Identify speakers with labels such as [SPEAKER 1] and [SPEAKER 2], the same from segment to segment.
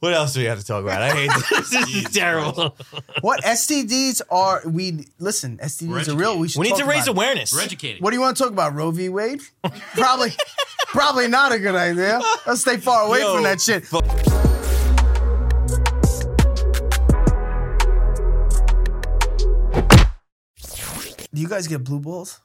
[SPEAKER 1] What else do we have to talk about? I hate this. this is terrible.
[SPEAKER 2] What STDs are we? Listen,
[SPEAKER 3] We're
[SPEAKER 2] STDs are real.
[SPEAKER 3] educated.
[SPEAKER 2] We should.
[SPEAKER 1] We need
[SPEAKER 2] talk
[SPEAKER 1] to raise
[SPEAKER 2] about it.
[SPEAKER 1] awareness.
[SPEAKER 3] We're educated.
[SPEAKER 2] What do you want to talk about? Roe v. Wade? Probably, probably not a good idea. Let's stay far away
[SPEAKER 1] Yo,
[SPEAKER 2] from that shit. Do you guys get blue balls?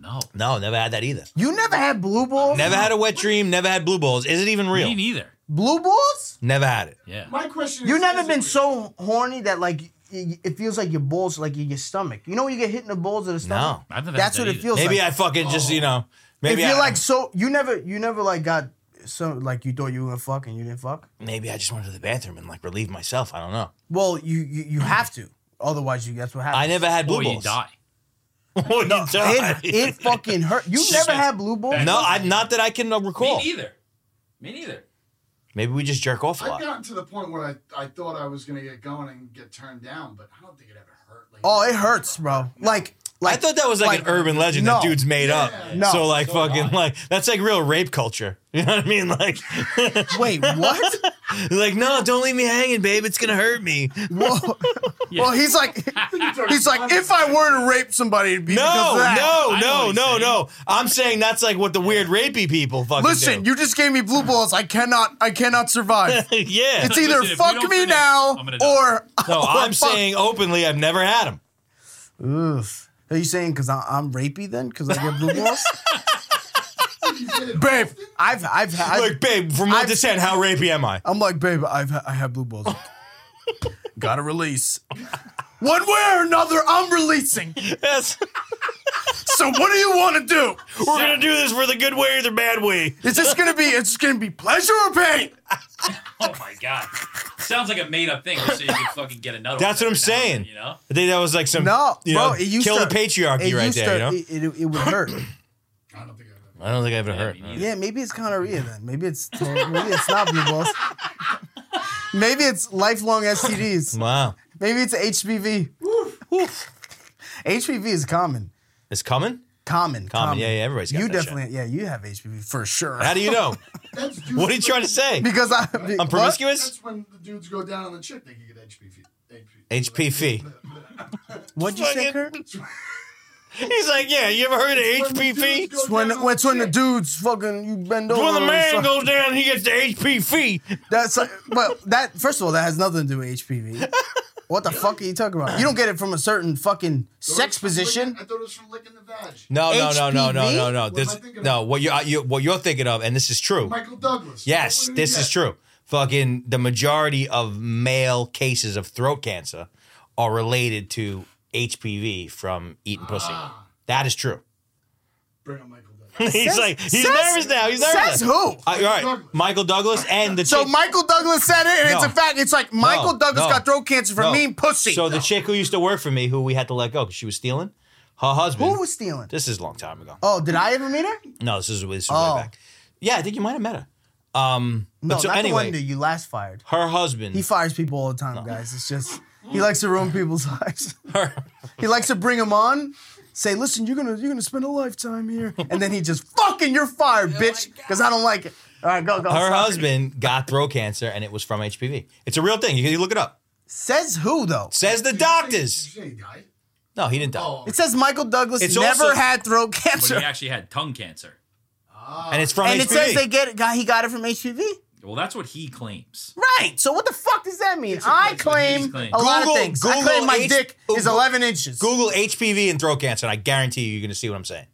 [SPEAKER 3] No,
[SPEAKER 1] No, never had that either.
[SPEAKER 2] You never had blue balls.
[SPEAKER 1] Never had a wet dream. Never had blue balls. Is it even
[SPEAKER 3] me
[SPEAKER 1] real?
[SPEAKER 3] neither.
[SPEAKER 2] blue balls.
[SPEAKER 1] Never had it.
[SPEAKER 3] Yeah.
[SPEAKER 4] My question is
[SPEAKER 2] You never
[SPEAKER 4] is
[SPEAKER 2] been
[SPEAKER 4] it-
[SPEAKER 2] so horny that like y- it feels like your balls are like in your stomach. You know when you get hit in the balls of the stomach.
[SPEAKER 1] No.
[SPEAKER 3] I've never
[SPEAKER 2] That's
[SPEAKER 3] had
[SPEAKER 2] what
[SPEAKER 3] that
[SPEAKER 2] it
[SPEAKER 3] either.
[SPEAKER 2] feels
[SPEAKER 1] Maybe
[SPEAKER 2] like.
[SPEAKER 1] I fucking just you know. Maybe
[SPEAKER 2] if you're
[SPEAKER 1] I
[SPEAKER 2] like so, you never, you never like got some like you thought you were gonna fuck and you didn't fuck.
[SPEAKER 1] maybe I just went to the bathroom and like relieved myself. I don't know.
[SPEAKER 2] Well, you you, you have to, otherwise you that's what happens.
[SPEAKER 1] I never had blue
[SPEAKER 3] Or you
[SPEAKER 1] balls.
[SPEAKER 3] die.
[SPEAKER 1] Or you die.
[SPEAKER 2] It, it fucking hurt. You never had blue balls.
[SPEAKER 1] no, I, not that I can uh, recall.
[SPEAKER 3] Me neither. Me neither.
[SPEAKER 1] Maybe we just jerk off a
[SPEAKER 4] I've
[SPEAKER 1] lot.
[SPEAKER 4] gotten to the point where I, I thought I was gonna get going and get turned down, but I don't think it ever hurt. Like,
[SPEAKER 2] Oh, it hurts, bro. Like
[SPEAKER 1] I
[SPEAKER 2] like
[SPEAKER 1] thought that was like,
[SPEAKER 2] like-
[SPEAKER 1] an urban legend that
[SPEAKER 2] no.
[SPEAKER 1] dudes made up.
[SPEAKER 2] No.
[SPEAKER 1] So like fucking like that's like real rape culture. You know what I mean? Like
[SPEAKER 2] wait, what?
[SPEAKER 1] like no, don't leave me hanging, babe. It's gonna hurt me.
[SPEAKER 2] Whoa. Well, he's like he's like if I were to rape somebody, it'd be because
[SPEAKER 1] No,
[SPEAKER 2] of that.
[SPEAKER 1] no,
[SPEAKER 3] I know
[SPEAKER 1] no,
[SPEAKER 3] what
[SPEAKER 1] no,
[SPEAKER 3] he's
[SPEAKER 1] no. I'm saying that's like what the weird rapey people fucking
[SPEAKER 2] Listen,
[SPEAKER 1] do.
[SPEAKER 2] you just gave me blue balls. I cannot, I cannot survive.
[SPEAKER 1] yeah.
[SPEAKER 2] It's either
[SPEAKER 3] Listen, if we
[SPEAKER 2] fuck
[SPEAKER 3] don't
[SPEAKER 2] me
[SPEAKER 3] finish,
[SPEAKER 2] now
[SPEAKER 3] I'm gonna die.
[SPEAKER 2] or
[SPEAKER 1] no,
[SPEAKER 2] or
[SPEAKER 1] I'm
[SPEAKER 2] fuck-
[SPEAKER 1] saying openly, I've never had them.
[SPEAKER 2] Oof. Are you saying because I'm rapey then? Because I get blue balls? babe, I've, I've, had.
[SPEAKER 1] Like, babe, from one
[SPEAKER 2] I've-
[SPEAKER 1] to ten, how rapey am I?
[SPEAKER 2] I'm like, babe, I've, ha- I have blue balls. Gotta release. One way or another, I'm releasing.
[SPEAKER 1] Yes.
[SPEAKER 2] So what do you want to do?
[SPEAKER 1] We're gonna do this for the good way or the bad way.
[SPEAKER 2] Is this gonna be? It's just gonna be pleasure or pain?
[SPEAKER 3] Oh my god. Sounds like a made up thing just so you can fucking get another.
[SPEAKER 1] That's
[SPEAKER 3] one
[SPEAKER 1] what I'm
[SPEAKER 3] every now and
[SPEAKER 1] saying.
[SPEAKER 3] then, You know.
[SPEAKER 1] I think that was like some
[SPEAKER 2] No,
[SPEAKER 1] you
[SPEAKER 2] bro,
[SPEAKER 1] know,
[SPEAKER 2] it used
[SPEAKER 1] kill
[SPEAKER 2] to-
[SPEAKER 1] the patriarchy
[SPEAKER 2] it
[SPEAKER 1] right
[SPEAKER 2] used
[SPEAKER 1] there.
[SPEAKER 2] to-
[SPEAKER 1] you know,
[SPEAKER 2] it, it, it would hurt.
[SPEAKER 4] I don't think I
[SPEAKER 1] I don't think I've ever heard.
[SPEAKER 3] me neither.
[SPEAKER 2] yeah, maybe it's gonorrhea then. Maybe it's maybe it's not blue balls. Maybe it's lifelong STDs.
[SPEAKER 1] Wow,
[SPEAKER 2] Maybe it's HPV. HPV is common.
[SPEAKER 1] it's coming.
[SPEAKER 2] Common. Common.
[SPEAKER 1] yeah, yeah, everybody's got
[SPEAKER 2] You
[SPEAKER 1] that
[SPEAKER 2] definitely, yeah, you have HPV for sure.
[SPEAKER 1] How do you know?
[SPEAKER 4] ever. That's
[SPEAKER 1] what are you trying to say?
[SPEAKER 2] because I,
[SPEAKER 1] I'm
[SPEAKER 2] what?
[SPEAKER 1] promiscuous.
[SPEAKER 4] That's when the dudes go down on the chick. They can get HPV.
[SPEAKER 1] HPV.
[SPEAKER 2] What'd you say,
[SPEAKER 1] Fucking-
[SPEAKER 2] Kurt?
[SPEAKER 1] He's like, yeah. You ever heard of
[SPEAKER 4] When the
[SPEAKER 1] HPV?
[SPEAKER 4] dudes go
[SPEAKER 2] It's when,
[SPEAKER 4] down on
[SPEAKER 2] when, it's when the
[SPEAKER 4] chick.
[SPEAKER 2] dudes fucking you bend over.
[SPEAKER 1] When the
[SPEAKER 2] and
[SPEAKER 1] man
[SPEAKER 2] suck-
[SPEAKER 1] goes down, he gets the HPV.
[SPEAKER 2] That's like, well, that first of all, that has nothing to do with HPV. What the fuck are you talking about? You don't get it from a certain fucking
[SPEAKER 4] I thought it
[SPEAKER 2] sex
[SPEAKER 4] was from licking-
[SPEAKER 2] position.
[SPEAKER 4] I thought it was from licking the vag.
[SPEAKER 1] No, no, no, no, no, no, no.
[SPEAKER 4] am I
[SPEAKER 1] This,
[SPEAKER 4] thinking
[SPEAKER 1] no.
[SPEAKER 4] of?
[SPEAKER 1] What you, uh, you, what you're thinking of, and this is true.
[SPEAKER 4] Michael Douglas. What
[SPEAKER 1] Yes,
[SPEAKER 4] did he
[SPEAKER 1] this is
[SPEAKER 4] get?
[SPEAKER 1] true. Fucking the majority of male cases of throat cancer are related to HPV from eating pussy.
[SPEAKER 4] Ah.
[SPEAKER 1] That is true.
[SPEAKER 4] Bring on Michael Douglas.
[SPEAKER 1] he's like, he's
[SPEAKER 2] says-
[SPEAKER 1] nervous now. He's nervous.
[SPEAKER 2] Says who?
[SPEAKER 1] Uh, all right,
[SPEAKER 4] Douglas.
[SPEAKER 1] Michael Douglas and the
[SPEAKER 2] So
[SPEAKER 1] chick.
[SPEAKER 2] Michael Douglas said it, and it's
[SPEAKER 1] No.
[SPEAKER 2] a fact. It's like Michael
[SPEAKER 1] No,
[SPEAKER 2] Douglas
[SPEAKER 1] no,
[SPEAKER 2] got throat cancer from
[SPEAKER 1] no.
[SPEAKER 2] mean pussy.
[SPEAKER 1] So the chick who used to work for me, who we had to let go because she was stealing, her husband.
[SPEAKER 2] who was stealing?
[SPEAKER 1] this is a long time ago.
[SPEAKER 2] Oh, did I ever meet her?
[SPEAKER 1] No, this is this is
[SPEAKER 2] Oh.
[SPEAKER 1] way back. Yeah, I think you might have met her. Um,
[SPEAKER 2] No,
[SPEAKER 1] but so
[SPEAKER 2] not the
[SPEAKER 1] anyway,
[SPEAKER 2] one that you last fired.
[SPEAKER 1] her husband.
[SPEAKER 2] He fires people all the time, guys. It's just he likes to ruin people's lives. he likes to bring them on, say, "Listen, you're gonna you're gonna spend a lifetime here," and then he just fucking you're fired, bitch, because I don't like it. All right, go go.
[SPEAKER 1] her
[SPEAKER 2] sorry.
[SPEAKER 1] husband got throat cancer, and it was from HPV. It's a real thing. You can you look it up.
[SPEAKER 2] says who though?
[SPEAKER 1] Says the doctors.
[SPEAKER 4] Did you say he died?
[SPEAKER 1] No, he didn't die.
[SPEAKER 4] Oh,
[SPEAKER 2] It says Michael Douglas
[SPEAKER 1] It's
[SPEAKER 2] never
[SPEAKER 1] also-
[SPEAKER 2] had throat
[SPEAKER 3] But
[SPEAKER 2] cancer,
[SPEAKER 3] he actually had tongue cancer.
[SPEAKER 4] ah.
[SPEAKER 1] And it's from
[SPEAKER 2] and
[SPEAKER 1] HPV.
[SPEAKER 2] it says they get it. Guy, he got it from HPV.
[SPEAKER 3] Well, that's what he claims.
[SPEAKER 2] Right. So what the fuck does that mean? I claim
[SPEAKER 3] claim.
[SPEAKER 2] a lot of
[SPEAKER 1] Google-
[SPEAKER 2] things. I
[SPEAKER 1] Google
[SPEAKER 2] claim my
[SPEAKER 1] H-
[SPEAKER 2] dick is
[SPEAKER 1] Google-
[SPEAKER 2] 11 inches.
[SPEAKER 1] Google HPV and throat cancer, and I guarantee you, you're going to see what I'm saying.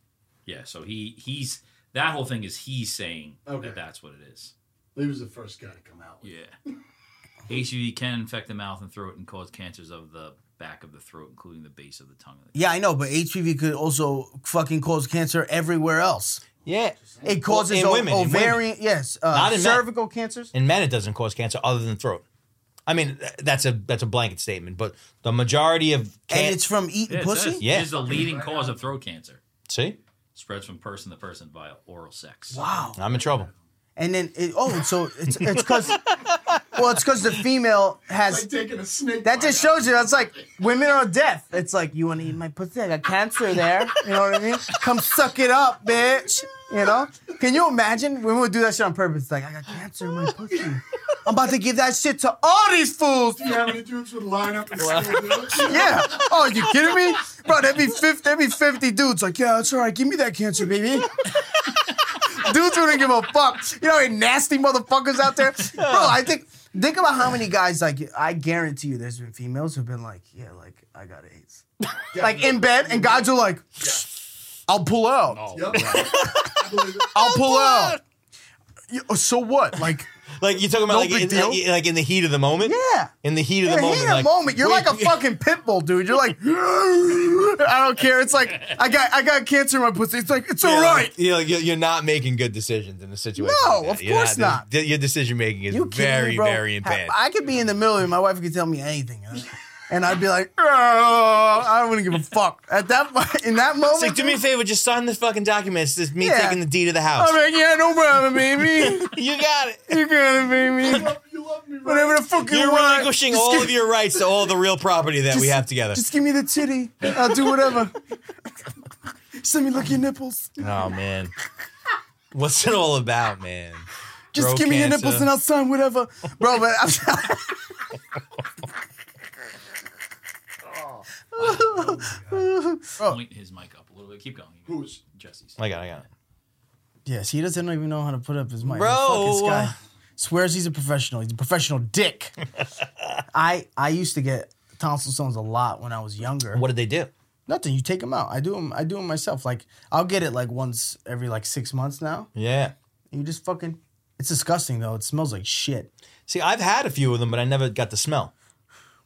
[SPEAKER 3] Yeah. So he he's that whole thing is he's saying
[SPEAKER 4] Okay.
[SPEAKER 3] that that's what it is.
[SPEAKER 4] he was the first guy to come out. with it.
[SPEAKER 3] Yeah. HPV can infect the mouth and throat and cause cancers of the back of the throat, including the base of the tongue.
[SPEAKER 2] Yeah, I know, but HPV could also fucking cause cancer everywhere else.
[SPEAKER 1] Yeah.
[SPEAKER 2] It causes
[SPEAKER 1] in
[SPEAKER 2] o-
[SPEAKER 1] women, in women.
[SPEAKER 2] ovarian, yes, uh,
[SPEAKER 1] Not in men.
[SPEAKER 2] cervical cancers.
[SPEAKER 1] In men, it doesn't cause cancer other than throat. I mean, th- that's a that's a blanket statement, but the majority of
[SPEAKER 2] and it's
[SPEAKER 1] cancer.
[SPEAKER 2] from eating
[SPEAKER 3] Yeah, it
[SPEAKER 2] pussy.
[SPEAKER 3] says
[SPEAKER 1] Yeah.
[SPEAKER 3] It is the leading cause of throat cancer.
[SPEAKER 1] See,
[SPEAKER 3] Spreads from person to person via oral sex.
[SPEAKER 2] Wow.
[SPEAKER 1] I'm in trouble.
[SPEAKER 2] And then it, oh, so it's it's because well, it's because the female
[SPEAKER 4] It's
[SPEAKER 2] has
[SPEAKER 4] like oh taking a snake.
[SPEAKER 2] that
[SPEAKER 4] bite
[SPEAKER 2] just
[SPEAKER 4] out.
[SPEAKER 2] shows you. That's like women are deaf. It's like you want to eat my pussy. I got cancer there. You know what I mean? Come suck it up, bitch. You know? Can you imagine women would do that shit on purpose? Like I got cancer in my pussy. I'm about to give that shit to all these fools.
[SPEAKER 4] See how many dudes would line up and still do it?
[SPEAKER 2] Yeah. Oh, you kidding me? Bro, that'd be 50, that'd be 50 dudes like, yeah, it's all right. Give me that cancer, baby. dudes wouldn't give a fuck. You know, how many nasty motherfuckers out there. Bro, I think, think about how many guys, like, I guarantee you there's been females who've been like, yeah, like, I got AIDS. like, in bed, and guys are like, I'll pull out.
[SPEAKER 4] Yep. I believe it.
[SPEAKER 2] I'll pull out. Yeah, so what? Like,
[SPEAKER 1] Like you're talking about
[SPEAKER 2] No
[SPEAKER 1] like,
[SPEAKER 2] big
[SPEAKER 1] in,
[SPEAKER 2] deal.
[SPEAKER 1] like, like in the heat of the moment?
[SPEAKER 2] Yeah.
[SPEAKER 1] In the heat of the
[SPEAKER 2] Yeah,
[SPEAKER 1] moment.
[SPEAKER 2] Heat of
[SPEAKER 1] like,
[SPEAKER 2] moment. You're
[SPEAKER 1] wait-
[SPEAKER 2] like a fucking pit bull, dude. You're like, I don't care. It's like I got I got cancer in my pussy. It's like it's
[SPEAKER 1] Yeah,
[SPEAKER 2] all right.
[SPEAKER 1] Like, you're, like, you're- you're not making good decisions in a situation.
[SPEAKER 2] No,
[SPEAKER 1] like that.
[SPEAKER 2] of
[SPEAKER 1] You're
[SPEAKER 2] course not.
[SPEAKER 1] the- Your decision making is
[SPEAKER 2] You kidding
[SPEAKER 1] very,
[SPEAKER 2] me, bro?
[SPEAKER 1] very impaired.
[SPEAKER 2] I, I could be in the middle of it. My wife could tell me anything, uh, and I'd be like, "Oh, I wouldn't give a fuck at that mo- in that moment.
[SPEAKER 1] It's like, do me a favor, just sign the fucking documents. This is me
[SPEAKER 2] Yeah.
[SPEAKER 1] taking the deed of the house.
[SPEAKER 2] I'm like, yeah, no problem, baby.
[SPEAKER 1] you got it.
[SPEAKER 2] You got it, baby.
[SPEAKER 4] You love me, right?
[SPEAKER 2] Whatever the fuck you
[SPEAKER 1] You're
[SPEAKER 2] want.
[SPEAKER 1] relinquishing
[SPEAKER 2] Just
[SPEAKER 1] all
[SPEAKER 2] give-
[SPEAKER 1] of your rights to all the real property that we
[SPEAKER 2] Just-
[SPEAKER 1] have together.
[SPEAKER 2] Just give me the titty. I'll do whatever. Just let me look your nipples.
[SPEAKER 1] oh man, what's it all about, man?
[SPEAKER 2] Just
[SPEAKER 1] Throat
[SPEAKER 2] give me your
[SPEAKER 1] cancer.
[SPEAKER 2] nipples and I'll sign whatever, bro. But I'm
[SPEAKER 3] Point his mic up a little bit. Keep going. Keep going.
[SPEAKER 4] Who's?
[SPEAKER 3] Jesse's.
[SPEAKER 1] I got, it, I got it.
[SPEAKER 2] yes, he doesn't even know how to put up his mic.
[SPEAKER 1] Bro.
[SPEAKER 2] Fuck this guy swears he's a professional. He's a professional dick. I I used to get tonsil stones a lot when I was younger.
[SPEAKER 1] What did they do?
[SPEAKER 2] Nothing. You take them out. I do them. I do them myself. Like I'll get it like once every like six months now.
[SPEAKER 1] Yeah.
[SPEAKER 2] And you just fucking. It's disgusting though. It smells like shit.
[SPEAKER 1] See, I've had a few of them, but I never got the smell.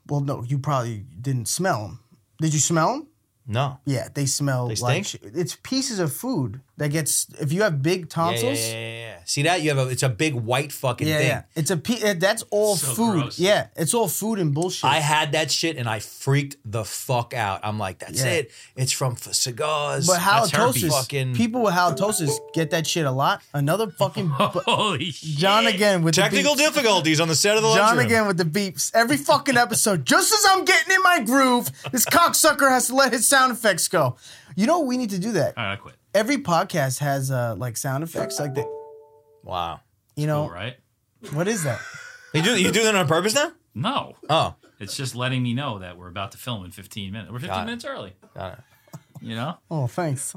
[SPEAKER 2] Well, no, you probably didn't smell them. Did you smell them?
[SPEAKER 1] No.
[SPEAKER 2] Yeah, they smell
[SPEAKER 1] They
[SPEAKER 2] like
[SPEAKER 1] stink?
[SPEAKER 2] shit. it's pieces of food that gets if you have big
[SPEAKER 1] Yeah, yeah, yeah,
[SPEAKER 2] tonsils.
[SPEAKER 1] yeah, yeah. See that? You have a. It's a big white fucking
[SPEAKER 2] Yeah,
[SPEAKER 1] thing.
[SPEAKER 2] yeah. It's a pe- uh, that's all
[SPEAKER 3] So
[SPEAKER 2] food.
[SPEAKER 3] gross.
[SPEAKER 2] Yeah, it's all food and bullshit.
[SPEAKER 1] I had that shit and I freaked the fuck out. I'm like, that's
[SPEAKER 2] Yeah.
[SPEAKER 1] it. It's from f- cigars.
[SPEAKER 2] but
[SPEAKER 1] That's
[SPEAKER 2] halitosis,
[SPEAKER 1] herpes. Fucking
[SPEAKER 2] people with halitosis get that shit a lot. Another fucking bu-
[SPEAKER 3] Holy shit.
[SPEAKER 2] John again with
[SPEAKER 1] technical
[SPEAKER 2] the beeps.
[SPEAKER 1] difficulties on the set of the
[SPEAKER 2] John
[SPEAKER 1] lunchroom.
[SPEAKER 2] again with the beeps. Every fucking episode, just as I'm getting in my groove, this cocksucker has to let his sound effects go. You know we need to do that.
[SPEAKER 3] All right, I quit.
[SPEAKER 2] Every podcast has uh like sound effects like that.
[SPEAKER 1] Wow.
[SPEAKER 2] You know
[SPEAKER 3] All right.
[SPEAKER 2] what is that?
[SPEAKER 1] You do you do that on purpose now?
[SPEAKER 3] No,
[SPEAKER 1] Oh,
[SPEAKER 3] it's just letting me know that we're about to film in 15 minutes. We're 15
[SPEAKER 1] Got it.
[SPEAKER 3] minutes early.
[SPEAKER 1] Got it.
[SPEAKER 3] You know.
[SPEAKER 2] Oh, thanks.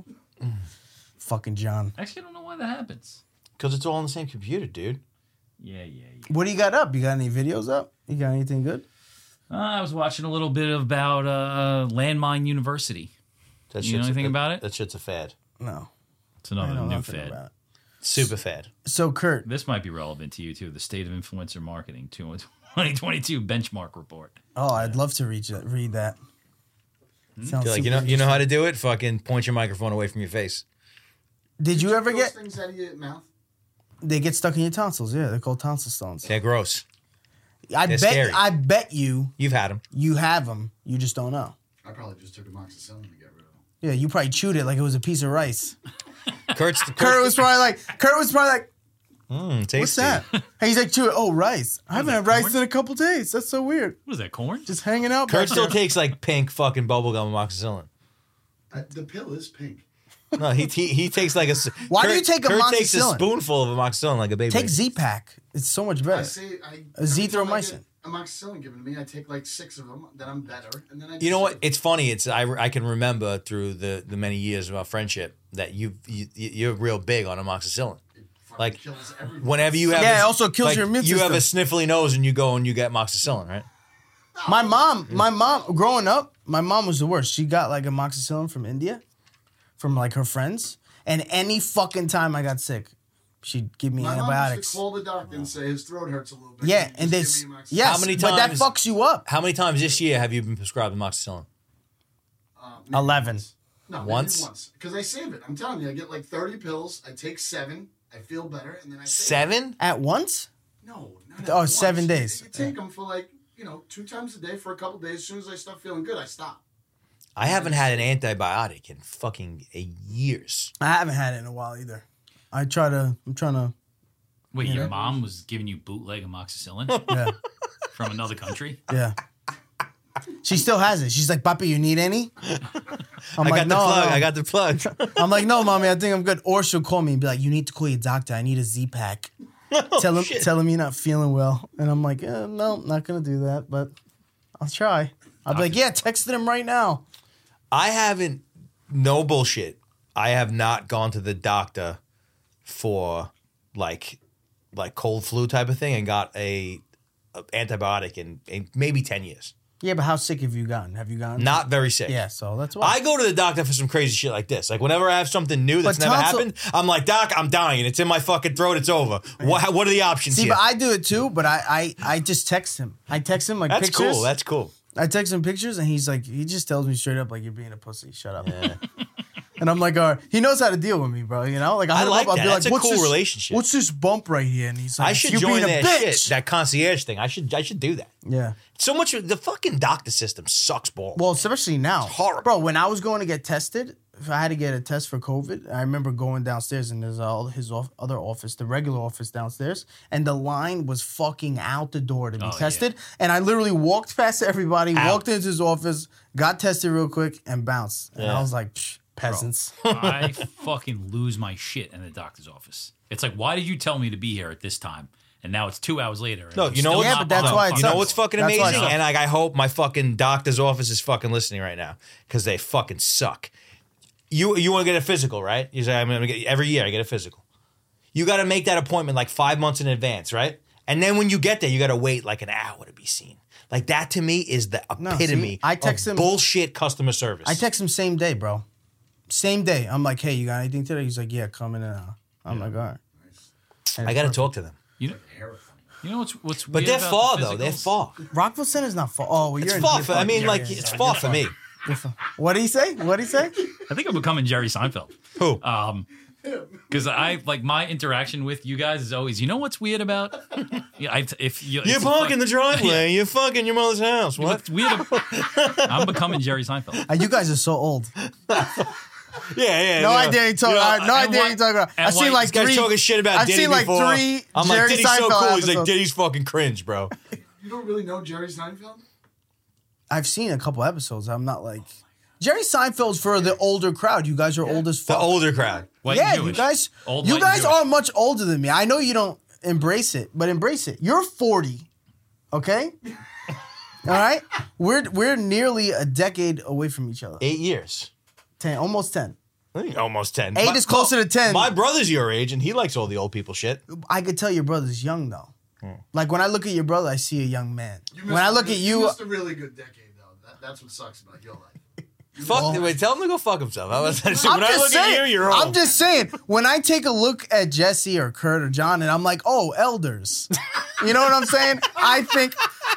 [SPEAKER 2] Fucking John.
[SPEAKER 3] Actually, I don't know why that happens.
[SPEAKER 1] because it's all on the same computer, dude.
[SPEAKER 3] Yeah, yeah, yeah.
[SPEAKER 2] What do you got up? You got any videos up? You got anything good?
[SPEAKER 3] Uh, I was watching a little bit about uh, Landmine University.
[SPEAKER 1] That
[SPEAKER 3] You know
[SPEAKER 1] shit's a-
[SPEAKER 3] anything
[SPEAKER 1] that-
[SPEAKER 3] about it?
[SPEAKER 1] That shit's a fad.
[SPEAKER 2] No.
[SPEAKER 3] It's
[SPEAKER 1] Oh,
[SPEAKER 3] another
[SPEAKER 2] I know
[SPEAKER 3] new
[SPEAKER 2] nothing
[SPEAKER 3] fad.
[SPEAKER 2] about it.
[SPEAKER 1] Super fad.
[SPEAKER 2] So Kurt,
[SPEAKER 3] This might be relevant to you too. The state of influencer marketing 2022 benchmark report.
[SPEAKER 2] oh, I'd love to read that, read that. Sounds
[SPEAKER 1] Hmm? You're like,
[SPEAKER 2] super
[SPEAKER 1] you know, you know how to do it. Fucking point your microphone away from your face.
[SPEAKER 2] Did you ever
[SPEAKER 4] Those
[SPEAKER 2] get
[SPEAKER 4] things out of your mouth.
[SPEAKER 2] they get stuck in your tonsils? Yeah, they're called tonsil stones.
[SPEAKER 1] They're gross.
[SPEAKER 2] I
[SPEAKER 1] they're
[SPEAKER 2] bet
[SPEAKER 1] scary.
[SPEAKER 2] I bet you
[SPEAKER 1] You've had them.
[SPEAKER 2] you have them. You just don't know.
[SPEAKER 4] I probably just took amoxicillin to get rid of them.
[SPEAKER 2] Yeah, you probably chewed it like it was a piece of rice.
[SPEAKER 1] Kurt's the
[SPEAKER 2] Kurt was probably like Kurt was probably like,
[SPEAKER 1] Mm, tasty.
[SPEAKER 2] "What's that?" And he's like, "Chew it. Oh, rice. I haven't had rice in a couple days. That's so weird.
[SPEAKER 3] What is that corn?
[SPEAKER 2] Just hanging out."
[SPEAKER 1] Kurt
[SPEAKER 2] Kurt's
[SPEAKER 1] still takes like pink fucking bubblegum amoxicillin.
[SPEAKER 4] I, the pill is pink.
[SPEAKER 1] No, he, he he takes like a. s-
[SPEAKER 2] Why do
[SPEAKER 1] Kurt-
[SPEAKER 2] you take
[SPEAKER 1] Kurt takes a
[SPEAKER 2] amoxicillin?
[SPEAKER 1] spoonful of amoxicillin like a baby.
[SPEAKER 2] take Z Pack. It's so much
[SPEAKER 4] I
[SPEAKER 2] better.
[SPEAKER 4] say I.
[SPEAKER 2] Azithromycin.
[SPEAKER 4] every time I get Amoxicillin given to me. I take like six of them. Then I'm better. And then I.
[SPEAKER 1] You know what?
[SPEAKER 4] just-
[SPEAKER 1] It's funny. It's I, I can remember through the, the many years of our friendship that you, you you're real big on amoxicillin.
[SPEAKER 4] It fucking
[SPEAKER 1] like,
[SPEAKER 4] kills everything.
[SPEAKER 1] Whenever you have
[SPEAKER 2] Yeah,
[SPEAKER 1] a-
[SPEAKER 2] it also kills
[SPEAKER 1] like,
[SPEAKER 2] your immune
[SPEAKER 1] You have a
[SPEAKER 2] system.
[SPEAKER 1] sniffly nose and you go and you get amoxicillin, right?
[SPEAKER 2] My mom, my mom, growing up, my mom was the worst. She got like amoxicillin from India, from like her friends, and any fucking time I got sick, she'd give me
[SPEAKER 4] My mom used
[SPEAKER 2] antibiotics.
[SPEAKER 4] to call the doctor and say his throat hurts a little bit.
[SPEAKER 2] Yeah,
[SPEAKER 4] Just
[SPEAKER 2] and
[SPEAKER 4] give
[SPEAKER 2] this,
[SPEAKER 4] me amoxicillin.
[SPEAKER 2] yes,
[SPEAKER 1] How many
[SPEAKER 2] but that
[SPEAKER 1] times-
[SPEAKER 2] fucks you up.
[SPEAKER 1] How many times this year have you been prescribed amoxicillin?
[SPEAKER 4] Uh, maybe
[SPEAKER 2] Eleven.
[SPEAKER 4] No, maybe
[SPEAKER 1] Once?
[SPEAKER 4] Once. Because I save it. I'm telling you, I get like 30 pills. I take seven. I feel better, and then I save it.
[SPEAKER 1] Seven?
[SPEAKER 2] At once?
[SPEAKER 4] No, not
[SPEAKER 2] Oh,
[SPEAKER 4] at
[SPEAKER 2] seven
[SPEAKER 4] once.
[SPEAKER 2] days.
[SPEAKER 4] You, you take them for like you know two times a day for a couple days. As soon as I start feeling good, I stop.
[SPEAKER 1] I haven't had an antibiotic in fucking years.
[SPEAKER 2] I haven't had it in a while either. I try to. I'm trying to.
[SPEAKER 3] Wait,
[SPEAKER 2] Yeah.
[SPEAKER 3] your mom was giving you bootleg amoxicillin
[SPEAKER 2] Yeah,
[SPEAKER 3] from another country?
[SPEAKER 2] yeah. She still has it. She's like, "Papa, you need any?" I'm
[SPEAKER 1] i
[SPEAKER 2] like,
[SPEAKER 1] got the plug.
[SPEAKER 2] Oh "No, no."
[SPEAKER 1] I got the plug.
[SPEAKER 2] I'm like, no, mommy, I think I'm good. Or she'll call me and be like, you need to call your doctor. I need a Z pack.
[SPEAKER 1] Oh,
[SPEAKER 2] tell him, tell him you're not feeling well, and I'm like, eh, no, not gonna do that, but I'll try. I'll be like, yeah, texted him right now.
[SPEAKER 1] I haven't. No bullshit. I have not gone to the doctor for like like cold flu type of thing and got a, a antibiotic in, in maybe ten years.
[SPEAKER 2] Yeah, but how sick have you gotten? Have you gotten?
[SPEAKER 1] Not very sick.
[SPEAKER 2] Yeah, so that's why.
[SPEAKER 1] I go to the doctor for some crazy shit like this. Like whenever I have something new that's
[SPEAKER 2] But
[SPEAKER 1] never
[SPEAKER 2] tonsil-
[SPEAKER 1] happened, I'm like, Doc, I'm dying. It's in my fucking throat. It's over. What what are the options
[SPEAKER 2] See,
[SPEAKER 1] here?
[SPEAKER 2] but I do it too. But I, I, I just text him. I text him like
[SPEAKER 1] that's
[SPEAKER 2] pictures.
[SPEAKER 1] cool. That's cool.
[SPEAKER 2] I text him pictures, and he's like, he just tells me straight up like you're being a pussy. Shut up. and I'm like, all right. He knows how to deal with me, bro. You know, like I, hit
[SPEAKER 1] I
[SPEAKER 2] him
[SPEAKER 1] like
[SPEAKER 2] up, I'll
[SPEAKER 1] that.
[SPEAKER 2] be
[SPEAKER 1] That's
[SPEAKER 2] like,
[SPEAKER 1] a
[SPEAKER 2] what's
[SPEAKER 1] cool
[SPEAKER 2] this,
[SPEAKER 1] relationship.
[SPEAKER 2] What's this bump right here? And he's like,
[SPEAKER 1] I should
[SPEAKER 2] you
[SPEAKER 1] join
[SPEAKER 2] being a
[SPEAKER 1] that
[SPEAKER 2] bitch.
[SPEAKER 1] shit, that concierge thing. I should I should do that.
[SPEAKER 2] yeah.
[SPEAKER 1] So much the fucking doctor system sucks balls.
[SPEAKER 2] Well, especially now.
[SPEAKER 1] horrible.
[SPEAKER 2] Bro, when I was going to get tested, if I had to get a test for COVID, I remember going downstairs and there's all his off- other office, the regular office downstairs, and the line was fucking out the door to be
[SPEAKER 3] yeah.
[SPEAKER 2] tested. And I literally walked past everybody,
[SPEAKER 1] Oh, Out.
[SPEAKER 2] walked into his office, got tested real quick, and bounced. And I was like, Psh, peasants.
[SPEAKER 3] I fucking lose my shit in the doctor's office. It's like, why did you tell me to be here at this time? And now it's two hours later. and
[SPEAKER 1] No,
[SPEAKER 3] I'm
[SPEAKER 1] you know
[SPEAKER 3] still
[SPEAKER 1] what- Yeah,
[SPEAKER 3] not
[SPEAKER 2] but that's
[SPEAKER 3] on
[SPEAKER 2] why
[SPEAKER 3] the
[SPEAKER 2] it
[SPEAKER 1] you
[SPEAKER 3] fucking-
[SPEAKER 2] sucks.
[SPEAKER 1] know what's fucking
[SPEAKER 2] That's why it
[SPEAKER 1] amazing?
[SPEAKER 2] sucks.
[SPEAKER 1] And like I hope my fucking doctor's office is fucking listening right now because they fucking suck. You you want to get a physical, right? You say I'm gonna get every year I get a physical. You got to make that appointment like five months in advance, right? And then when you get there, you got to wait like an hour to be seen. Like that to me is the
[SPEAKER 2] see,
[SPEAKER 1] epitome
[SPEAKER 2] I text
[SPEAKER 1] of
[SPEAKER 2] him-
[SPEAKER 1] bullshit customer service.
[SPEAKER 2] I text him same day, bro. Same day. I'm like, hey, you got anything today? He's like, yeah, come in an hour. I'm like, all right.
[SPEAKER 1] I got to talk to them,
[SPEAKER 3] You know, you know what's what's
[SPEAKER 1] but
[SPEAKER 3] weird
[SPEAKER 1] they're
[SPEAKER 3] about
[SPEAKER 1] far
[SPEAKER 3] the
[SPEAKER 1] though. They're
[SPEAKER 3] physicals?
[SPEAKER 1] far.
[SPEAKER 2] Rockville Center's not far. Oh, well, you're
[SPEAKER 1] It's
[SPEAKER 2] in
[SPEAKER 1] far.
[SPEAKER 2] you're
[SPEAKER 1] For, I
[SPEAKER 2] fucking-
[SPEAKER 1] mean,
[SPEAKER 2] yeah,
[SPEAKER 1] like
[SPEAKER 2] yeah,
[SPEAKER 1] it's
[SPEAKER 2] yeah.
[SPEAKER 1] far for me.
[SPEAKER 2] What did he say? What did he say?
[SPEAKER 3] I think I'm becoming Jerry Seinfeld.
[SPEAKER 1] Who?
[SPEAKER 3] Um, because I like my interaction with you guys is always, you know what's weird about? Yeah, I, if you,
[SPEAKER 1] You're
[SPEAKER 3] it's
[SPEAKER 1] parking the
[SPEAKER 3] like-
[SPEAKER 1] driveway. You're fucking your mother's house. What?
[SPEAKER 3] What's weird? About, I'm becoming Jerry Seinfeld.
[SPEAKER 2] Uh, you guys are so old.
[SPEAKER 1] Yeah, yeah.
[SPEAKER 2] No
[SPEAKER 1] yeah.
[SPEAKER 2] idea you talk.
[SPEAKER 1] You know,
[SPEAKER 2] I have no
[SPEAKER 3] and
[SPEAKER 2] idea
[SPEAKER 3] why-
[SPEAKER 2] you talking about.
[SPEAKER 3] and
[SPEAKER 2] I've
[SPEAKER 3] why-
[SPEAKER 2] seen like
[SPEAKER 3] this
[SPEAKER 1] This guy's
[SPEAKER 2] three.
[SPEAKER 1] talking shit about
[SPEAKER 2] I've
[SPEAKER 1] Diddy
[SPEAKER 2] seen like
[SPEAKER 1] before.
[SPEAKER 2] three.
[SPEAKER 1] I'm
[SPEAKER 2] Jerry
[SPEAKER 1] like, Diddy's so
[SPEAKER 2] Seinfeld
[SPEAKER 1] cool. He's like,
[SPEAKER 2] episodes.
[SPEAKER 1] Diddy's fucking cringe, bro.
[SPEAKER 4] You don't really know Jerry Seinfeld?
[SPEAKER 2] I've seen a couple episodes. I'm not like Jerry Seinfeld's for the older crowd. You guys are old as
[SPEAKER 1] The
[SPEAKER 2] fuck.
[SPEAKER 1] older crowd.
[SPEAKER 3] White
[SPEAKER 2] yeah,
[SPEAKER 3] Jewish.
[SPEAKER 2] you guys.
[SPEAKER 3] Old
[SPEAKER 2] you
[SPEAKER 3] white
[SPEAKER 2] guys
[SPEAKER 3] Jewish.
[SPEAKER 2] are much older than me. I know you don't embrace it, but embrace it. You're 40, okay? All right, we're we're nearly a decade away from each other.
[SPEAKER 1] Eight years.
[SPEAKER 2] Ten, almost ten.
[SPEAKER 1] I think Almost 10.
[SPEAKER 2] Eight
[SPEAKER 1] My-
[SPEAKER 2] is closer to ten.
[SPEAKER 1] My brother's your age, and he likes all the old people shit.
[SPEAKER 2] I could tell your brother's young though.
[SPEAKER 1] Hmm.
[SPEAKER 2] Like when I look at your brother, I see a young man.
[SPEAKER 4] You
[SPEAKER 2] When
[SPEAKER 4] missed
[SPEAKER 2] I
[SPEAKER 4] a
[SPEAKER 2] look
[SPEAKER 4] re-
[SPEAKER 2] at you,
[SPEAKER 4] missed a really good decade, though. That, that's what sucks about your life.
[SPEAKER 1] Fuck, wait, tell him to go fuck himself. I was,
[SPEAKER 2] I'm
[SPEAKER 1] when I
[SPEAKER 2] just
[SPEAKER 1] look
[SPEAKER 2] saying.
[SPEAKER 1] at you, you're old.
[SPEAKER 2] I'm just saying. When I take a look at Jesse or Kurt or John, and I'm like, oh, elders. You know what I'm saying? I think,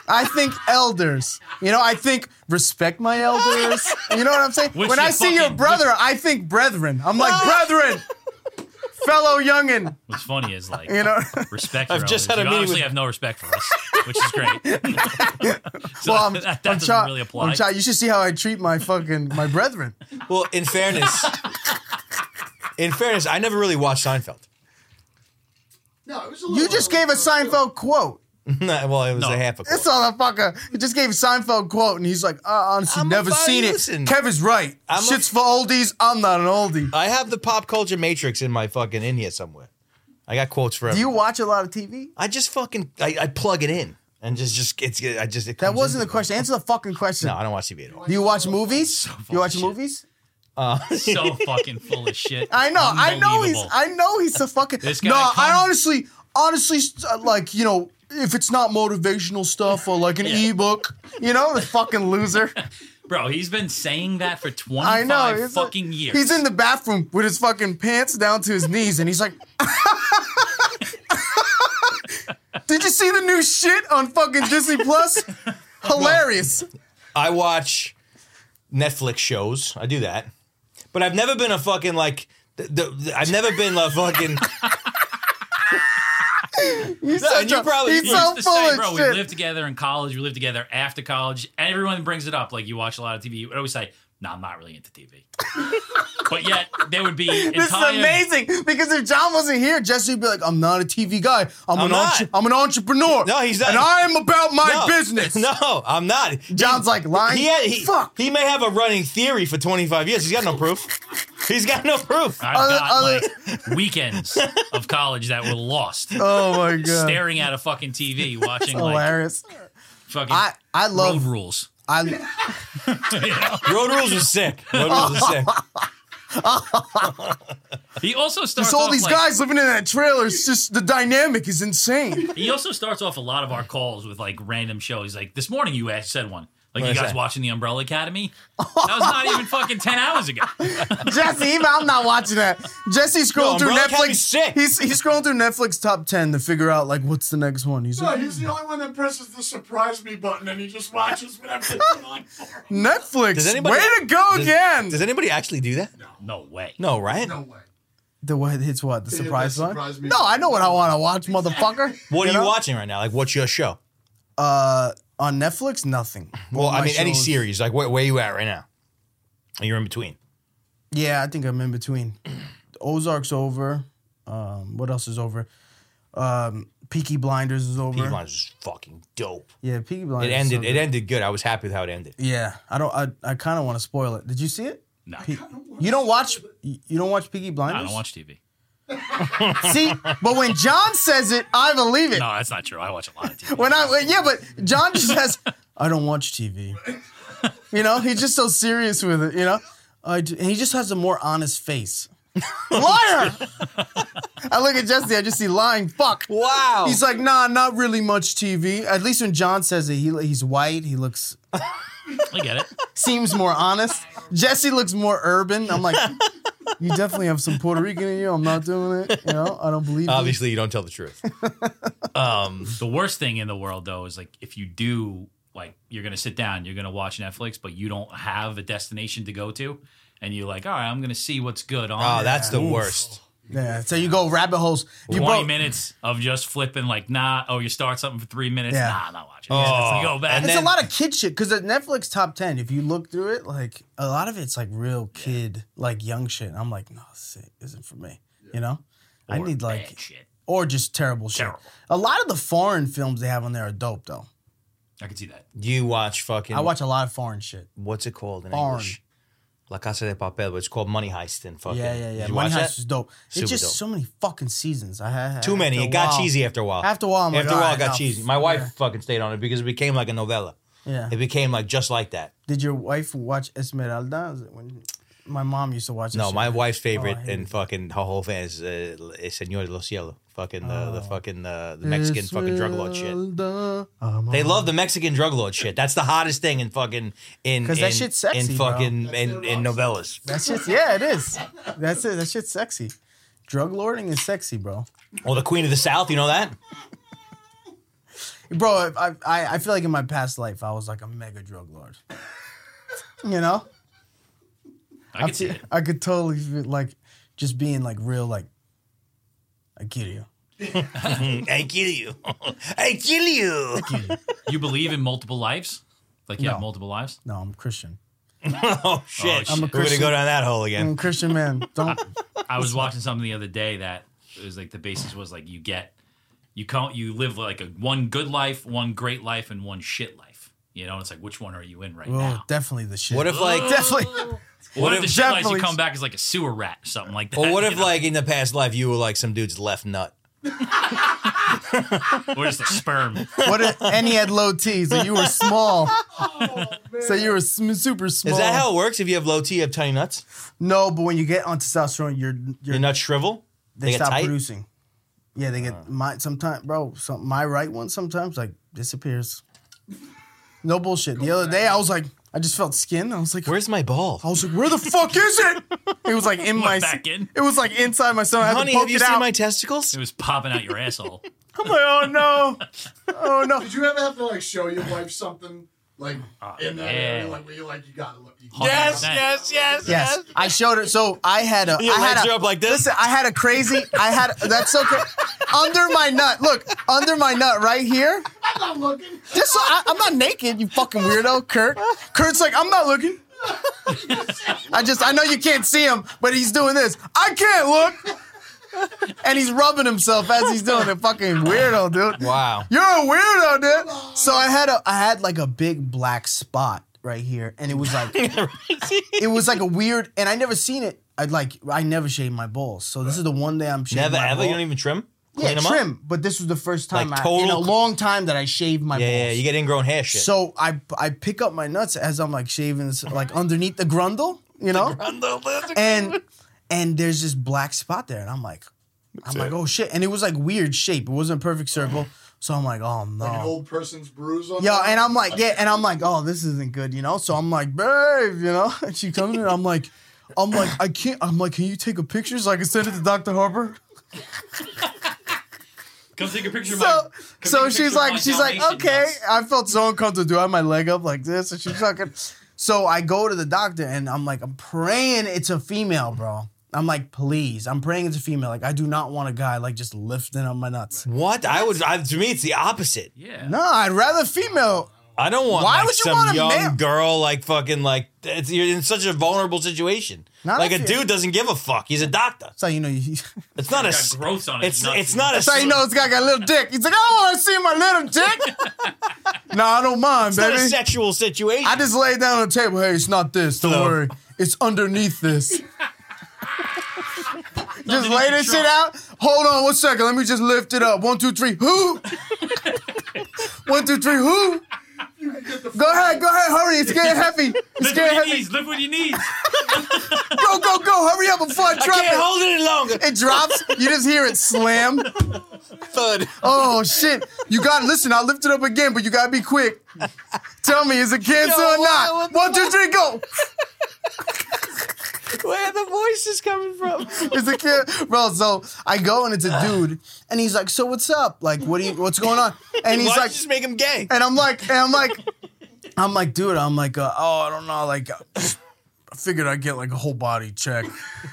[SPEAKER 2] I think elders. You know, I think respect my elders. You know what I'm saying?
[SPEAKER 3] Which
[SPEAKER 2] when
[SPEAKER 3] you
[SPEAKER 2] I see your
[SPEAKER 3] fucking-
[SPEAKER 2] brother, I think brethren. I'm like brethren, fellow youngin.
[SPEAKER 3] What's funny is like
[SPEAKER 2] You know.
[SPEAKER 3] respect. I've
[SPEAKER 1] just
[SPEAKER 3] just
[SPEAKER 1] had a
[SPEAKER 3] you
[SPEAKER 1] meeting
[SPEAKER 3] obviously
[SPEAKER 1] with-
[SPEAKER 3] have no respect for us, which is great. so
[SPEAKER 2] Well, I'm,
[SPEAKER 3] that, that
[SPEAKER 2] I'm
[SPEAKER 3] doesn't
[SPEAKER 2] try-
[SPEAKER 3] really
[SPEAKER 2] I'm
[SPEAKER 3] apply.
[SPEAKER 2] try- you should see how I treat my fucking my brethren.
[SPEAKER 1] well, in fairness, in fairness, I never really watched Seinfeld.
[SPEAKER 4] No, it was a little
[SPEAKER 2] You just gave a Seinfeld quote.
[SPEAKER 1] Nah, well, it was
[SPEAKER 3] No.
[SPEAKER 1] a half a
[SPEAKER 2] This
[SPEAKER 1] quarter.
[SPEAKER 2] motherfucker he just gave Seinfeld quote, and he's like, "I honestly
[SPEAKER 1] I'm a
[SPEAKER 2] never
[SPEAKER 1] fucking-
[SPEAKER 2] seen it."
[SPEAKER 1] listen.
[SPEAKER 2] Kevin's right.
[SPEAKER 1] I'm a-
[SPEAKER 2] Shit's for oldies. I'm not an oldie.
[SPEAKER 1] I have the pop culture matrix in my fucking in here somewhere. I got quotes for
[SPEAKER 2] Do you
[SPEAKER 1] everything.
[SPEAKER 2] watch a lot of TV?
[SPEAKER 1] I just fucking I, I plug it in and just just it's I just it
[SPEAKER 2] That
[SPEAKER 1] comes
[SPEAKER 2] wasn't
[SPEAKER 1] into
[SPEAKER 2] the question. Answer the fucking question.
[SPEAKER 1] No, I don't watch TV at all.
[SPEAKER 2] Do you watch movies? you watch
[SPEAKER 3] shit.
[SPEAKER 2] movies?
[SPEAKER 3] so fucking full of shit.
[SPEAKER 2] I know. I know he's.
[SPEAKER 3] Unbelievable.
[SPEAKER 2] I know he's a fucking.
[SPEAKER 3] This guy
[SPEAKER 2] no, I
[SPEAKER 3] come-
[SPEAKER 2] honestly, honestly, st- uh, like you know, if it's not motivational stuff or like an ebook, you know, the fucking loser.
[SPEAKER 3] bro. He's been saying that for
[SPEAKER 2] I
[SPEAKER 3] 25
[SPEAKER 2] know. he's a-
[SPEAKER 3] fucking years.
[SPEAKER 2] He's in the bathroom with his fucking pants down to his knees, and he's like, "Did you see the new shit on fucking Disney Plus? Hilarious."
[SPEAKER 1] I watch Netflix shows. I do that, but I've never been a fucking like. The, the, the- I've never been a fucking.
[SPEAKER 2] He's
[SPEAKER 1] No,
[SPEAKER 2] such
[SPEAKER 1] and you
[SPEAKER 2] a-
[SPEAKER 1] probably-
[SPEAKER 2] he's
[SPEAKER 1] you
[SPEAKER 3] We're
[SPEAKER 2] so
[SPEAKER 3] just the
[SPEAKER 2] full
[SPEAKER 3] same,
[SPEAKER 2] of
[SPEAKER 3] bro.
[SPEAKER 2] shit.
[SPEAKER 3] We lived together in college. We lived together after college. Everyone brings it up. Like you watch a lot of TV. You would always say No, I'm not really into TV. but yet there would be
[SPEAKER 2] This
[SPEAKER 3] entire-
[SPEAKER 2] is amazing because if John wasn't here, Jesse would be like, "I'm not a TV guy.
[SPEAKER 1] I'm
[SPEAKER 2] I'm, an
[SPEAKER 1] not.
[SPEAKER 2] entre- I'm an entrepreneur.
[SPEAKER 1] No, he's not.
[SPEAKER 2] And I am about my
[SPEAKER 1] No.
[SPEAKER 2] business."
[SPEAKER 1] No, I'm not.
[SPEAKER 2] John's like lying.
[SPEAKER 1] He, had, he,
[SPEAKER 2] Fuck.
[SPEAKER 1] he may have a running theory for 25 years. He's got no proof. He's got no proof.
[SPEAKER 3] I've
[SPEAKER 2] Other-
[SPEAKER 3] got
[SPEAKER 2] other-
[SPEAKER 3] like weekends of college that were lost,
[SPEAKER 2] oh my god.
[SPEAKER 3] staring at a fucking TV, watching like
[SPEAKER 2] Hilarious.
[SPEAKER 3] fucking
[SPEAKER 2] I I
[SPEAKER 3] road
[SPEAKER 2] love
[SPEAKER 3] rules.
[SPEAKER 2] I
[SPEAKER 1] Road rules is sick. Road rules is sick.
[SPEAKER 3] He also starts
[SPEAKER 2] just all
[SPEAKER 3] off,
[SPEAKER 2] these
[SPEAKER 3] like-
[SPEAKER 2] guys living in that trailer. It's just the dynamic is insane.
[SPEAKER 3] He also starts off a lot of our calls with like random shows. Like this morning, you asked, said one. Like
[SPEAKER 1] What
[SPEAKER 3] you
[SPEAKER 1] is
[SPEAKER 3] guys
[SPEAKER 1] that?
[SPEAKER 3] watching the Umbrella Academy? That was not even fucking ten hours ago.
[SPEAKER 2] Jesse, even I'm not watching that. Jesse
[SPEAKER 1] No,
[SPEAKER 2] scrolled through
[SPEAKER 1] Umbrella
[SPEAKER 2] Netflix.
[SPEAKER 1] Academy's sick.
[SPEAKER 2] He's he's scrolling through Netflix top ten to figure out like what's the next one. He's
[SPEAKER 4] No,
[SPEAKER 2] like,
[SPEAKER 4] he's the only one that presses the surprise me button and he just watches whatever they put on for him.
[SPEAKER 2] Netflix.
[SPEAKER 1] Does anybody-
[SPEAKER 2] way to go
[SPEAKER 1] Does-
[SPEAKER 2] again.
[SPEAKER 1] Does anybody actually do that?
[SPEAKER 3] No way.
[SPEAKER 1] No, right?
[SPEAKER 4] No way.
[SPEAKER 2] the what hits what the
[SPEAKER 4] Yeah,
[SPEAKER 2] surprise
[SPEAKER 4] that
[SPEAKER 2] one?
[SPEAKER 4] surprised me.
[SPEAKER 2] No, I know what I want to watch, motherfucker.
[SPEAKER 1] What are you
[SPEAKER 2] know?
[SPEAKER 1] watching right now? Like, what's your show?
[SPEAKER 2] Uh, on Netflix, nothing.
[SPEAKER 1] Well,
[SPEAKER 2] All
[SPEAKER 1] I
[SPEAKER 2] my
[SPEAKER 1] mean, any
[SPEAKER 2] shows-
[SPEAKER 1] series. Like, where, where you at right now? Or You're in between.
[SPEAKER 2] Yeah, I think I'm in between. Ozark's over. Um, what else is over? Um, Peaky Blinders is over.
[SPEAKER 1] Peaky Blinders is fucking dope.
[SPEAKER 2] Yeah, Peaky
[SPEAKER 1] It
[SPEAKER 2] Blinders. is so
[SPEAKER 1] ended. It
[SPEAKER 2] good.
[SPEAKER 1] ended good. I was happy with how it ended.
[SPEAKER 2] Yeah, I don't. I, I kind of want to spoil it. Did you see it?
[SPEAKER 3] No,
[SPEAKER 2] Pe- you don't watch. You don't watch Peaky Blinders.
[SPEAKER 3] I don't watch TV.
[SPEAKER 2] See, but when John says it, I believe it.
[SPEAKER 3] No, that's not true. I watch a lot of TV.
[SPEAKER 2] When I when- yeah, but John just says, "I don't watch TV." You know, he's just so serious with it. You know, I do, and he just has a more honest face. Liar! I look at Jesse. I just see lying. Fuck.
[SPEAKER 1] Wow.
[SPEAKER 2] He's like, nah, not really much TV. At least when John says it, he he's white. He looks
[SPEAKER 3] I get it.
[SPEAKER 2] seems more honest. Jesse looks more urban. I'm like, you definitely have some Puerto Rican in you. I'm not doing it. You know, I don't believe you.
[SPEAKER 1] Obviously, you don't tell the truth. um,
[SPEAKER 3] The worst thing in the world though is like if you do like you're gonna sit down, you're gonna watch Netflix, but you don't have a destination to go to, and you're like, all right, I'm gonna see what's good on.
[SPEAKER 1] oh, that's the
[SPEAKER 3] Oof.
[SPEAKER 1] worst.
[SPEAKER 2] Yeah. So you go rabbit holes. You
[SPEAKER 3] 20
[SPEAKER 2] broke-
[SPEAKER 3] minutes of just flipping like nah oh you start something for three minutes
[SPEAKER 2] Yeah.
[SPEAKER 3] nah I'm not watching
[SPEAKER 1] Oh,
[SPEAKER 3] so go back
[SPEAKER 1] and
[SPEAKER 2] It's
[SPEAKER 1] then-
[SPEAKER 2] a lot of kid shit because the Netflix top ten. If you look through it, like a lot of it's like real kid, like young shit. I'm like, no, this isn't for me. You know, I
[SPEAKER 3] Or
[SPEAKER 2] need like
[SPEAKER 3] bad shit.
[SPEAKER 2] or just terrible shit.
[SPEAKER 3] Terrible.
[SPEAKER 2] A lot of the foreign films they have on there are dope though.
[SPEAKER 3] I can see that
[SPEAKER 1] You watch fucking.
[SPEAKER 2] I watch a lot of foreign shit.
[SPEAKER 1] What's it called in
[SPEAKER 2] Barn.
[SPEAKER 1] English? La Casa de Papel, but it's called Money Heist. And fucking.
[SPEAKER 2] Yeah, yeah, yeah.
[SPEAKER 1] Did you
[SPEAKER 2] Money
[SPEAKER 1] watch
[SPEAKER 2] Heist
[SPEAKER 1] that?
[SPEAKER 2] is dope.
[SPEAKER 1] Super
[SPEAKER 2] it's just
[SPEAKER 1] dope.
[SPEAKER 2] so many fucking seasons. I had
[SPEAKER 1] Too many. It got cheesy after a while.
[SPEAKER 2] After a while, I'm like,
[SPEAKER 1] after a while, it
[SPEAKER 2] "Alright,
[SPEAKER 1] got
[SPEAKER 2] enough."
[SPEAKER 1] cheesy. My wife fucking stayed on it because it became like a novella.
[SPEAKER 2] Yeah.
[SPEAKER 1] It became like just like that.
[SPEAKER 2] Did your wife watch Esmeralda? Is it when my mom used to watch? that
[SPEAKER 1] No,
[SPEAKER 2] shit.
[SPEAKER 1] my wife's favorite
[SPEAKER 2] Oh, I hate
[SPEAKER 1] and
[SPEAKER 2] it.
[SPEAKER 1] fucking her whole fan is, uh, is Senor de los Cielos. Fucking uh,
[SPEAKER 2] Oh.
[SPEAKER 1] the fucking uh, the Mexican fucking drug lord shit.
[SPEAKER 2] Esmeralda, I'm
[SPEAKER 1] They
[SPEAKER 2] a-
[SPEAKER 1] love the Mexican drug lord shit. That's the hottest thing in fucking in
[SPEAKER 2] 'Cause
[SPEAKER 1] in-
[SPEAKER 2] that shit's sexy,
[SPEAKER 1] in
[SPEAKER 2] bro.
[SPEAKER 1] fucking
[SPEAKER 4] That's
[SPEAKER 1] in,
[SPEAKER 4] their
[SPEAKER 1] in
[SPEAKER 4] rock.
[SPEAKER 1] novellas.
[SPEAKER 2] That's just yeah, it is. That's it. That shit's sexy. Drug lording is sexy, bro.
[SPEAKER 1] Well, the Queen of the South, you know that?
[SPEAKER 2] Bro, I I, I feel like in my past life I was like a mega drug lord. You know,
[SPEAKER 3] I can see it
[SPEAKER 2] I could totally feel like just being like real, like I kill you.
[SPEAKER 1] I kill you. I kill you.
[SPEAKER 3] you believe in multiple lives like you
[SPEAKER 2] No.
[SPEAKER 3] have multiple lives
[SPEAKER 2] No, I'm Christian.
[SPEAKER 1] oh shit!
[SPEAKER 3] I'm a
[SPEAKER 1] We're gonna
[SPEAKER 2] Christian. Mm.
[SPEAKER 1] go down that hole again.
[SPEAKER 2] I'm a Christian man. Don't.
[SPEAKER 3] I was watching something the other day that it was like the basis was like you get you can't you live like a one good life one great life and one shit life you know it's like which one are you in right
[SPEAKER 2] Oh,
[SPEAKER 3] now
[SPEAKER 2] definitely the shit.
[SPEAKER 1] What if like?
[SPEAKER 2] Definitely.
[SPEAKER 3] what,
[SPEAKER 1] what
[SPEAKER 3] if the
[SPEAKER 1] if-
[SPEAKER 3] shit life you
[SPEAKER 2] definitely-
[SPEAKER 3] come back is like a sewer rat or something like that
[SPEAKER 1] Or what
[SPEAKER 3] you
[SPEAKER 1] if
[SPEAKER 3] know?
[SPEAKER 1] like in the past life you were like some dude's left nut?
[SPEAKER 3] or just a sperm
[SPEAKER 2] What if and he had low T, so you were small.
[SPEAKER 4] Oh, man.
[SPEAKER 2] So you were sm- super small.
[SPEAKER 1] Is that how it works? If you have low T, you have tiny nuts.
[SPEAKER 2] No, but when you get on testosterone, you're
[SPEAKER 1] Your
[SPEAKER 2] you're
[SPEAKER 1] nuts shrivel.
[SPEAKER 2] they,
[SPEAKER 1] get
[SPEAKER 2] stop
[SPEAKER 1] tight? Uh.
[SPEAKER 2] producing. Yeah, they get my sometimes, bro. Some, my right one sometimes like disappears. No bullshit. The other day, I was like, I just felt skin. I was like,
[SPEAKER 1] Where's my ball?
[SPEAKER 2] I was like, where the fuck is it? It was like in my.
[SPEAKER 3] back in.
[SPEAKER 2] It was like inside my stomach. I had
[SPEAKER 1] Honey,
[SPEAKER 2] to poke
[SPEAKER 1] have you
[SPEAKER 2] it
[SPEAKER 1] seen
[SPEAKER 2] out.
[SPEAKER 1] my testicles?
[SPEAKER 3] it was popping out your asshole
[SPEAKER 2] I'm like, oh no, oh no.
[SPEAKER 4] Did you ever have to like show your wife something like in that
[SPEAKER 3] yeah.
[SPEAKER 4] area, like where you like you gotta look? You
[SPEAKER 3] Yes, yes,
[SPEAKER 1] yes,
[SPEAKER 2] Yes, I showed it. So I had a.
[SPEAKER 1] Your
[SPEAKER 2] I had
[SPEAKER 1] legs
[SPEAKER 2] a-
[SPEAKER 1] are up like this.
[SPEAKER 2] Listen, I had a crazy. I had that's so cra- under my nut. Look, under my nut right here.
[SPEAKER 4] I'm not looking.
[SPEAKER 2] Just so I, I'm not naked, you fucking weirdo, Kurt. Kurt's like, I'm not looking. I just, I know you can't see him, but he's doing this. I can't look. And he's rubbing himself as he's doing it. Fucking weirdo, dude.
[SPEAKER 1] Wow.
[SPEAKER 2] You're a weirdo, dude. So I had a, I had like a big black spot right here, and it was like, it was like a weird, and I never seen it. I'd like, I never shaved my balls, so this is the one day I'm shaving.
[SPEAKER 1] Never
[SPEAKER 2] my
[SPEAKER 1] ever.
[SPEAKER 2] balls.
[SPEAKER 1] You don't even trim.
[SPEAKER 2] yeah,
[SPEAKER 1] Clean 'em
[SPEAKER 2] trim,
[SPEAKER 1] Up?
[SPEAKER 2] but this was the first time
[SPEAKER 1] Like
[SPEAKER 2] I, in a
[SPEAKER 1] total-
[SPEAKER 2] long time that I shaved my
[SPEAKER 1] Yeah,
[SPEAKER 2] balls.
[SPEAKER 1] yeah. You get ingrown hair shit.
[SPEAKER 2] So I I pick up my nuts as I'm like shaving this, like underneath the grundle, you know, and and there's this black spot there, and I'm like, I'm like, oh shit, and it was like weird shape. It wasn't a perfect circle, so I'm like, oh
[SPEAKER 4] An
[SPEAKER 2] no.
[SPEAKER 4] old person's bruise on
[SPEAKER 2] Yo,
[SPEAKER 4] them.
[SPEAKER 2] and I'm like, yeah, and I'm like, oh, this isn't good, you know. So I'm like, babe, you know. And she comes in, and I'm like, I'm like, I can't. I'm like, can you take a picture so I can send it to Dr. Harper?
[SPEAKER 3] Come take a picture of
[SPEAKER 2] so
[SPEAKER 3] my. come take
[SPEAKER 2] so
[SPEAKER 3] a
[SPEAKER 2] she's
[SPEAKER 3] picture of
[SPEAKER 2] like
[SPEAKER 3] my
[SPEAKER 2] she's like
[SPEAKER 3] Dalmatian
[SPEAKER 2] okay
[SPEAKER 3] nuts.
[SPEAKER 2] i felt so uncomfortable do i have my leg up like this and she's fucking so i go to the doctor and i'm like i'm praying it's a female bro i'm like please i'm praying it's a female like i do not want a guy like just lifting up my nuts
[SPEAKER 1] what? I would. I, to me, it's the opposite.
[SPEAKER 3] Yeah.
[SPEAKER 2] no i'd rather female
[SPEAKER 1] I don't want.
[SPEAKER 2] Why
[SPEAKER 1] like,
[SPEAKER 2] would you
[SPEAKER 1] some
[SPEAKER 2] want a
[SPEAKER 1] young
[SPEAKER 2] man-
[SPEAKER 1] girl like fucking like? It's, you're in such a vulnerable situation.
[SPEAKER 2] Not
[SPEAKER 1] like a
[SPEAKER 2] if you-
[SPEAKER 1] dude doesn't give a fuck. He's a doctor.
[SPEAKER 2] that's how you know you
[SPEAKER 1] It's not a.
[SPEAKER 3] got
[SPEAKER 1] s-
[SPEAKER 3] growths on it.
[SPEAKER 1] It's
[SPEAKER 3] Nuts.
[SPEAKER 1] it's not a.
[SPEAKER 2] that's how you know this guy got a little dick he's like i don't want to see my little dick no i don't mind
[SPEAKER 1] It's not a
[SPEAKER 2] baby
[SPEAKER 1] sexual situation.
[SPEAKER 2] i just laid down on the table hey it's not this don't
[SPEAKER 1] No.
[SPEAKER 2] worry it's underneath this Just lay this shit out. Hold on one second. Let me just lift it up. One, two, three. Who? one, two, three. Who? Go ahead. Go ahead. Hurry. It's getting heavy. It's getting
[SPEAKER 3] Live with your
[SPEAKER 2] heavy.
[SPEAKER 3] knees. Live with your knees.
[SPEAKER 2] Go, go, go. Hurry up before I
[SPEAKER 1] I
[SPEAKER 2] drop
[SPEAKER 1] can't
[SPEAKER 2] it.
[SPEAKER 1] hold it any longer.
[SPEAKER 2] It drops. You just hear it slam.
[SPEAKER 1] Thud.
[SPEAKER 2] Oh shit! You got to listen. I'll lift it up again, but you gotta be quick. Tell me, is it cancer
[SPEAKER 1] Yo,
[SPEAKER 2] or
[SPEAKER 1] what-
[SPEAKER 2] not? One, two, three, go.
[SPEAKER 1] Where are the voices coming from?
[SPEAKER 2] It's a kid, bro. So I go and it's a dude, and he's like, "So what's up? Like, what do you? What's going on?" And he's
[SPEAKER 1] Why
[SPEAKER 2] like,
[SPEAKER 1] don't you just make him gay?
[SPEAKER 2] And I'm like, and I'm like, I'm like, dude, I'm like, uh, oh, I don't know, like, I figured I'd get like a whole body check.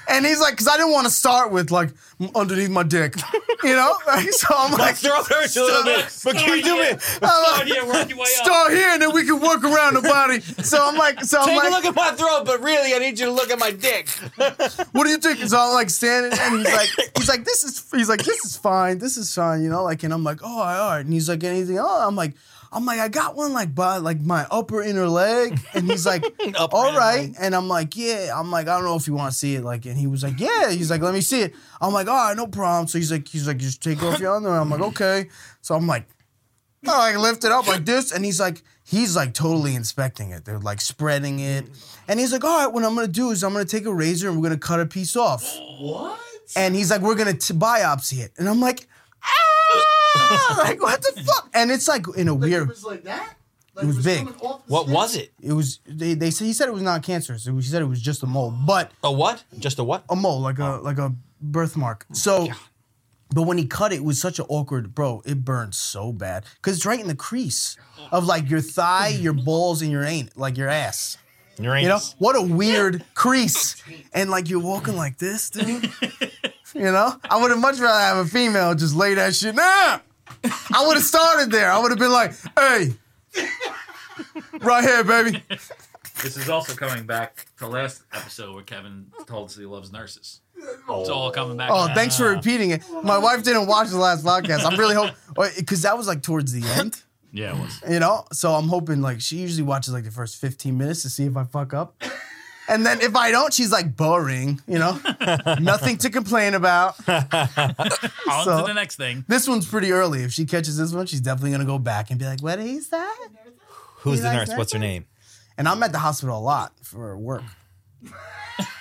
[SPEAKER 2] And he's like, because I didn't want to start with like m- underneath my dick, you know? Like, so I'm
[SPEAKER 1] My
[SPEAKER 2] like,
[SPEAKER 1] throat hurts a little bit. But can you do it?
[SPEAKER 2] I'm
[SPEAKER 3] Oh,
[SPEAKER 2] like,
[SPEAKER 3] yeah, work your way up.
[SPEAKER 2] start here and then we can work around the body. So I'm like, so I'm
[SPEAKER 1] Take a
[SPEAKER 2] like,
[SPEAKER 1] look at my throat, but really, I need you to look at my dick.
[SPEAKER 2] what do you think? So I'm like standing, and he's like, he's like, this is, he's like, this is fine, this is fine, you know, like, and I'm like, oh, all right, and he's like, anything? Oh, I'm like, I'm like, I got one like by like my upper inner leg, and he's like,
[SPEAKER 1] Upper
[SPEAKER 2] all
[SPEAKER 1] inner
[SPEAKER 2] right,
[SPEAKER 1] leg.
[SPEAKER 2] and I'm like, yeah, I'm like, I don't know if you want to see it, like, and he was like, yeah, he's like, let me see it. I'm like, all right, no problem. So he's like, he's like, just take off your underwear. I'm like, okay. So I'm like, I like lift it up like this, and he's like, he's like totally inspecting it. They're like spreading it, and he's like, all right, what I'm gonna do is I'm gonna take a razor and we're gonna cut a piece off.
[SPEAKER 4] What?
[SPEAKER 2] And he's like, we're gonna t- biopsy it, and I'm like, ah, like what the fuck? And it's like in a
[SPEAKER 4] Like
[SPEAKER 2] weird,
[SPEAKER 4] it was like that? Like
[SPEAKER 2] It was big.
[SPEAKER 4] coming off the
[SPEAKER 1] What
[SPEAKER 4] skin?
[SPEAKER 1] was it?
[SPEAKER 2] it was they they said he said it was not cancerous. It was, he said it was just a mole, but
[SPEAKER 1] A what? Just a what?
[SPEAKER 2] a mole, like a like a birthmark. So, but when he cut it, it was such an awkward, bro. It burned so bad because it's right in the crease of like your thigh, your balls, and your ain't like your ass.
[SPEAKER 1] Uranus.
[SPEAKER 2] You know what a weird crease, and like you're walking like this, dude. You know, I would have much rather have a female just lay that shit. Nah, I would have started there. I would have been like, hey. Right here, baby.
[SPEAKER 3] This is also coming back to last episode where Kevin told us he loves nurses. It's all coming back.
[SPEAKER 2] Oh,
[SPEAKER 3] to that.
[SPEAKER 2] thanks for repeating it. My wife didn't watch the last podcast. I'm really hoping because that was like towards the end.
[SPEAKER 3] Yeah, it was.
[SPEAKER 2] you know so i'm hoping like she usually watches like the first 15 minutes to see if i fuck up and then if i don't she's like boring you know nothing to complain about
[SPEAKER 3] On
[SPEAKER 2] So-
[SPEAKER 3] to the next thing.
[SPEAKER 2] this one's pretty early if she catches this one she's definitely gonna go back and be like what is that
[SPEAKER 1] Who's the
[SPEAKER 2] Eli
[SPEAKER 1] nurse? What's her name?
[SPEAKER 2] and i'm at the hospital a lot for work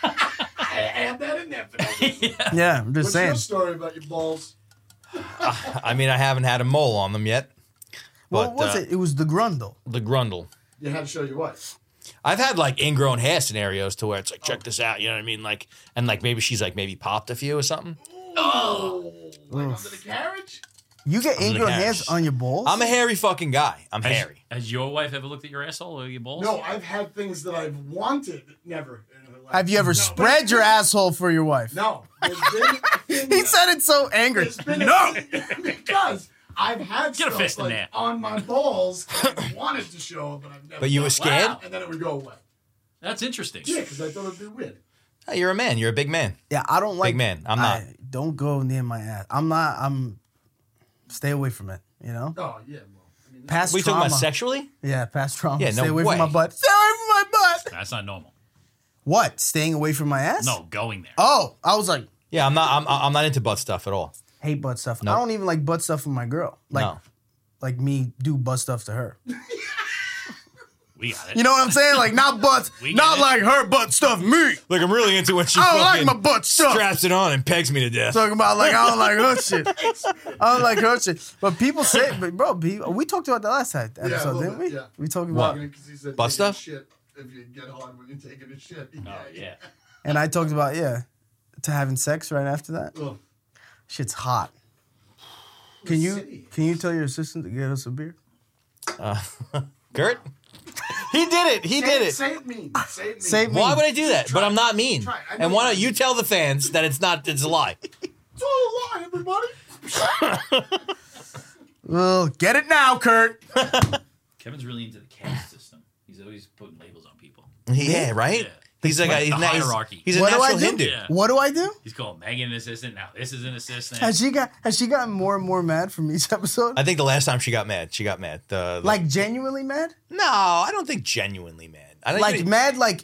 [SPEAKER 4] I add that in there. for no reason.
[SPEAKER 2] yeah i'm just
[SPEAKER 4] What's
[SPEAKER 2] saying
[SPEAKER 4] your story about your balls?
[SPEAKER 1] I mean, I haven't had a mole on them yet. But,
[SPEAKER 2] what was
[SPEAKER 1] uh,
[SPEAKER 2] it it was the grundle
[SPEAKER 1] The grundle.
[SPEAKER 4] You had to show your wife.
[SPEAKER 1] I've had like ingrown hair scenarios to where it's like, check this out. You know what I mean? Like, and like maybe she's like maybe popped a few or something.
[SPEAKER 4] Oh, like under the carriage?
[SPEAKER 2] you get
[SPEAKER 1] I'm gonna
[SPEAKER 2] ingrown
[SPEAKER 1] catch.
[SPEAKER 2] hairs on your balls
[SPEAKER 1] I'm a hairy fucking guy. I'm
[SPEAKER 3] Has-
[SPEAKER 1] hairy.
[SPEAKER 3] Has, your wife ever looked at your asshole or your balls?
[SPEAKER 4] No, I've had things that I've wanted, never. In her life.
[SPEAKER 2] have you ever
[SPEAKER 4] No,
[SPEAKER 2] spread your asshole for your wife
[SPEAKER 4] No. There's been,
[SPEAKER 2] he said it so angry
[SPEAKER 4] there's been no. because I've had
[SPEAKER 3] Get a
[SPEAKER 4] stuff
[SPEAKER 3] fist in
[SPEAKER 4] like,
[SPEAKER 3] there.
[SPEAKER 4] on my balls that I wanted to show, but I've never.
[SPEAKER 1] But you
[SPEAKER 4] done.
[SPEAKER 1] were scared?
[SPEAKER 4] and then it would go away.
[SPEAKER 3] That's interesting.
[SPEAKER 4] Yeah, because I thought it'd be weird.
[SPEAKER 1] Hey, you're a man. You're a big man.
[SPEAKER 2] Yeah, I don't like
[SPEAKER 1] man, I'm not.
[SPEAKER 2] I- don't go near my ass. I'm not. I'm. Stay away from it. You know,
[SPEAKER 4] Oh yeah, well, I mean,
[SPEAKER 2] past
[SPEAKER 1] We
[SPEAKER 2] trauma.
[SPEAKER 1] talking about sexually?
[SPEAKER 2] Yeah, past trauma.
[SPEAKER 1] Yeah,
[SPEAKER 2] stay
[SPEAKER 1] no
[SPEAKER 2] away
[SPEAKER 1] way.
[SPEAKER 2] from my butt. Stay away from my butt.
[SPEAKER 3] That's not normal.
[SPEAKER 2] What? Staying away from my ass?
[SPEAKER 3] No, going there.
[SPEAKER 2] Oh, I was like,
[SPEAKER 1] Yeah, I'm not. I'm, I'm not into butt stuff at all.
[SPEAKER 2] hate butt stuff.
[SPEAKER 1] No.
[SPEAKER 2] I don't even like butt stuff with my girl. Like,
[SPEAKER 1] no.
[SPEAKER 2] like me do butt stuff to her.
[SPEAKER 3] We got it.
[SPEAKER 2] You know what I'm saying? Like not butts,
[SPEAKER 3] We
[SPEAKER 2] not
[SPEAKER 3] get it.
[SPEAKER 2] like her butt stuff me.
[SPEAKER 1] Like I'm really into when she
[SPEAKER 2] I don't like
[SPEAKER 1] fucking
[SPEAKER 2] my butt stuff.
[SPEAKER 1] straps it on and pegs me to death.
[SPEAKER 2] Talking about like I don't like her shit. I don't like her shit. But people say, but bro, pe- we talked about that last time-
[SPEAKER 4] a
[SPEAKER 2] episode,
[SPEAKER 4] little
[SPEAKER 2] didn't we?
[SPEAKER 4] bit, yeah.
[SPEAKER 2] We talked
[SPEAKER 1] What?
[SPEAKER 2] about,
[SPEAKER 4] Because he said
[SPEAKER 1] Butt
[SPEAKER 4] taking
[SPEAKER 1] stuff?
[SPEAKER 4] Shit, if you get hard when you're taking a shit.
[SPEAKER 3] Oh yeah.
[SPEAKER 2] and I talked about yeah, to having sex right after that.
[SPEAKER 4] Ugh.
[SPEAKER 2] Shit's hot. Can you
[SPEAKER 4] City.
[SPEAKER 2] can you tell your assistant to get us a beer?
[SPEAKER 1] Gert, he did it. He
[SPEAKER 4] Say
[SPEAKER 1] did it.
[SPEAKER 4] Say it mean.
[SPEAKER 2] Ah,
[SPEAKER 4] Say it mean.
[SPEAKER 2] Say it mean.
[SPEAKER 1] Why would I do that? But I'm not mean.
[SPEAKER 4] Try it. I know
[SPEAKER 1] And why
[SPEAKER 4] you're
[SPEAKER 1] don't you tell the fans that it's not? It's a lie.
[SPEAKER 4] It's all a lie, everybody.
[SPEAKER 2] Well, get it now, Kurt.
[SPEAKER 3] Kevin's really into the caste system. He's always putting labels on people.
[SPEAKER 1] Yeah, right.
[SPEAKER 3] Yeah.
[SPEAKER 1] He's like,
[SPEAKER 3] Like
[SPEAKER 1] a, he's,
[SPEAKER 3] the
[SPEAKER 1] na- he's-
[SPEAKER 3] hierarchy.
[SPEAKER 1] He's a
[SPEAKER 2] What do I
[SPEAKER 1] natural
[SPEAKER 2] do?
[SPEAKER 1] Hindu.
[SPEAKER 3] Yeah.
[SPEAKER 2] What do I do?
[SPEAKER 3] He's calling Megan an assistant. Now this is an assistant.
[SPEAKER 2] Has she got has she gotten more and more mad from each episode?
[SPEAKER 1] I think the last time she got mad, she got mad. The, the-
[SPEAKER 2] Like genuinely mad?
[SPEAKER 1] no, I don't think genuinely mad. I think
[SPEAKER 2] Like
[SPEAKER 1] it-
[SPEAKER 2] mad? Like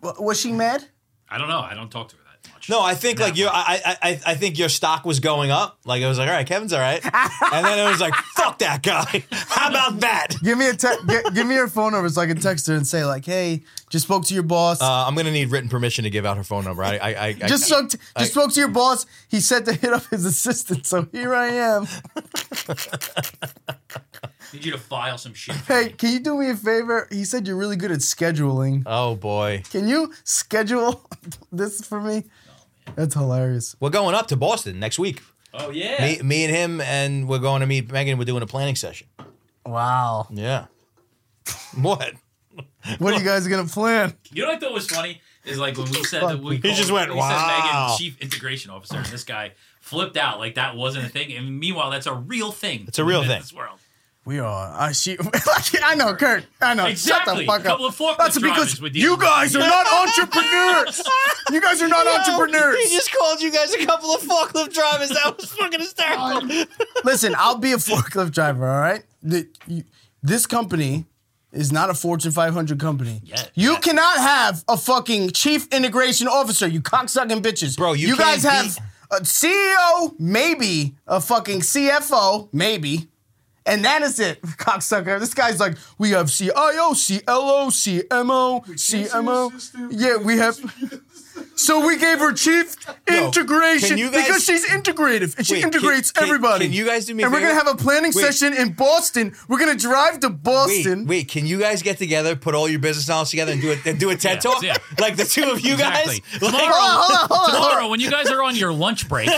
[SPEAKER 2] wa- was she mad?
[SPEAKER 3] I don't know. I don't talk to her that much.
[SPEAKER 1] No, I think like you. I, I I I think your stock was going up. Like it was like, all right, Kevin's all right, and then it was like, fuck that guy. How about that?
[SPEAKER 2] Give me a te- gi- give me her phone number so I can text her and say like, hey, just spoke to your boss.
[SPEAKER 1] Uh, I'm gonna need written permission to give out her phone number. I I, I
[SPEAKER 2] just
[SPEAKER 1] I,
[SPEAKER 2] spoke to, just spoke to your boss. He said to hit up his assistant, so here I am.
[SPEAKER 3] Need you to file some shit. for
[SPEAKER 2] Hey,
[SPEAKER 3] me.
[SPEAKER 2] can you do me a favor? He said you're really good at scheduling.
[SPEAKER 1] oh boy,
[SPEAKER 2] Can you schedule this for me? That's hilarious.
[SPEAKER 1] we're going up to Boston next week.
[SPEAKER 3] Oh yeah.
[SPEAKER 1] Me, me and him, and we're going to meet Megan. We're doing a planning session.
[SPEAKER 2] Wow.
[SPEAKER 1] Yeah. What?
[SPEAKER 2] What are you guys gonna plan?
[SPEAKER 3] You know what I thought was funny is like when we said that we called-
[SPEAKER 1] just went,
[SPEAKER 3] we said
[SPEAKER 1] "Wow."
[SPEAKER 3] Megan chief integration officer and this guy flipped out like that wasn't a thing and meanwhile that's a real thing.
[SPEAKER 1] It's a real
[SPEAKER 3] in
[SPEAKER 1] thing.
[SPEAKER 3] This world.
[SPEAKER 2] We are. I she. I know, Kurt. I know.
[SPEAKER 3] Exactly.
[SPEAKER 2] Shut the fuck
[SPEAKER 3] Couple
[SPEAKER 2] up.
[SPEAKER 3] of forklift
[SPEAKER 2] That's because
[SPEAKER 3] drivers with
[SPEAKER 2] you
[SPEAKER 3] you.
[SPEAKER 2] guys are not entrepreneurs. you guys are not
[SPEAKER 1] He
[SPEAKER 2] entrepreneurs.
[SPEAKER 1] just called you guys a couple of forklift drivers. That was fucking hysterical.
[SPEAKER 2] Listen, I'll be a forklift driver. All right. The- you- this company is not a Fortune 500 company.
[SPEAKER 3] Yeah.
[SPEAKER 2] You
[SPEAKER 3] Yeah.
[SPEAKER 2] cannot have a fucking chief integration officer. You cocksucking bitches,
[SPEAKER 1] Bro, you
[SPEAKER 2] guys
[SPEAKER 1] can't
[SPEAKER 2] have a CEO, maybe a fucking CFO, maybe. And that is it, cocksucker. This guy's like, we have CIO, CLO, CMO, CMO. Yeah, we have. So we gave her chief
[SPEAKER 1] Yo,
[SPEAKER 2] integration
[SPEAKER 1] can you guys-
[SPEAKER 2] because she's integrative and she
[SPEAKER 1] Wait, can-
[SPEAKER 2] integrates
[SPEAKER 1] can-
[SPEAKER 2] everybody.
[SPEAKER 1] can you guys do me a
[SPEAKER 2] And we're gonna
[SPEAKER 1] favor?
[SPEAKER 2] have a planning
[SPEAKER 1] Wait.
[SPEAKER 2] session in Boston. We're gonna drive to Boston.
[SPEAKER 1] Wait, wait, can you guys get together, put all your business knowledge together, and do a, and do a TED talk?
[SPEAKER 3] yeah.
[SPEAKER 1] Like the two of you
[SPEAKER 3] Exactly.
[SPEAKER 1] guys?
[SPEAKER 3] Tomorrow,
[SPEAKER 1] Like- oh,
[SPEAKER 3] tomorrow when you guys are on your lunch break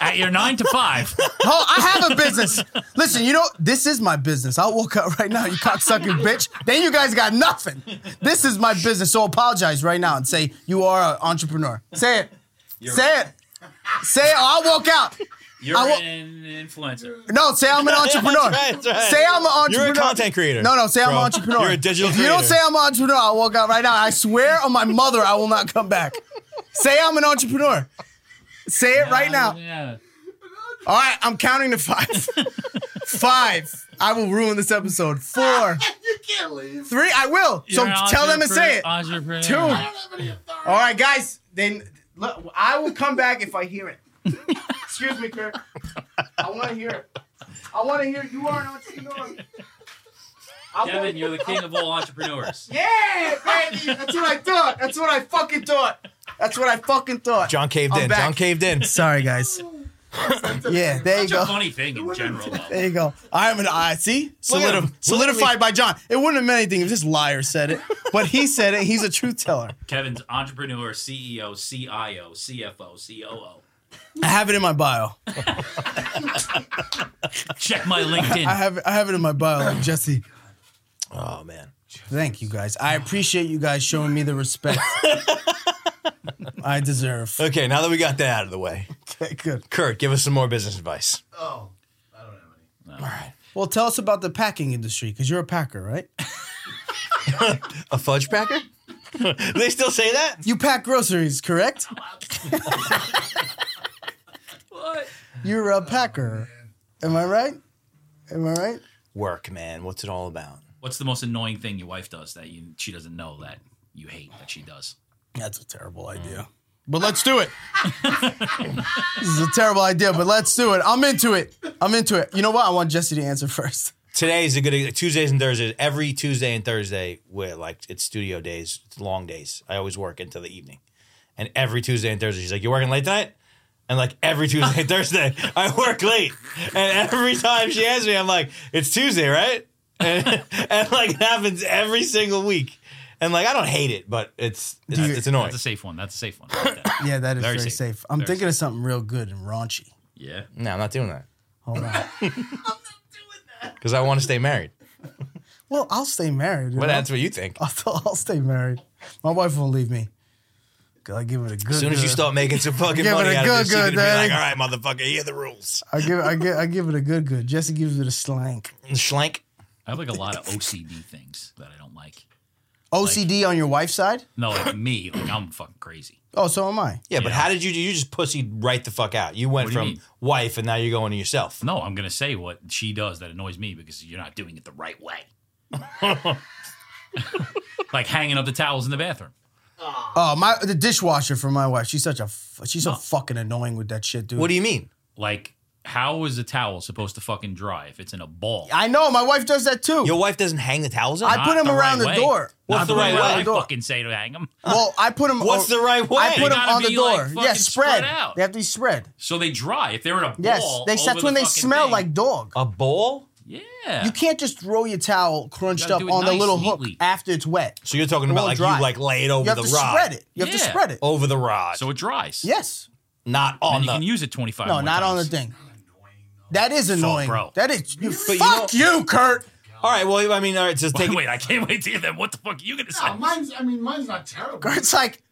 [SPEAKER 3] at your nine to five,
[SPEAKER 2] Oh, I have a business. Listen, you know this is my business. I'll walk out right now, you cocksucking bitch. Then you guys got nothing. This is my business. So apologize right now and say you are an entrepreneur. Say it. say it. Say it. or I'll walk out.
[SPEAKER 3] you're
[SPEAKER 2] I wa-
[SPEAKER 3] an influencer.
[SPEAKER 2] No, say I'm an entrepreneur.
[SPEAKER 1] right, that's right.
[SPEAKER 2] Say I'm an
[SPEAKER 1] You're
[SPEAKER 2] entrepreneur.
[SPEAKER 1] a content creator,
[SPEAKER 2] No, no, say I'm
[SPEAKER 1] bro.
[SPEAKER 2] an entrepreneur.
[SPEAKER 1] You're a digital
[SPEAKER 2] If you don't
[SPEAKER 1] creator.
[SPEAKER 2] say I'm an entrepreneur, I'll walk out right now. I swear on my mother, I will not come back. Say I'm an entrepreneur. Say it right now.
[SPEAKER 3] Yeah.
[SPEAKER 2] All right, I'm counting to five. five. I will ruin this episode. Four,
[SPEAKER 4] You can't leave.
[SPEAKER 2] three. I will.
[SPEAKER 3] You're
[SPEAKER 2] so
[SPEAKER 3] an
[SPEAKER 2] tell them and say it. All
[SPEAKER 3] entrepreneur-
[SPEAKER 2] Two.
[SPEAKER 4] I
[SPEAKER 3] entrepreneur.
[SPEAKER 4] don't have any authority.
[SPEAKER 2] right, guys. Then look, I will come back if I hear it. Excuse me, Kurt. I want to hear it. I want to hear you are an entrepreneur. I
[SPEAKER 3] Kevin, you're the king of all entrepreneurs.
[SPEAKER 2] Yeah, baby. That's what I thought. That's what I fucking thought. That's what I fucking thought.
[SPEAKER 1] John caved
[SPEAKER 2] I'm
[SPEAKER 1] in.
[SPEAKER 2] back.
[SPEAKER 1] John caved in.
[SPEAKER 2] Sorry, guys. yeah, there you
[SPEAKER 3] It's a
[SPEAKER 2] go.
[SPEAKER 3] funny thing in general. though.
[SPEAKER 2] There you go. I'm an I see
[SPEAKER 1] Look at him.
[SPEAKER 2] Solidi-
[SPEAKER 1] Look at
[SPEAKER 2] solidified
[SPEAKER 1] me.
[SPEAKER 2] by John. It wouldn't have meant anything if this liar said it, but he said it. He's a truth teller.
[SPEAKER 3] Kevin's entrepreneur, E CEO, CIO, CFO, COO.
[SPEAKER 2] I have it in my bio.
[SPEAKER 3] Check my LinkedIn.
[SPEAKER 2] I have I have it in my bio, like Jesse.
[SPEAKER 1] Oh, man.
[SPEAKER 2] Thank you guys. I appreciate you guys showing me the respect I deserve.
[SPEAKER 1] Okay, now that we got that out of the way,
[SPEAKER 2] Okay, good.
[SPEAKER 1] Kurt, give us some more business advice.
[SPEAKER 4] Oh, I don't have any.
[SPEAKER 2] Well, tell us about the packing industry because you're a packer, right?
[SPEAKER 1] A fudge packer? they still say that?
[SPEAKER 2] You pack groceries, correct?
[SPEAKER 3] What?
[SPEAKER 2] You're a packer. Am I right? Am I right?
[SPEAKER 1] Work, man. What's it all about?
[SPEAKER 3] What's the most annoying thing your wife does that you she doesn't know that you hate that she does?
[SPEAKER 2] That's a terrible
[SPEAKER 1] Mm.
[SPEAKER 2] idea. But let's do it. this is a terrible idea, but let's do it. I'm into it. I'm into it. You know what? I want Jesse to answer first.
[SPEAKER 1] Today is a good Tuesdays and Thursdays. Every Tuesday and Thursday, where like it's studio days, it's long days. I always work until the evening, and every Tuesday and Thursday, she's like, "You're working late tonight." And like every Tuesday and Thursday, I work late, and every time she asks me, I'm like, "It's Tuesday, right?" And, and like it happens every single week, and like I don't hate it, but it's it's,
[SPEAKER 2] you-
[SPEAKER 1] it's annoying.
[SPEAKER 3] That's a safe one. That's a safe one. I like that.
[SPEAKER 2] Yeah, that is very,
[SPEAKER 3] Very
[SPEAKER 2] safe.
[SPEAKER 3] safe.
[SPEAKER 2] I'm
[SPEAKER 3] Very
[SPEAKER 2] thinking of something real good and raunchy.
[SPEAKER 3] yeah.
[SPEAKER 1] No, I'm not doing that
[SPEAKER 2] Hold on.
[SPEAKER 1] because I want to stay married.
[SPEAKER 2] well, I'll stay married. you
[SPEAKER 1] But
[SPEAKER 2] know?
[SPEAKER 1] that's what you think.
[SPEAKER 2] I'll, I'll stay married. My wife won't leave me. 'Cause I give it a good.
[SPEAKER 1] As soon as you start making some fucking
[SPEAKER 2] Give it
[SPEAKER 1] money
[SPEAKER 2] a
[SPEAKER 1] out
[SPEAKER 2] good,
[SPEAKER 1] of this, you're
[SPEAKER 2] good,
[SPEAKER 1] gonna be like,
[SPEAKER 2] Daddy.
[SPEAKER 1] "All right, motherfucker, hear the rules."
[SPEAKER 2] I give I give I give it a good good. Jesse gives it a slank.
[SPEAKER 1] Schlank.
[SPEAKER 3] I have like a lot of OCD things that I don't like.
[SPEAKER 2] OCD on your wife's side?
[SPEAKER 3] No, like me, like I'm fucking crazy.
[SPEAKER 2] Oh, so am I.
[SPEAKER 1] Yeah, but
[SPEAKER 3] Yeah.
[SPEAKER 1] how did you do? You just pussied right the fuck out. You went
[SPEAKER 3] What do you
[SPEAKER 1] from
[SPEAKER 3] mean?
[SPEAKER 1] wife and now you're going to yourself.
[SPEAKER 3] No, I'm gonna say what she does that annoys me because you're not doing it the right way. like hanging up the towels in the bathroom.
[SPEAKER 2] Oh, my the dishwasher for my wife. She's such a f- she's so
[SPEAKER 3] No.
[SPEAKER 2] fucking annoying with that shit, dude.
[SPEAKER 1] What do you mean?
[SPEAKER 3] Like, how is a towel supposed to fucking dry if it's in a ball?
[SPEAKER 2] I know my wife does that too.
[SPEAKER 1] Your wife doesn't hang the towels up?
[SPEAKER 2] I put
[SPEAKER 3] Not
[SPEAKER 2] him around the
[SPEAKER 3] way.
[SPEAKER 2] door.
[SPEAKER 1] What's
[SPEAKER 3] Not
[SPEAKER 1] the right way?
[SPEAKER 3] I fucking say to hang them.
[SPEAKER 2] well, I put him.
[SPEAKER 1] What's the right way?
[SPEAKER 2] I put
[SPEAKER 3] They
[SPEAKER 2] him
[SPEAKER 3] gotta
[SPEAKER 2] on the
[SPEAKER 3] be,
[SPEAKER 2] door.
[SPEAKER 3] like,
[SPEAKER 2] yeah,
[SPEAKER 3] fucking
[SPEAKER 2] spread.
[SPEAKER 3] spread out.
[SPEAKER 2] They have to be spread.
[SPEAKER 3] So they dry if they're in a ball.
[SPEAKER 2] Yes, they.
[SPEAKER 3] over
[SPEAKER 2] That's
[SPEAKER 3] the
[SPEAKER 2] when they
[SPEAKER 3] fucking
[SPEAKER 2] smell
[SPEAKER 3] thing.
[SPEAKER 2] like dog.
[SPEAKER 1] a bowl?
[SPEAKER 3] Yeah.
[SPEAKER 2] You can't just throw your towel crunched
[SPEAKER 3] Gotta
[SPEAKER 2] up
[SPEAKER 3] do
[SPEAKER 2] on
[SPEAKER 3] it
[SPEAKER 2] the
[SPEAKER 3] nice,
[SPEAKER 2] little hook
[SPEAKER 3] neatly.
[SPEAKER 2] after it's wet.
[SPEAKER 1] So you're talking about
[SPEAKER 2] won't
[SPEAKER 1] like
[SPEAKER 2] dry.
[SPEAKER 1] you like lay it over
[SPEAKER 2] You have
[SPEAKER 1] the
[SPEAKER 2] to
[SPEAKER 3] rod.
[SPEAKER 2] spread it. You have to
[SPEAKER 3] Yeah. Oh.
[SPEAKER 2] spread it.
[SPEAKER 1] over the rod.
[SPEAKER 3] so it dries.
[SPEAKER 2] Yes.
[SPEAKER 1] not
[SPEAKER 3] And
[SPEAKER 1] on
[SPEAKER 3] you can
[SPEAKER 1] the
[SPEAKER 3] use it 25
[SPEAKER 2] No,
[SPEAKER 3] more
[SPEAKER 2] not on the
[SPEAKER 3] times.
[SPEAKER 2] thing. That is annoying.
[SPEAKER 3] bro.
[SPEAKER 2] That is you,
[SPEAKER 1] But you
[SPEAKER 2] fuck you, Kurt.
[SPEAKER 1] All right, well, I mean, all right, just take
[SPEAKER 3] Wait, wait, I can't wait to hear that. What the fuck are you going to say?
[SPEAKER 4] No, mine's. I mean, mine's not terrible.
[SPEAKER 2] Kurt's like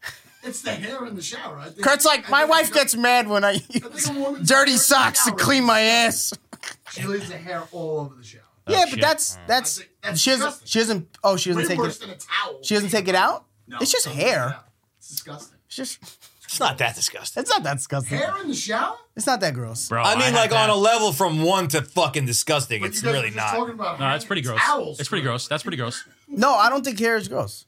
[SPEAKER 4] It's the hair in the shower. I think,
[SPEAKER 2] Kurt's like
[SPEAKER 4] I
[SPEAKER 2] my
[SPEAKER 4] think
[SPEAKER 2] wife
[SPEAKER 4] a-
[SPEAKER 2] gets mad when I
[SPEAKER 4] I
[SPEAKER 2] use
[SPEAKER 4] think a woman's hair in
[SPEAKER 2] dirty
[SPEAKER 4] the
[SPEAKER 2] socks to
[SPEAKER 4] shower-
[SPEAKER 2] clean my ass.
[SPEAKER 4] She leaves the hair all over the shower.
[SPEAKER 2] yeah, but
[SPEAKER 3] shit.
[SPEAKER 2] that's that's
[SPEAKER 4] I think that's
[SPEAKER 2] she doesn't
[SPEAKER 4] disgusting.
[SPEAKER 2] she doesn't oh she doesn't
[SPEAKER 4] Way
[SPEAKER 2] take
[SPEAKER 4] worse
[SPEAKER 2] it
[SPEAKER 4] than a towel.
[SPEAKER 2] she doesn't take it out.
[SPEAKER 4] No,
[SPEAKER 2] it's just
[SPEAKER 4] don't do
[SPEAKER 2] hair.
[SPEAKER 4] that. It's disgusting.
[SPEAKER 2] It's just
[SPEAKER 1] It's not that disgusting.
[SPEAKER 2] it's not that disgusting.
[SPEAKER 4] Hair in the shower?
[SPEAKER 2] It's not that gross.
[SPEAKER 3] Bro,
[SPEAKER 1] I mean,
[SPEAKER 3] Oh, had
[SPEAKER 1] like
[SPEAKER 3] that.
[SPEAKER 1] on a level from one to fucking disgusting,
[SPEAKER 4] But
[SPEAKER 1] it's
[SPEAKER 4] you guys were
[SPEAKER 1] really
[SPEAKER 4] just
[SPEAKER 1] not.
[SPEAKER 4] Talking about
[SPEAKER 3] No, that's pretty
[SPEAKER 4] hanging
[SPEAKER 3] gross.
[SPEAKER 4] towels
[SPEAKER 3] It's pretty
[SPEAKER 4] through.
[SPEAKER 3] gross. That's pretty gross.
[SPEAKER 2] No, I don't think hair is gross.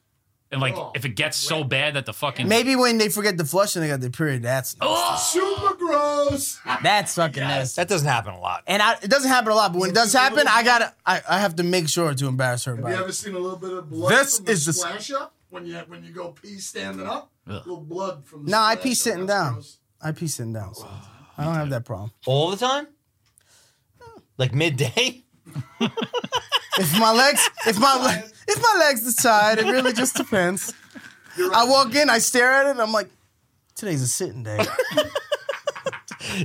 [SPEAKER 3] And like,
[SPEAKER 4] Oh.
[SPEAKER 3] if it gets so bad that the fucking
[SPEAKER 2] Maybe when they forget to flush and they got their period, that's
[SPEAKER 4] Oh, Super gross.
[SPEAKER 2] that's fucking nasty.
[SPEAKER 1] That doesn't happen a lot.
[SPEAKER 2] And I, it doesn't happen a lot, but when it does happen, I gotta, I, I have to make sure to embarrass her
[SPEAKER 4] Have you
[SPEAKER 2] about
[SPEAKER 4] ever
[SPEAKER 2] it.
[SPEAKER 4] seen a little bit of blood
[SPEAKER 2] This
[SPEAKER 4] from the
[SPEAKER 2] is the-
[SPEAKER 4] splash up when you when you go pee standing up? A little blood from the
[SPEAKER 2] No, I
[SPEAKER 4] splash
[SPEAKER 2] pee
[SPEAKER 4] up.
[SPEAKER 2] sitting
[SPEAKER 4] That's
[SPEAKER 2] down.
[SPEAKER 4] gross.
[SPEAKER 2] I pee sitting down. so I don't have that problem.
[SPEAKER 1] All the time? Like midday?
[SPEAKER 2] If my legs, if my le- if my legs decide, it really just depends. I walk in, I stare at it, and I'm like, today's a sitting day.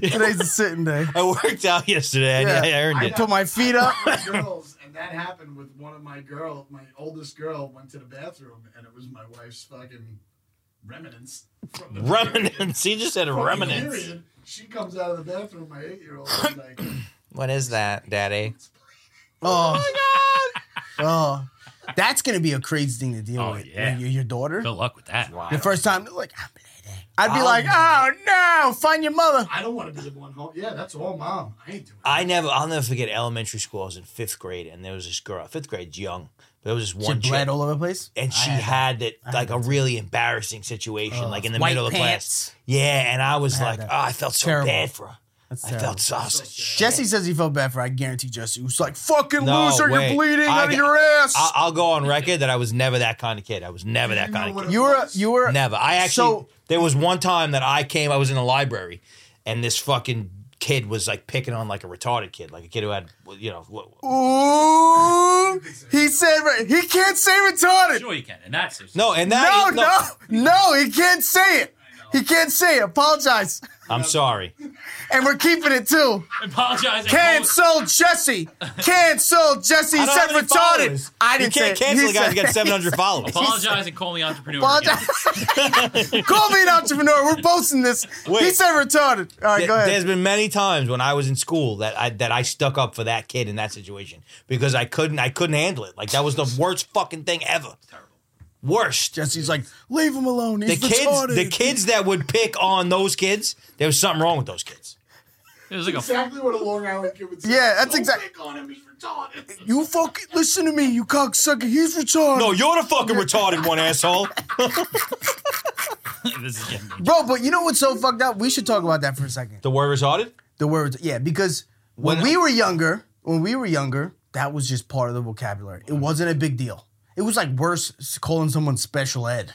[SPEAKER 2] today's a sitting day.
[SPEAKER 1] I worked out yesterday.
[SPEAKER 2] Yeah.
[SPEAKER 1] Oh, I, I earned
[SPEAKER 4] I
[SPEAKER 1] it.
[SPEAKER 4] know.
[SPEAKER 2] Put my feet up. Oh.
[SPEAKER 4] with girls, and that happened with one of my girl, my oldest girl, went to the bathroom, and it was my wife's fucking remnants. From the period.
[SPEAKER 1] Remnants. He just said
[SPEAKER 4] From the
[SPEAKER 1] remnants.
[SPEAKER 4] period. She comes out of the bathroom. My eight-year-old is like,
[SPEAKER 1] What is that, Daddy?
[SPEAKER 2] Oh my god. Oh, that's gonna be a crazy thing to deal
[SPEAKER 3] Oh,
[SPEAKER 2] with.
[SPEAKER 3] yeah.
[SPEAKER 2] Like, your, your daughter.
[SPEAKER 3] good luck with that.
[SPEAKER 2] The first time, they're like, I'm bleeding. I'd be like, oh no, find your mother.
[SPEAKER 4] "I don't want to be the one home." Yeah, that's all, mom. I ain't doing.
[SPEAKER 1] I never, I'll never forget elementary school. I was in fifth grade, and there was this girl. Fifth grade's young, but there was this one
[SPEAKER 2] She
[SPEAKER 1] chick,
[SPEAKER 2] bled all over the place.
[SPEAKER 1] and she had, it like a really embarrassing situation, like in the
[SPEAKER 2] White
[SPEAKER 1] middle of
[SPEAKER 2] pants.
[SPEAKER 1] class. Yeah, and I was like,
[SPEAKER 2] that.
[SPEAKER 1] oh, I felt so
[SPEAKER 2] Terrible.
[SPEAKER 1] bad for her.
[SPEAKER 2] That's
[SPEAKER 1] I felt so. I was like, shit.
[SPEAKER 2] Jesse says he felt bad for. her. I guarantee Jesse was like, "Fucking
[SPEAKER 1] No,
[SPEAKER 2] loser,
[SPEAKER 1] wait.
[SPEAKER 2] you're bleeding
[SPEAKER 1] I
[SPEAKER 2] out of
[SPEAKER 1] got-
[SPEAKER 2] your ass."
[SPEAKER 1] I- I'll go on record that I was never that kind of kid. I was never that
[SPEAKER 4] You
[SPEAKER 1] kind
[SPEAKER 4] know
[SPEAKER 1] of
[SPEAKER 4] what
[SPEAKER 1] kid.
[SPEAKER 4] it
[SPEAKER 2] you were,
[SPEAKER 4] was?
[SPEAKER 2] you were.
[SPEAKER 1] Never. I actually
[SPEAKER 2] So-
[SPEAKER 1] there was one time that I came. I was in the library, and this fucking kid was like picking on like a retarded kid, like a kid who had you know. wh- wh-
[SPEAKER 2] Ooh, he said re- he can't say retarded.
[SPEAKER 3] Sure you can. And that's
[SPEAKER 1] No, and that
[SPEAKER 2] No,
[SPEAKER 1] is-
[SPEAKER 2] no, no, he can't say it. He can't say it. Apologize,
[SPEAKER 1] I'm sorry.
[SPEAKER 2] and we're keeping it too.
[SPEAKER 3] I apologize. I told-
[SPEAKER 2] Cancel Jesse. Cancel Jesse. He
[SPEAKER 1] I don't
[SPEAKER 2] said
[SPEAKER 1] have any
[SPEAKER 2] retarded.
[SPEAKER 1] followers.
[SPEAKER 2] I
[SPEAKER 1] You
[SPEAKER 2] didn't
[SPEAKER 1] can't
[SPEAKER 2] say it. He
[SPEAKER 1] cancel a guy who
[SPEAKER 2] said-
[SPEAKER 1] got 700 followers.
[SPEAKER 3] Apologize and call me entrepreneur.
[SPEAKER 2] Apologize. Call me an entrepreneur. We're posting this. He
[SPEAKER 1] Wait.
[SPEAKER 2] said retarded. All right,
[SPEAKER 1] There-
[SPEAKER 2] go
[SPEAKER 1] There's
[SPEAKER 2] ahead.
[SPEAKER 1] been many times when I was in school that I that I stuck up for that kid in that situation because I couldn't I couldn't handle it. Like that was the worst fucking thing ever. Worst.
[SPEAKER 2] Jesse's like, leave him alone.
[SPEAKER 1] the
[SPEAKER 2] He's
[SPEAKER 1] kids,
[SPEAKER 2] retarded.
[SPEAKER 1] the kids that would pick on those kids, there was something wrong with those kids.
[SPEAKER 3] It was like a
[SPEAKER 4] Exactly what a Long Island kid would say.
[SPEAKER 2] Yeah, that's
[SPEAKER 4] Don't
[SPEAKER 2] exact-
[SPEAKER 4] pick on him. He's retarded.
[SPEAKER 2] You fucking listen to me, you cocksucker. He's retarded.
[SPEAKER 1] No, you're the fucking retarded one, asshole.
[SPEAKER 3] this is getting
[SPEAKER 2] Bro, but you know what's so fucked up? We should talk about that for a second.
[SPEAKER 1] The word retarded?
[SPEAKER 2] The words, yeah, because when,
[SPEAKER 1] When-
[SPEAKER 2] we were younger, when we were younger, that was just part of the vocabulary. It wasn't a big deal. It was like worse s- calling someone special ed.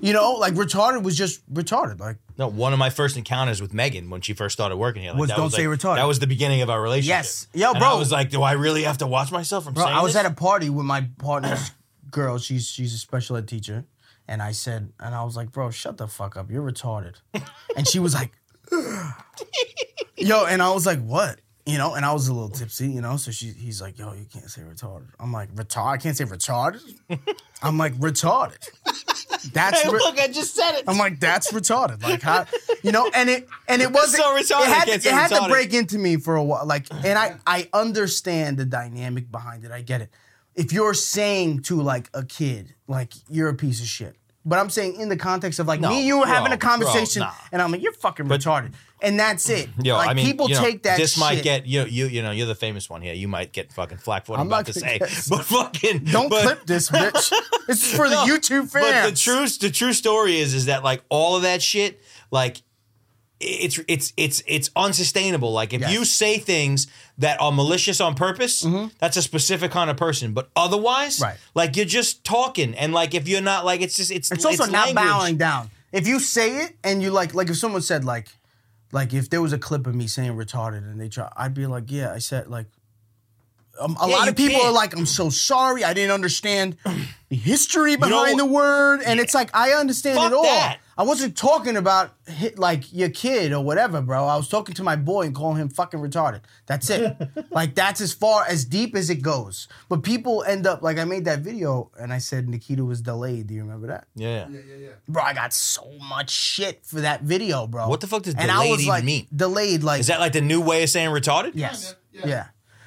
[SPEAKER 2] You know, like retarded was just retarded. Like,
[SPEAKER 1] No, one of my first encounters with Megan when she first started working here. Like,
[SPEAKER 2] Was
[SPEAKER 1] that
[SPEAKER 2] don't
[SPEAKER 1] was
[SPEAKER 2] say
[SPEAKER 1] like,
[SPEAKER 2] retarded.
[SPEAKER 1] That was the beginning of our relationship.
[SPEAKER 2] Yes. Yo,
[SPEAKER 1] And
[SPEAKER 2] bro.
[SPEAKER 1] I was like, do I really have to watch myself from
[SPEAKER 2] bro,
[SPEAKER 1] saying
[SPEAKER 2] I was
[SPEAKER 1] this?
[SPEAKER 2] at a party with my partner's girl. She's she's a special ed teacher, and I said, and I was like, bro, shut the fuck up. You're retarded. and she was like, yo, and I was like, what? You know, and I was a little tipsy, you know. So she, he's like, "Yo, you can't say retarded." I'm like, "Retard? I can't say retarded." I'm like, "Retarded." That's
[SPEAKER 1] Hey,
[SPEAKER 2] re-
[SPEAKER 1] look, I just said it.
[SPEAKER 2] I'm like, that's retarded. Like, how, you know, and it and it wasn't
[SPEAKER 1] so retarded,
[SPEAKER 2] It had,
[SPEAKER 1] I can't
[SPEAKER 2] to,
[SPEAKER 1] say
[SPEAKER 2] it had to
[SPEAKER 1] retarded.
[SPEAKER 2] break into me for a while. Like, and I I understand the dynamic behind it. I get it. If you're saying to like a kid, like you're a piece of shit. But I'm saying in the context of like
[SPEAKER 1] No,
[SPEAKER 2] me and you
[SPEAKER 1] bro,
[SPEAKER 2] having a
[SPEAKER 1] bro,
[SPEAKER 2] conversation,
[SPEAKER 1] nah.
[SPEAKER 2] and I'm like, you're fucking retarded, and that's it.
[SPEAKER 1] Yo,
[SPEAKER 2] like
[SPEAKER 1] I mean,
[SPEAKER 2] people
[SPEAKER 1] you know,
[SPEAKER 2] take that.
[SPEAKER 1] This might
[SPEAKER 2] shit.
[SPEAKER 1] get you. You you know, you're the famous one here. You might get fucking flack for what
[SPEAKER 2] I'm
[SPEAKER 1] I'm
[SPEAKER 2] not
[SPEAKER 1] about to
[SPEAKER 2] gonna
[SPEAKER 1] say,
[SPEAKER 2] guess.
[SPEAKER 1] but fucking
[SPEAKER 2] Don't
[SPEAKER 1] but,
[SPEAKER 2] clip this, bitch. this is for the
[SPEAKER 1] No,
[SPEAKER 2] YouTube fans.
[SPEAKER 1] But the true the true story is is that like all of that shit like it's it's it's it's unsustainable. Like if
[SPEAKER 2] Yes. Mm-hmm.
[SPEAKER 1] you say things that are malicious on purpose, that's a specific kind of person. But otherwise,
[SPEAKER 2] Right.
[SPEAKER 1] like you're just talking, and like if you're not like it's just it's
[SPEAKER 2] It's also not
[SPEAKER 1] language.
[SPEAKER 2] bowing down. If you say it and you like, like if someone said like, like if there was a clip of me saying retarded and they try, I'd be like, yeah, I said like. Um, a
[SPEAKER 1] Yeah,
[SPEAKER 2] lot
[SPEAKER 1] you
[SPEAKER 2] of people
[SPEAKER 1] can't.
[SPEAKER 2] are like, I'm so sorry, I didn't understand the history behind
[SPEAKER 1] know-
[SPEAKER 2] the word, and it's like I understand
[SPEAKER 1] Fuck
[SPEAKER 2] it all.
[SPEAKER 1] that.
[SPEAKER 2] I wasn't talking about hit, like your kid or whatever, bro. I was talking to my boy and calling him fucking retarded. That's it. like that's as far as deep as it goes. But people end up like I made that video and I said Nikita was delayed. Do you remember that?
[SPEAKER 1] Yeah.
[SPEAKER 4] Yeah, yeah, yeah.
[SPEAKER 2] Bro, I got so much shit for that video, bro.
[SPEAKER 1] What the fuck does
[SPEAKER 2] and I
[SPEAKER 1] delayed
[SPEAKER 2] was
[SPEAKER 1] even
[SPEAKER 2] like,
[SPEAKER 1] mean?
[SPEAKER 2] Delayed, like
[SPEAKER 1] Is that like the new way of saying retarded?
[SPEAKER 2] yes, yeah.
[SPEAKER 4] Kinda, yeah.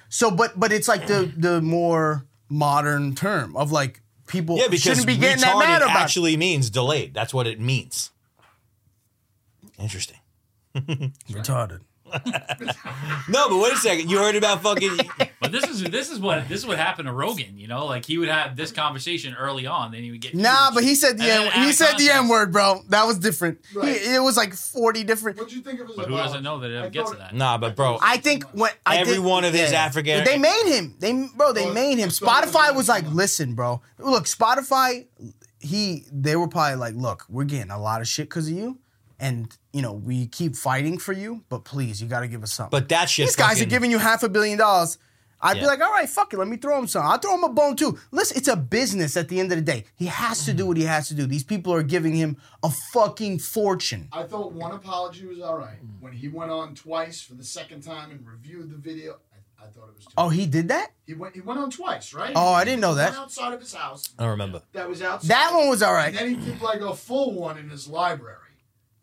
[SPEAKER 2] So, but but it's like the the more modern term of like people
[SPEAKER 1] Yeah, because
[SPEAKER 2] shouldn't be getting that
[SPEAKER 1] retarded
[SPEAKER 2] mad about. it.
[SPEAKER 1] actually means delayed. That's what it means. Interesting.
[SPEAKER 2] retarded.
[SPEAKER 1] No, but wait a second. You heard about fucking
[SPEAKER 3] But this is this is what this is what happened to Rogan. You know, like he would have this conversation early on, then he would get
[SPEAKER 2] Nah,
[SPEAKER 3] huge.
[SPEAKER 2] but he said the
[SPEAKER 3] And then
[SPEAKER 2] N-
[SPEAKER 3] out
[SPEAKER 2] he
[SPEAKER 3] of
[SPEAKER 2] said the
[SPEAKER 3] context.
[SPEAKER 2] N word, bro. That was different. He-
[SPEAKER 4] Right.
[SPEAKER 2] it was like forty different.
[SPEAKER 4] What'd you think of his
[SPEAKER 3] But who doesn't know that it ever
[SPEAKER 4] I
[SPEAKER 3] gets to
[SPEAKER 4] thought-
[SPEAKER 3] that?
[SPEAKER 1] Nah, but bro,
[SPEAKER 2] I think when I
[SPEAKER 1] Every
[SPEAKER 2] think,
[SPEAKER 1] one of his African-
[SPEAKER 2] They made him. They bro, they
[SPEAKER 4] Well,
[SPEAKER 2] made him.
[SPEAKER 4] so it was
[SPEAKER 2] Spotify
[SPEAKER 4] like-
[SPEAKER 2] was like, listen, bro. Look, Spotify, he they were probably like, look, we're getting a lot of shit because of you. And you know, we keep fighting for you, but please, you gotta give us something.
[SPEAKER 1] but that shit.
[SPEAKER 2] these guys
[SPEAKER 1] fucking-
[SPEAKER 2] are giving you half a billion dollars. I'd be
[SPEAKER 1] Yeah.
[SPEAKER 2] like, all right, fuck it, let me throw him some. I'll throw him a bone too. Listen, it's a business at the end of the day. He has to do what he has to do. These people are giving him a fucking fortune.
[SPEAKER 4] I thought one apology was all right.
[SPEAKER 2] Mm.
[SPEAKER 4] When he went on twice for the second time and reviewed the video, I, I thought it was too.
[SPEAKER 2] Oh, he did that?
[SPEAKER 4] He went. He went on twice, right?
[SPEAKER 2] Oh, I didn't know that. Oh.
[SPEAKER 4] One outside of his house.
[SPEAKER 1] I don't remember.
[SPEAKER 4] That was outside.
[SPEAKER 2] That one was all right.
[SPEAKER 4] And then he did like a full one in his library.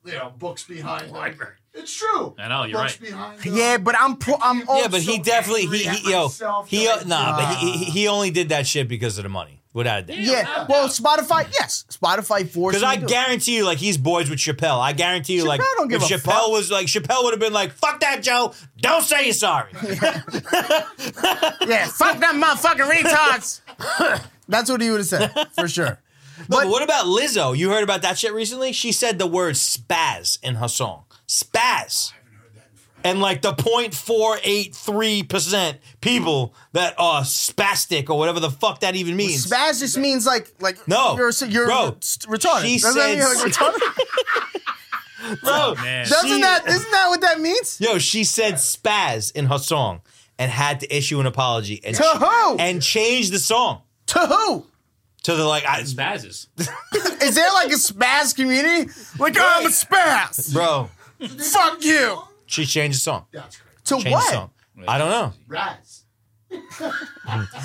[SPEAKER 4] You know, books behind the
[SPEAKER 3] Library.
[SPEAKER 4] It's true.
[SPEAKER 3] I know, you're
[SPEAKER 4] books
[SPEAKER 3] right.
[SPEAKER 4] Behind the-
[SPEAKER 2] Yeah, but I'm pro- I'm
[SPEAKER 1] Yeah, but he
[SPEAKER 4] so
[SPEAKER 1] definitely
[SPEAKER 4] angry
[SPEAKER 1] he,
[SPEAKER 4] at
[SPEAKER 1] he yo
[SPEAKER 4] myself
[SPEAKER 1] he
[SPEAKER 4] that I
[SPEAKER 1] nah, but he, he he only did that shit because of the money, without a doubt.
[SPEAKER 2] Yeah, well, Spotify, yes, Spotify forced.
[SPEAKER 1] Because
[SPEAKER 2] him
[SPEAKER 1] I
[SPEAKER 2] to do it.
[SPEAKER 1] guarantee you, like he's boys with Chappelle. I guarantee you, like
[SPEAKER 2] Chappelle don't give
[SPEAKER 1] if
[SPEAKER 2] a
[SPEAKER 1] Chappelle
[SPEAKER 2] fuck.
[SPEAKER 1] was like Chappelle would have been like, "Fuck that, Joe! Don't say you're sorry."
[SPEAKER 2] Yeah, fuck them motherfucking retards. That's what he would have said for sure.
[SPEAKER 1] But what about Lizzo? You heard about that shit recently? She said the word spaz in her song. Spaz. And like the 0.483% people that are spastic or whatever the fuck that even means.
[SPEAKER 2] Spaz just means like like
[SPEAKER 1] No,
[SPEAKER 2] you're you're
[SPEAKER 1] bro,
[SPEAKER 2] retarded.
[SPEAKER 1] she
[SPEAKER 2] Doesn't that mean
[SPEAKER 1] said-
[SPEAKER 2] you're, like, retarded?
[SPEAKER 1] Bro,
[SPEAKER 3] man.
[SPEAKER 2] Doesn't
[SPEAKER 1] she-
[SPEAKER 2] that isn't that what that means?
[SPEAKER 1] Yo, she said spaz in her song and had to issue an apology and,
[SPEAKER 2] To who?
[SPEAKER 1] and change the song
[SPEAKER 2] to who?
[SPEAKER 1] to the like, I,
[SPEAKER 3] spazzes.
[SPEAKER 2] Is there like a spaz community? Like oh, I'm a spaz.
[SPEAKER 1] bro,
[SPEAKER 2] Fuck you.
[SPEAKER 1] she changed the song.
[SPEAKER 4] That's crazy.
[SPEAKER 2] To
[SPEAKER 1] Changed
[SPEAKER 2] what?
[SPEAKER 1] the song. I don't know.
[SPEAKER 4] Raz.
[SPEAKER 1] Ra-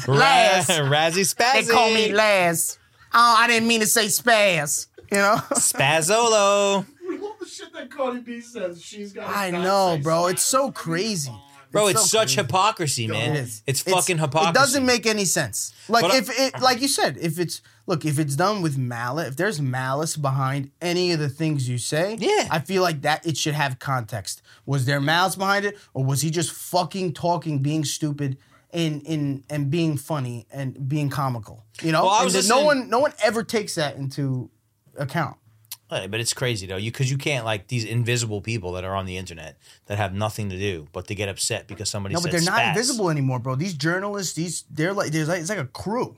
[SPEAKER 2] Laz.
[SPEAKER 1] Razzie Spazzy.
[SPEAKER 2] They call me Laz. Oh, I didn't mean to say spaz. You know.
[SPEAKER 1] Spazzolo.
[SPEAKER 4] We love the shit that Cardi B says. She's got.
[SPEAKER 2] I know, bro. It's so crazy.
[SPEAKER 1] Bro,
[SPEAKER 2] It's
[SPEAKER 1] it's,
[SPEAKER 2] so
[SPEAKER 1] such
[SPEAKER 2] crazy.
[SPEAKER 1] hypocrisy, man.
[SPEAKER 2] It
[SPEAKER 1] It's,
[SPEAKER 2] is.
[SPEAKER 1] fucking hypocrisy.
[SPEAKER 2] It doesn't make any sense. Like
[SPEAKER 1] But I-
[SPEAKER 2] if it, like you said, if it's look, if it's done with malice, if there's malice behind any of the things you say,
[SPEAKER 1] Yeah.
[SPEAKER 2] I feel like that it should have context. Was there malice behind it, or was he just fucking talking, being stupid? In, in and being funny and being comical, you know,
[SPEAKER 1] Well, I
[SPEAKER 2] And
[SPEAKER 1] was
[SPEAKER 2] that no
[SPEAKER 1] listening-
[SPEAKER 2] one no one ever takes that into account.
[SPEAKER 1] Hey, but it's crazy though, you because you can't like these invisible people that are on the internet that have nothing to do but to get upset because somebody.
[SPEAKER 2] No,
[SPEAKER 1] said
[SPEAKER 2] but they're not
[SPEAKER 1] spats.
[SPEAKER 2] invisible anymore, bro. These journalists, these they're like there's like it's like a crew.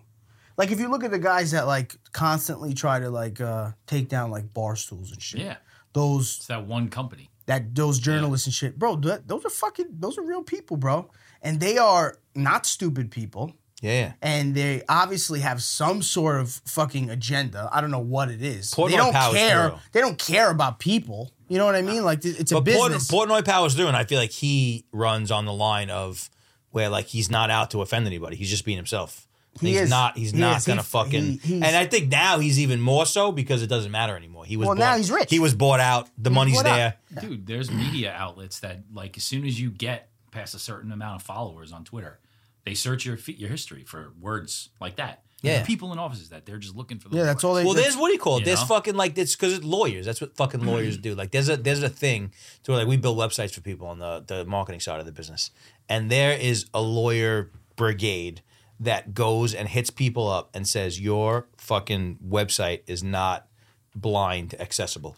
[SPEAKER 2] Like if you look at the guys that like constantly try to like uh take down like bar stools and shit.
[SPEAKER 3] Yeah.
[SPEAKER 2] Those
[SPEAKER 3] It's that one company.
[SPEAKER 2] that those journalists and shit, bro. That, those are fucking those are real people, bro. And they are not stupid people.
[SPEAKER 1] Yeah, yeah.
[SPEAKER 2] And they obviously have some sort of fucking agenda. I don't know what it is.
[SPEAKER 1] Portnoy
[SPEAKER 2] they don't
[SPEAKER 1] Powell's
[SPEAKER 2] care.
[SPEAKER 1] thorough.
[SPEAKER 2] They don't care about people. You know what I mean? Like it's a
[SPEAKER 1] But Port-
[SPEAKER 2] business.
[SPEAKER 1] Portnoy Powell's doing. I feel like he runs on the line of where like he's not out to offend anybody. He's just being himself. And
[SPEAKER 2] He
[SPEAKER 1] he's
[SPEAKER 2] is.
[SPEAKER 1] not. He's
[SPEAKER 2] He
[SPEAKER 1] not
[SPEAKER 2] is. He-
[SPEAKER 1] gonna fucking.
[SPEAKER 2] he- he's-
[SPEAKER 1] and I think now he's even more so because it doesn't matter anymore. He was
[SPEAKER 2] Well,
[SPEAKER 1] bought,
[SPEAKER 2] now he's rich.
[SPEAKER 1] He was bought out. The money's
[SPEAKER 2] bought out.
[SPEAKER 1] there.
[SPEAKER 3] Dude, there's media outlets that like as soon as you get past a certain amount of followers on Twitter, they search your fe- your history for words like that.
[SPEAKER 1] Yeah.
[SPEAKER 3] The people in offices that they're just looking for. Those
[SPEAKER 2] yeah, that's all
[SPEAKER 3] words.
[SPEAKER 2] they.
[SPEAKER 1] Well, there's what do you call it?
[SPEAKER 3] You
[SPEAKER 1] There's
[SPEAKER 3] know?
[SPEAKER 1] fucking like it's because it's lawyers. That's what fucking lawyers do. Like there's a there's a thing to where like we build websites for people on the the marketing side of the business, and there is a lawyer brigade that goes and hits people up and says your fucking website is not blind accessible.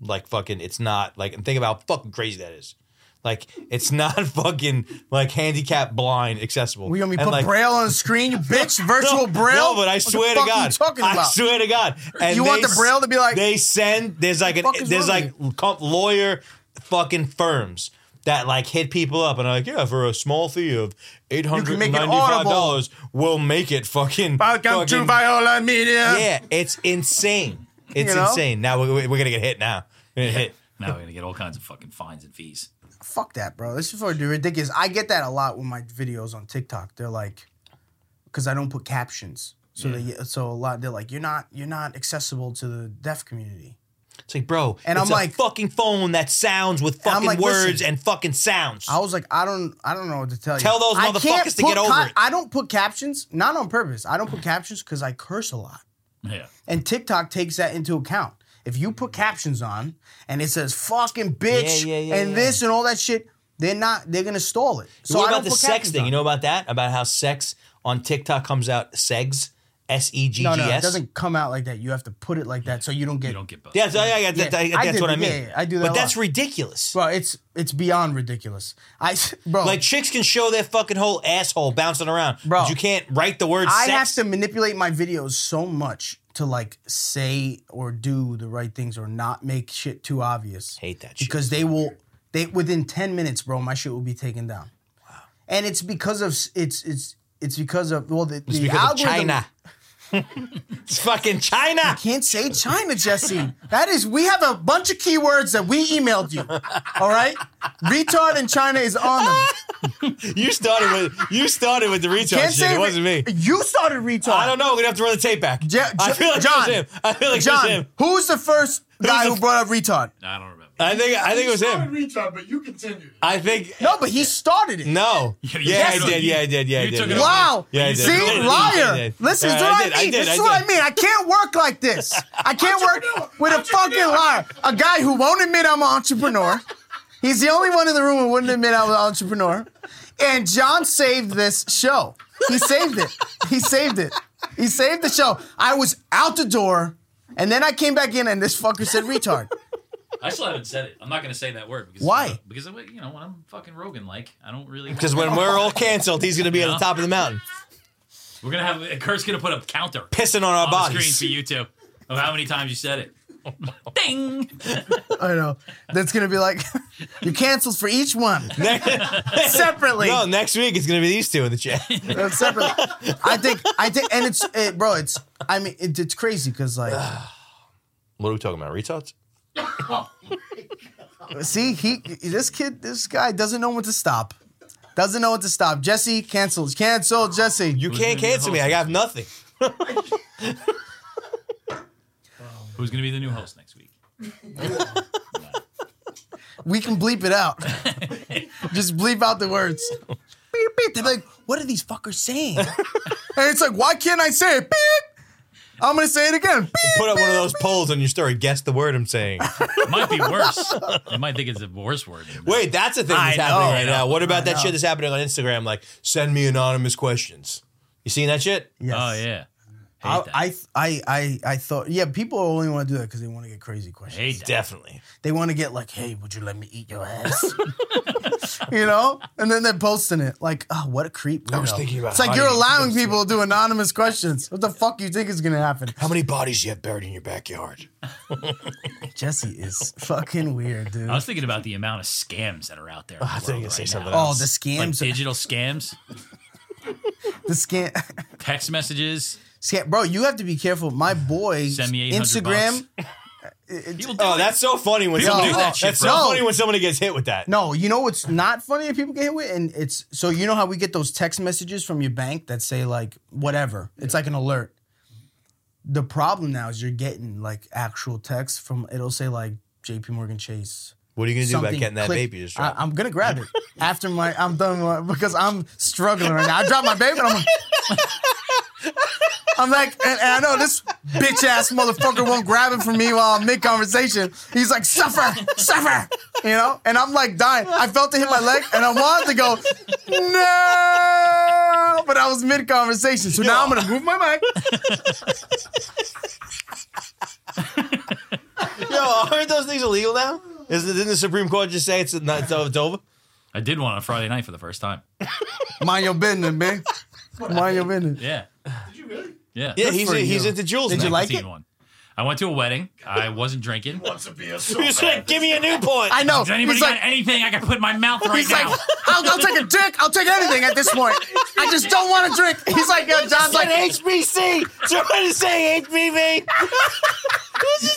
[SPEAKER 1] Like fucking, it's not like and think about how fucking crazy that is. Like it's not fucking like handicap blind accessible.
[SPEAKER 2] We gonna be
[SPEAKER 1] And,
[SPEAKER 2] put
[SPEAKER 1] like,
[SPEAKER 2] braille on the screen, you bitch?
[SPEAKER 1] no,
[SPEAKER 2] Virtual
[SPEAKER 1] No,
[SPEAKER 2] braille?
[SPEAKER 1] but I
[SPEAKER 2] What the
[SPEAKER 1] swear to
[SPEAKER 2] fuck
[SPEAKER 1] God,
[SPEAKER 2] you talking
[SPEAKER 1] I
[SPEAKER 2] about?
[SPEAKER 1] swear to God. And
[SPEAKER 2] You want
[SPEAKER 1] they
[SPEAKER 2] the Braille to be like-
[SPEAKER 1] they send. There's like an
[SPEAKER 2] fuck is
[SPEAKER 1] there's
[SPEAKER 2] wrong
[SPEAKER 1] like comp lawyer fucking firms that like hit people up and are like, yeah, for a small fee of eight hundred
[SPEAKER 2] make
[SPEAKER 1] ninety
[SPEAKER 2] it
[SPEAKER 1] five
[SPEAKER 2] audible.
[SPEAKER 1] dollars, we'll make it fucking.
[SPEAKER 2] Welcome to
[SPEAKER 1] fucking-
[SPEAKER 2] Viola Media.
[SPEAKER 1] yeah, it's insane. It's
[SPEAKER 2] You know?
[SPEAKER 1] insane. Now we're, we're gonna get hit. Now we're gonna hit.
[SPEAKER 3] Now we're gonna get all kinds of fucking fines and fees.
[SPEAKER 2] Fuck that, bro. This is fucking ridiculous. I get that a lot with my videos on TikTok. They're like, because I don't put captions, so they so a lot. They're like, you're not you're not accessible to the deaf community.
[SPEAKER 1] It's like, bro,
[SPEAKER 2] And
[SPEAKER 1] it's
[SPEAKER 2] I'm
[SPEAKER 1] a
[SPEAKER 2] like-
[SPEAKER 1] fucking phone that sounds with
[SPEAKER 2] I'm
[SPEAKER 1] fucking
[SPEAKER 2] like, listen,
[SPEAKER 1] words and fucking sounds.
[SPEAKER 2] I was like, I don't I don't know what to tell you.
[SPEAKER 1] Tell those
[SPEAKER 2] I can't
[SPEAKER 1] motherfuckers to get
[SPEAKER 2] put
[SPEAKER 1] over it.
[SPEAKER 2] I don't put captions, not on purpose. I don't put captions because I curse a lot.
[SPEAKER 3] Yeah.
[SPEAKER 2] And TikTok takes that into account. If you put captions on and it says fucking bitch
[SPEAKER 1] Yeah, yeah, yeah,
[SPEAKER 2] and
[SPEAKER 1] yeah.
[SPEAKER 2] this and all that shit, they're not they're gonna stall it. So
[SPEAKER 1] what
[SPEAKER 2] I
[SPEAKER 1] about
[SPEAKER 2] don't
[SPEAKER 1] the
[SPEAKER 2] put
[SPEAKER 1] sex
[SPEAKER 2] captions
[SPEAKER 1] thing?
[SPEAKER 2] on.
[SPEAKER 1] You know about that? About how sex on TikTok comes out segs, S E G G
[SPEAKER 2] No, no, it
[SPEAKER 1] S.
[SPEAKER 2] doesn't come out like that. You have to put it like that so you don't get
[SPEAKER 3] You don't get both.
[SPEAKER 1] Yeah, so, yeah, yeah, that-
[SPEAKER 2] Yeah,
[SPEAKER 1] that-
[SPEAKER 2] I
[SPEAKER 1] that's
[SPEAKER 2] did-
[SPEAKER 1] what I
[SPEAKER 2] yeah,
[SPEAKER 1] mean.
[SPEAKER 2] yeah, I do that
[SPEAKER 1] but
[SPEAKER 2] a
[SPEAKER 1] that's
[SPEAKER 2] lot.
[SPEAKER 1] ridiculous.
[SPEAKER 2] Bro, it's it's beyond ridiculous. I bro
[SPEAKER 1] Like chicks can show their fucking whole asshole bouncing around,
[SPEAKER 2] Bro.
[SPEAKER 1] but you can't write the word
[SPEAKER 2] I
[SPEAKER 1] sex.
[SPEAKER 2] have to manipulate my videos so much to like say or do the right things or not make shit too obvious.
[SPEAKER 1] Hate that shit.
[SPEAKER 2] because they will they within 10 minutes, bro, my shit will be taken down. And it's because of s- it's it's it's because of well the,
[SPEAKER 1] it's
[SPEAKER 2] the
[SPEAKER 1] because of
[SPEAKER 2] algorithm-
[SPEAKER 1] China. it's fucking China.
[SPEAKER 2] Can't say China, Jesse. That is, we have a bunch of keywords that we emailed you. All right, retard in China is on them.
[SPEAKER 1] Oh, You started with you started with the retard
[SPEAKER 2] Can't
[SPEAKER 1] shit.
[SPEAKER 2] say
[SPEAKER 1] It wasn't me.
[SPEAKER 2] You started retard.
[SPEAKER 1] I don't know. We're gonna have to run the tape back.
[SPEAKER 2] Ja-
[SPEAKER 1] I
[SPEAKER 2] Ja-
[SPEAKER 1] feel like
[SPEAKER 2] John.
[SPEAKER 1] it was him. I feel like it was
[SPEAKER 2] John,
[SPEAKER 1] him.
[SPEAKER 2] who's the first guy
[SPEAKER 1] the
[SPEAKER 2] who
[SPEAKER 1] f-
[SPEAKER 2] brought up retard?
[SPEAKER 3] I don't remember.
[SPEAKER 1] I think I think it was him. Uh,
[SPEAKER 4] Retard, but you continued.
[SPEAKER 1] I think
[SPEAKER 2] No, but he started it.
[SPEAKER 1] No. Yeah,
[SPEAKER 3] you
[SPEAKER 1] I
[SPEAKER 3] took-
[SPEAKER 1] did. Yeah, I did. Yeah, I
[SPEAKER 3] you
[SPEAKER 1] did.
[SPEAKER 3] took it
[SPEAKER 1] yeah.
[SPEAKER 3] over.
[SPEAKER 2] Wow.
[SPEAKER 1] Yeah, I did. I
[SPEAKER 2] See,
[SPEAKER 1] did. I
[SPEAKER 2] liar.
[SPEAKER 1] did.
[SPEAKER 2] Listen, this is
[SPEAKER 1] Yeah,
[SPEAKER 2] what
[SPEAKER 1] I
[SPEAKER 2] I,
[SPEAKER 1] did. I
[SPEAKER 2] mean.
[SPEAKER 1] did.
[SPEAKER 2] this
[SPEAKER 1] I
[SPEAKER 2] is what I
[SPEAKER 1] did.
[SPEAKER 2] mean. I can't work like this. I can't work with a fucking liar. A guy who won't admit I'm an entrepreneur. He's the only one in the room who wouldn't admit I was an entrepreneur. And John saved this show. He saved it. He saved it. He saved the show. I was out the door, and then I came back in, and this fucker said retard.
[SPEAKER 3] I still haven't said it. I'm not gonna say that word because
[SPEAKER 2] Why?
[SPEAKER 3] Because of, you know when I'm fucking Rogan like I don't really
[SPEAKER 1] Because when we're all canceled, he's going to be at the top of the mountain,
[SPEAKER 3] we're gonna have Kurt's gonna put up counter
[SPEAKER 1] pissing on our
[SPEAKER 3] on the
[SPEAKER 1] bodies.
[SPEAKER 3] screen for you two of how many times you said it. Ding.
[SPEAKER 2] I know. That's gonna be like, you canceled for each one separately.
[SPEAKER 1] no, next week it's going to be these two in the chat.
[SPEAKER 2] That's separate. I think I think, and it's it, bro. It's I mean it, it's crazy because like,
[SPEAKER 1] what are we talking about? Retards?
[SPEAKER 2] see, he this kid, this guy doesn't know when to stop. Doesn't know when to stop. Jesse cancels. Cancel Jesse.
[SPEAKER 1] You
[SPEAKER 2] You
[SPEAKER 1] can't
[SPEAKER 3] gonna be the
[SPEAKER 1] cancel me. I
[SPEAKER 3] host?
[SPEAKER 1] got nothing.
[SPEAKER 3] Who's gonna be the new host next week?
[SPEAKER 2] we can bleep it out. Just bleep out the words. Beep, beep. They're like, what are these fuckers saying? and it's like, why can't I say it? Beep. I'm gonna say it again. Beep.
[SPEAKER 1] Put up one of those polls on your story. Guess the word I'm saying.
[SPEAKER 3] It might be worse. They might think it's a worse word.
[SPEAKER 1] Wait, that's a thing
[SPEAKER 2] I
[SPEAKER 1] that's happening
[SPEAKER 2] know.
[SPEAKER 1] right now. What about that shit that's happening on Instagram? Like, send me anonymous questions. You seen that shit?
[SPEAKER 2] Yes.
[SPEAKER 3] Oh yeah. Hate
[SPEAKER 2] I,
[SPEAKER 3] that.
[SPEAKER 2] I th- I I I thought yeah people only want to do that because they want to get crazy questions.
[SPEAKER 3] hate that.
[SPEAKER 1] Definitely.
[SPEAKER 2] They want to get like, hey, would you let me eat your ass? you know, and then they're posting it like, oh, what a creep.
[SPEAKER 1] was
[SPEAKER 2] weirdo.
[SPEAKER 1] thinking about
[SPEAKER 2] it's like
[SPEAKER 1] how
[SPEAKER 2] you're
[SPEAKER 1] you-
[SPEAKER 2] allowing people to do anonymous questions. What the fuck you think is gonna happen?
[SPEAKER 1] How many bodies do you have buried in your backyard?
[SPEAKER 2] Jesse is fucking weird, dude.
[SPEAKER 3] I was thinking about the amount of scams that are out there. in the
[SPEAKER 1] Oh, I thought you were gonna
[SPEAKER 3] world
[SPEAKER 1] say
[SPEAKER 3] right
[SPEAKER 1] something
[SPEAKER 3] now.
[SPEAKER 1] else.
[SPEAKER 2] Oh, the
[SPEAKER 3] Like
[SPEAKER 2] scams,
[SPEAKER 3] digital scams,
[SPEAKER 2] the scam,
[SPEAKER 3] text messages.
[SPEAKER 2] scam, bro. You have to be careful. My boy,
[SPEAKER 3] Send me 800
[SPEAKER 2] Instagram.
[SPEAKER 3] People do
[SPEAKER 1] Oh,
[SPEAKER 3] it.
[SPEAKER 1] that's so funny when
[SPEAKER 3] People
[SPEAKER 1] somebody,
[SPEAKER 3] do that shit,
[SPEAKER 1] That's
[SPEAKER 2] bro.
[SPEAKER 1] so funny when somebody gets hit with that.
[SPEAKER 2] No, you know what's not funny that people get hit with, and it's so you know how we get those text messages from your bank that say like whatever. It's like an alert. The problem now is you're getting like actual texts from it'll say like J.P. Morgan Chase.
[SPEAKER 1] What are you gonna do about
[SPEAKER 2] something.
[SPEAKER 1] getting that
[SPEAKER 2] Click-
[SPEAKER 1] vape you just
[SPEAKER 2] I,
[SPEAKER 1] dropped?
[SPEAKER 2] I'm gonna grab it after my I'm done with my- because I'm struggling right now. I dropped my vape and I'm. Like, I'm like, and, and I know this bitch ass motherfucker won't grab it from me while I'm mid conversation. He's like, suffer, suffer, you know? And I'm like dying. I felt it hit my leg and I wanted to go, no, but I was mid conversation. So now I'm gonna move my mic.
[SPEAKER 1] Yo, aren't those things illegal now? Isn't, didn't the Supreme Court just say it's, not, it's over?
[SPEAKER 3] I did one on Friday night for the first time.
[SPEAKER 2] Mind your business, man. Mind your business.
[SPEAKER 3] Yeah,
[SPEAKER 4] Did you really?
[SPEAKER 3] yeah.
[SPEAKER 1] Yeah,
[SPEAKER 2] Good
[SPEAKER 1] he's
[SPEAKER 2] for
[SPEAKER 1] he's
[SPEAKER 2] you.
[SPEAKER 1] into jewels.
[SPEAKER 2] Did
[SPEAKER 1] now.
[SPEAKER 2] you like
[SPEAKER 3] Teen
[SPEAKER 2] it?
[SPEAKER 3] One. I went to a wedding. I wasn't drinking.
[SPEAKER 4] Wants to be a so
[SPEAKER 1] He's like,
[SPEAKER 4] bad.
[SPEAKER 1] give me a new point.
[SPEAKER 2] I know.
[SPEAKER 3] Does anybody
[SPEAKER 2] He's like,
[SPEAKER 3] got anything I can put in my mouth right
[SPEAKER 2] He's
[SPEAKER 3] now?
[SPEAKER 2] like, I'll, I'll take a drink. I'll take anything at this point. I just don't want to drink. He's like, yo, John's like,
[SPEAKER 1] Said HBC. Somebody say HPV.
[SPEAKER 2] you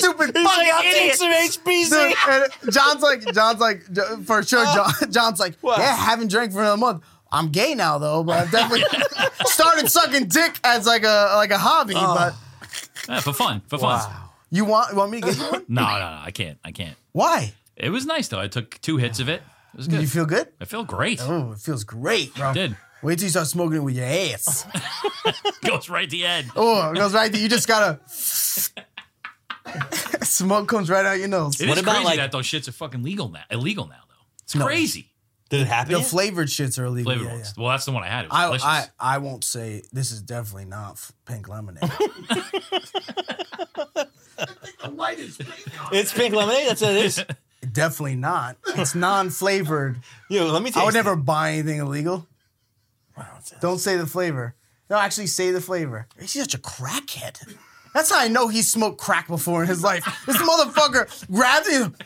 [SPEAKER 2] stupid
[SPEAKER 1] He's like, I'll
[SPEAKER 2] fucking
[SPEAKER 1] take
[SPEAKER 2] idiot.
[SPEAKER 1] some HBC.
[SPEAKER 2] Dude, and John's like, John's like, Jo- for sure. John, John's like,
[SPEAKER 1] What?
[SPEAKER 2] yeah, haven't drank for another month. I'm gay now though, but I definitely started sucking dick as like a like a hobby. But
[SPEAKER 3] Yeah, for fun, for fun.
[SPEAKER 2] you want you want me to get you one?
[SPEAKER 3] No, no, no, I can't. I can't.
[SPEAKER 2] Why?
[SPEAKER 3] It was nice though. I took two hits of it. It was
[SPEAKER 2] Did you
[SPEAKER 3] good.
[SPEAKER 2] feel good?
[SPEAKER 3] I feel great.
[SPEAKER 2] Oh, it feels great, bro.
[SPEAKER 3] Did
[SPEAKER 2] Wait till you start smoking it with your ass.
[SPEAKER 3] goes right to the end.
[SPEAKER 2] Oh, it goes right there. You just gotta smoke comes right out your nose.
[SPEAKER 3] It is
[SPEAKER 1] What about,
[SPEAKER 3] crazy
[SPEAKER 1] like-
[SPEAKER 3] that those shits are fucking legal now. Illegal now though. It's
[SPEAKER 2] No.
[SPEAKER 3] crazy.
[SPEAKER 1] Did it happen?
[SPEAKER 2] The
[SPEAKER 1] yet?
[SPEAKER 2] flavored shits are illegal.
[SPEAKER 3] Flavored
[SPEAKER 2] yeah,
[SPEAKER 3] ones.
[SPEAKER 2] yeah.
[SPEAKER 3] Well, that's the one I had. It was
[SPEAKER 2] I,
[SPEAKER 3] delicious.
[SPEAKER 2] I, I won't say this is definitely not f- pink lemonade.
[SPEAKER 4] The light is pink on.
[SPEAKER 1] it's pink lemonade. That's what it is.
[SPEAKER 2] definitely not. It's non-flavored.
[SPEAKER 1] Yo, let me taste
[SPEAKER 2] I would
[SPEAKER 1] it.
[SPEAKER 2] never buy anything illegal.
[SPEAKER 1] say
[SPEAKER 2] Don't say the flavor. No, actually say the flavor. He's such a crackhead. That's how I know he smoked crack before in his life. This motherfucker grabbed him.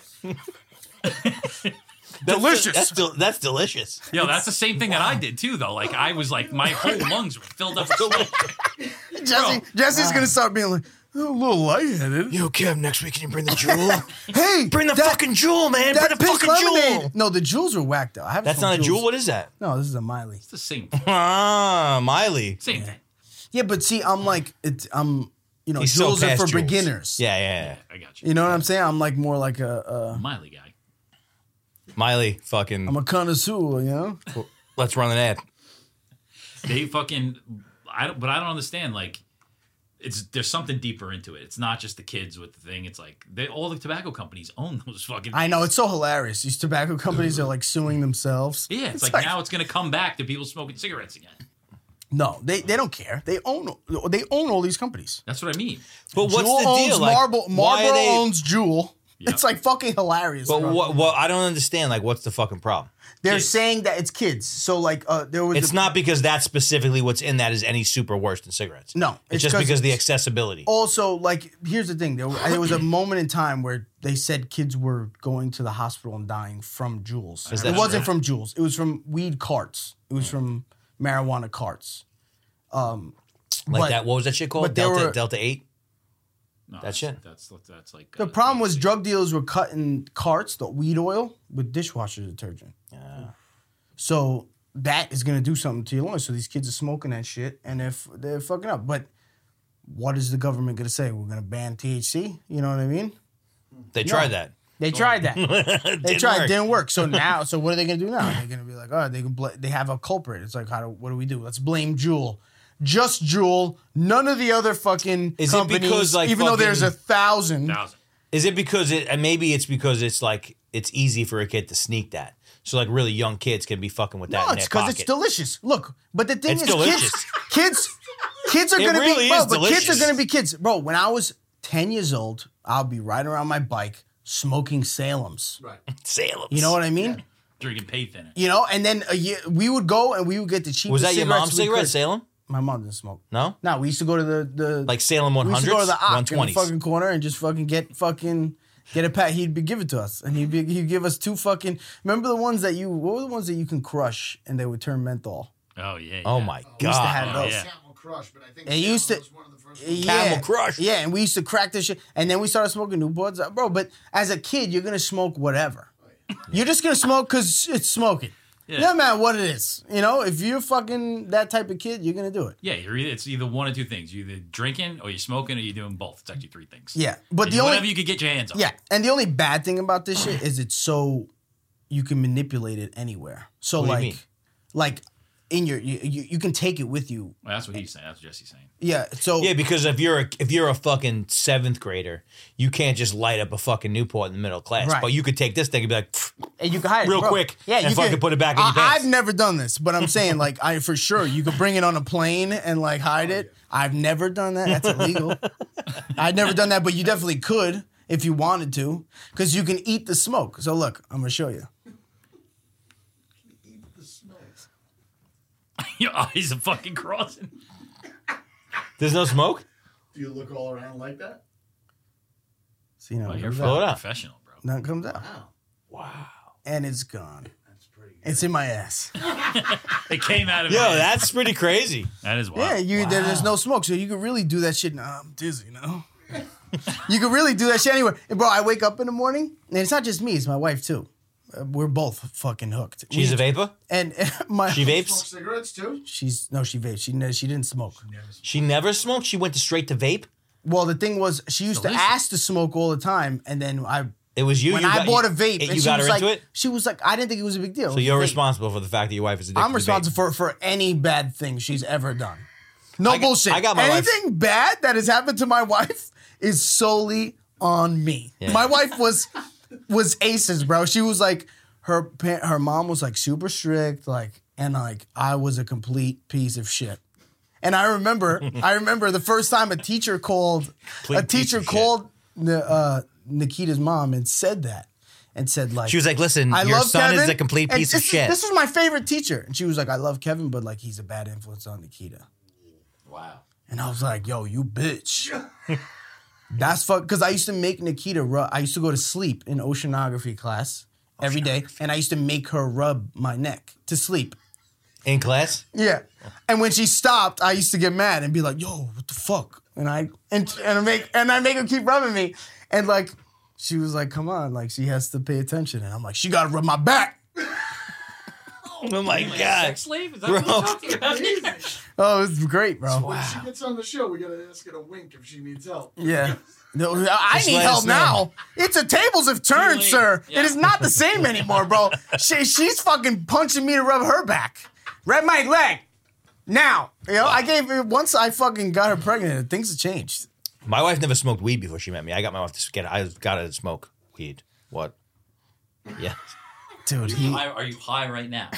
[SPEAKER 1] That's
[SPEAKER 2] delicious.
[SPEAKER 1] That's, del- that's delicious.
[SPEAKER 3] Yo, that's the same thing that I did too, though. Like I was like, my whole lungs were filled up with smoke.
[SPEAKER 2] Jesse, Jesse's gonna start being like, "I'm a little lightheaded.
[SPEAKER 1] Yo, Kev, next week can you bring the jewel?
[SPEAKER 2] Hey,
[SPEAKER 1] bring the
[SPEAKER 2] that-
[SPEAKER 1] fucking jewel, man. Bring
[SPEAKER 2] that
[SPEAKER 1] the
[SPEAKER 2] pink
[SPEAKER 1] fucking
[SPEAKER 2] lemonade.
[SPEAKER 1] jewel.
[SPEAKER 2] No, the jewels are whack though. I haven't
[SPEAKER 1] That's
[SPEAKER 2] smoked
[SPEAKER 1] not a jewel.
[SPEAKER 2] Juuls.
[SPEAKER 1] What is that?
[SPEAKER 2] No, this is a Miley.
[SPEAKER 3] It's the same,
[SPEAKER 1] Ah, Miley.
[SPEAKER 3] same thing.
[SPEAKER 2] Yeah, but see, I'm like, it's, I'm, you know,
[SPEAKER 1] He's
[SPEAKER 2] Jules
[SPEAKER 1] so
[SPEAKER 2] are
[SPEAKER 1] past
[SPEAKER 2] for
[SPEAKER 1] Juuls.
[SPEAKER 2] beginners.
[SPEAKER 1] Yeah, yeah,
[SPEAKER 3] I got you.
[SPEAKER 2] You know what I'm saying? I'm like more like a,
[SPEAKER 3] Miley guy.
[SPEAKER 1] yeah. Miley, fucking.
[SPEAKER 2] a I'm a connoisseur, you know?
[SPEAKER 1] let's run an ad.
[SPEAKER 3] They fucking. I don't, but I don't understand. Like, it's there's something deeper into it. It's not just the kids with the thing. It's like they all the tobacco companies own those fucking.
[SPEAKER 2] I know, it's so hilarious. These tobacco companies are like suing themselves.
[SPEAKER 3] yeah, it's, like, now it's gonna come back to people smoking cigarettes again.
[SPEAKER 2] No, they, they don't care. They own they own all these companies.
[SPEAKER 3] That's what I mean.
[SPEAKER 1] But what's
[SPEAKER 2] Juul
[SPEAKER 1] the
[SPEAKER 2] owns
[SPEAKER 1] deal? Like,
[SPEAKER 2] Marble,
[SPEAKER 1] why
[SPEAKER 2] Marlboro
[SPEAKER 1] are they-
[SPEAKER 2] owns Jewel.
[SPEAKER 3] Yeah.
[SPEAKER 2] It's like fucking hilarious.
[SPEAKER 1] But
[SPEAKER 2] bro.
[SPEAKER 1] what? What? I don't understand. Like, what's the fucking problem?
[SPEAKER 2] They're
[SPEAKER 3] kids.
[SPEAKER 2] saying that it's kids. So like uh there was
[SPEAKER 1] It's
[SPEAKER 2] a-
[SPEAKER 1] not because that's specifically what's in that is any super worse than cigarettes.
[SPEAKER 2] No,
[SPEAKER 1] it's,
[SPEAKER 2] it's
[SPEAKER 1] just
[SPEAKER 2] 'cause
[SPEAKER 1] because the
[SPEAKER 2] it's- Oh,
[SPEAKER 1] accessibility.
[SPEAKER 2] also like here's the thing there, were- there was a moment in time where they said kids were going to the hospital and dying from juuls
[SPEAKER 1] Is
[SPEAKER 2] it
[SPEAKER 1] that
[SPEAKER 2] wasn't from juuls it was from weed carts it was from marijuana carts Um,
[SPEAKER 1] like
[SPEAKER 2] but-
[SPEAKER 1] that. What was that shit called?
[SPEAKER 2] but there
[SPEAKER 1] Delta
[SPEAKER 2] were-
[SPEAKER 1] Delta Eight.
[SPEAKER 3] No,
[SPEAKER 1] That's
[SPEAKER 3] that's
[SPEAKER 1] it.
[SPEAKER 3] That's that's like uh,
[SPEAKER 2] the problem was drug dealers were cutting carts the weed oil with dishwasher detergent so that is going to do something to your lungs so these kids are smoking that shit and they're, f- they're fucking up but what is the government going to say we're going to ban thc you know what i mean
[SPEAKER 1] They tried that.
[SPEAKER 2] They tried that. They
[SPEAKER 1] Didn't
[SPEAKER 2] tried.
[SPEAKER 1] work.
[SPEAKER 2] Didn't work. So now, so what are they gonna do now? They're gonna be like, oh, they can. Bl- they have a culprit. It's like, how do? What do we do? Let's blame Jewel. Just Jewel. None of the other fucking
[SPEAKER 1] Is it
[SPEAKER 2] companies.
[SPEAKER 1] because, like,
[SPEAKER 2] even though there's a
[SPEAKER 1] fucking-
[SPEAKER 2] thousand.
[SPEAKER 3] Thousand.
[SPEAKER 1] Is it because it? And maybe it's because it's like it's easy for a kid to sneak that. So like really young kids can be fucking with that.
[SPEAKER 2] No,
[SPEAKER 1] in
[SPEAKER 2] it's
[SPEAKER 1] their
[SPEAKER 2] because it's
[SPEAKER 1] pocket.
[SPEAKER 2] delicious. Look, but the thing
[SPEAKER 1] It's
[SPEAKER 2] is,
[SPEAKER 1] delicious.
[SPEAKER 2] kids, kids, kids are
[SPEAKER 1] It
[SPEAKER 2] gonna
[SPEAKER 1] really
[SPEAKER 2] be, bro,
[SPEAKER 1] is
[SPEAKER 2] but kids
[SPEAKER 1] delicious.
[SPEAKER 2] are gonna be kids, bro. When I was ten years old, I'll be riding around my bike smoking Salem's.
[SPEAKER 4] Right.
[SPEAKER 1] Salem's.
[SPEAKER 2] You know what I mean?
[SPEAKER 3] Drinking pay thinner.
[SPEAKER 2] You know, and then a year, we would go and we would get the cheapest.
[SPEAKER 1] Was that your
[SPEAKER 2] cigarettes
[SPEAKER 1] mom's
[SPEAKER 2] we
[SPEAKER 1] cigarette,
[SPEAKER 2] could.
[SPEAKER 1] Salem?
[SPEAKER 2] My mom didn't smoke.
[SPEAKER 1] No,
[SPEAKER 2] No, we used to go to the the
[SPEAKER 1] like Salem one
[SPEAKER 2] we used to
[SPEAKER 1] hundred,
[SPEAKER 2] go to the
[SPEAKER 1] one
[SPEAKER 2] op in the
[SPEAKER 1] twenties.
[SPEAKER 2] fucking corner and just fucking get fucking get a pack. He'd be give it to us, and he'd be, he'd give us two fucking. Remember the ones that you? What were the ones that you can crush and they would turn menthol?
[SPEAKER 3] Oh yeah.
[SPEAKER 1] Oh
[SPEAKER 3] yeah.
[SPEAKER 1] my
[SPEAKER 2] to
[SPEAKER 1] god!
[SPEAKER 2] have-
[SPEAKER 3] Oh,
[SPEAKER 4] It was
[SPEAKER 3] yeah.
[SPEAKER 4] Camel Crush, but I think
[SPEAKER 2] Uh, It
[SPEAKER 4] Camel
[SPEAKER 2] used to-
[SPEAKER 4] was one of the first ones.
[SPEAKER 2] Yeah.
[SPEAKER 1] Camel Crush.
[SPEAKER 2] Yeah, and we used to crack this shit, and then we started smoking Newports, Uh, bro. But as a kid, you're gonna smoke whatever. You're just gonna smoke because it's smoking.
[SPEAKER 3] Yeah.
[SPEAKER 2] No matter what it is, you know. If you're fucking that type of kid, you're gonna do it.
[SPEAKER 3] Yeah, you're either, it's either one or two things. You're either drinking or you're smoking or you're doing both. It's actually three things.
[SPEAKER 2] Yeah, but
[SPEAKER 3] And
[SPEAKER 2] the
[SPEAKER 3] whatever
[SPEAKER 2] only
[SPEAKER 3] you could get your hands on.
[SPEAKER 2] yeah, and the only bad thing about this shit is it's so you can manipulate it anywhere. So
[SPEAKER 1] What do you
[SPEAKER 2] like,
[SPEAKER 1] mean?
[SPEAKER 2] like in your you, you you can take it with you.
[SPEAKER 3] Well, that's what he's saying. That's what Jesse's saying.
[SPEAKER 2] Yeah. So
[SPEAKER 1] Yeah, because if you're a if you're a fucking seventh grader, you can't just light up a fucking Newport in the middle of class.
[SPEAKER 2] Right.
[SPEAKER 1] But you could take this thing and be like, "Pfft,
[SPEAKER 2] and you can hide it,
[SPEAKER 1] Real
[SPEAKER 2] bro.
[SPEAKER 1] quick,
[SPEAKER 2] Yeah,
[SPEAKER 1] and
[SPEAKER 2] you
[SPEAKER 1] fucking
[SPEAKER 2] could-
[SPEAKER 1] put it back in your
[SPEAKER 2] I,
[SPEAKER 1] pants.
[SPEAKER 2] I've never done this, but I'm saying like I for sure you could bring it on a plane and like hide
[SPEAKER 1] Oh,
[SPEAKER 2] it. I've never done that. That's illegal. I've never done that, but you definitely could if you wanted to, because you can eat the smoke. So look, I'm gonna show you.
[SPEAKER 4] Eat the smokes.
[SPEAKER 3] your eyes are fucking crossing.
[SPEAKER 1] "There's no smoke."
[SPEAKER 4] Do you look all around like that?
[SPEAKER 2] See, now
[SPEAKER 3] Oh,
[SPEAKER 2] it
[SPEAKER 3] you're
[SPEAKER 2] comes
[SPEAKER 1] Blow
[SPEAKER 3] fucking
[SPEAKER 1] it
[SPEAKER 2] out.
[SPEAKER 1] up.
[SPEAKER 3] professional, bro.
[SPEAKER 2] Now it comes out,
[SPEAKER 4] Wow.
[SPEAKER 1] Wow,
[SPEAKER 2] and it's gone.
[SPEAKER 4] That's pretty good.
[SPEAKER 2] It's in my ass.
[SPEAKER 3] It came out of
[SPEAKER 1] yo,
[SPEAKER 3] my head.
[SPEAKER 1] that's pretty crazy.
[SPEAKER 3] that is
[SPEAKER 2] Yeah,
[SPEAKER 3] wild.
[SPEAKER 2] you there, there's no smoke, so you could really do that shit. Nah, I'm dizzy, no. you could really do that shit anywhere, And, bro. I wake up in the morning, and it's not just me; it's my wife too. Uh, We're both fucking hooked.
[SPEAKER 1] She's
[SPEAKER 2] We-
[SPEAKER 1] a vapor.
[SPEAKER 2] and my
[SPEAKER 1] She
[SPEAKER 4] Smoke
[SPEAKER 1] vapes.
[SPEAKER 4] cigarettes too?
[SPEAKER 2] she's no, she vaped. She ne- she didn't smoke.
[SPEAKER 1] She never smoked. She went to straight to vape.
[SPEAKER 2] Well, the thing was, she used
[SPEAKER 3] Delicious.
[SPEAKER 2] to ask to smoke all the time, and then I
[SPEAKER 1] It was you.
[SPEAKER 2] when
[SPEAKER 1] you
[SPEAKER 2] I
[SPEAKER 1] got-
[SPEAKER 2] bought a
[SPEAKER 1] you-
[SPEAKER 2] vape,
[SPEAKER 1] You
[SPEAKER 2] and she
[SPEAKER 1] got
[SPEAKER 2] was
[SPEAKER 1] her
[SPEAKER 2] like,
[SPEAKER 1] into it.
[SPEAKER 2] she was like, I didn't think it was a big deal.
[SPEAKER 1] So you're responsible for the fact that your wife is addicted.
[SPEAKER 2] I'm
[SPEAKER 1] to vape.
[SPEAKER 2] responsible for, for any bad thing she's ever done. No
[SPEAKER 1] got-
[SPEAKER 2] bullshit.
[SPEAKER 1] I got my wife-
[SPEAKER 2] Anything bad that has happened to my wife is solely on me. My wife was was aces, bro. She was like her pa- her mom was like super strict, like and like I was a complete piece of shit. And I remember, I remember the first time a teacher called, a
[SPEAKER 1] Complete piece
[SPEAKER 2] teacher
[SPEAKER 1] of shit.
[SPEAKER 2] called Ni- uh, Nikita's mom and said that, and said like
[SPEAKER 1] She was like, "Listen, your son is a complete
[SPEAKER 2] and
[SPEAKER 1] piece of
[SPEAKER 2] this is-
[SPEAKER 1] shit."
[SPEAKER 2] this was my favorite teacher. And she was like, I love Kevin, but like he's a bad influence on Nikita.
[SPEAKER 3] Wow.
[SPEAKER 2] And I was like, yo, you bitch. That's fuck. Cause I used to make Nikita rub. I used to go to sleep in oceanography class every day. And I used to make her rub my neck to sleep.
[SPEAKER 1] in class.
[SPEAKER 2] Yeah. And when she stopped, I used to get mad and be like, yo, what the fuck? And I and, and I make and I make her keep rubbing me. And like she was like, come on, like she has to pay attention. And I'm like, she gotta rub my back.
[SPEAKER 1] Oh my
[SPEAKER 3] Like a
[SPEAKER 1] god,
[SPEAKER 3] sex slave? Is that
[SPEAKER 1] Bro.
[SPEAKER 3] what you're talking about?
[SPEAKER 2] Oh, it's great, bro.
[SPEAKER 4] When she gets on the show, we gotta ask her to wink if she needs help.
[SPEAKER 2] Yeah. No, I
[SPEAKER 1] Just
[SPEAKER 2] need
[SPEAKER 1] let us
[SPEAKER 2] help
[SPEAKER 1] know.
[SPEAKER 2] now. It's a tables have turned,
[SPEAKER 3] late.
[SPEAKER 2] sir.
[SPEAKER 3] Yeah.
[SPEAKER 2] It is not the same anymore, bro. she, she's fucking punching me to rub her back. Rub my leg. Now. You know, I gave her once I fucking got her pregnant, things have changed.
[SPEAKER 1] my wife never smoked weed before she met me. I got my wife to get. I got her to smoke weed. What? Yeah.
[SPEAKER 2] Dude, he,
[SPEAKER 3] Why Are you high right now?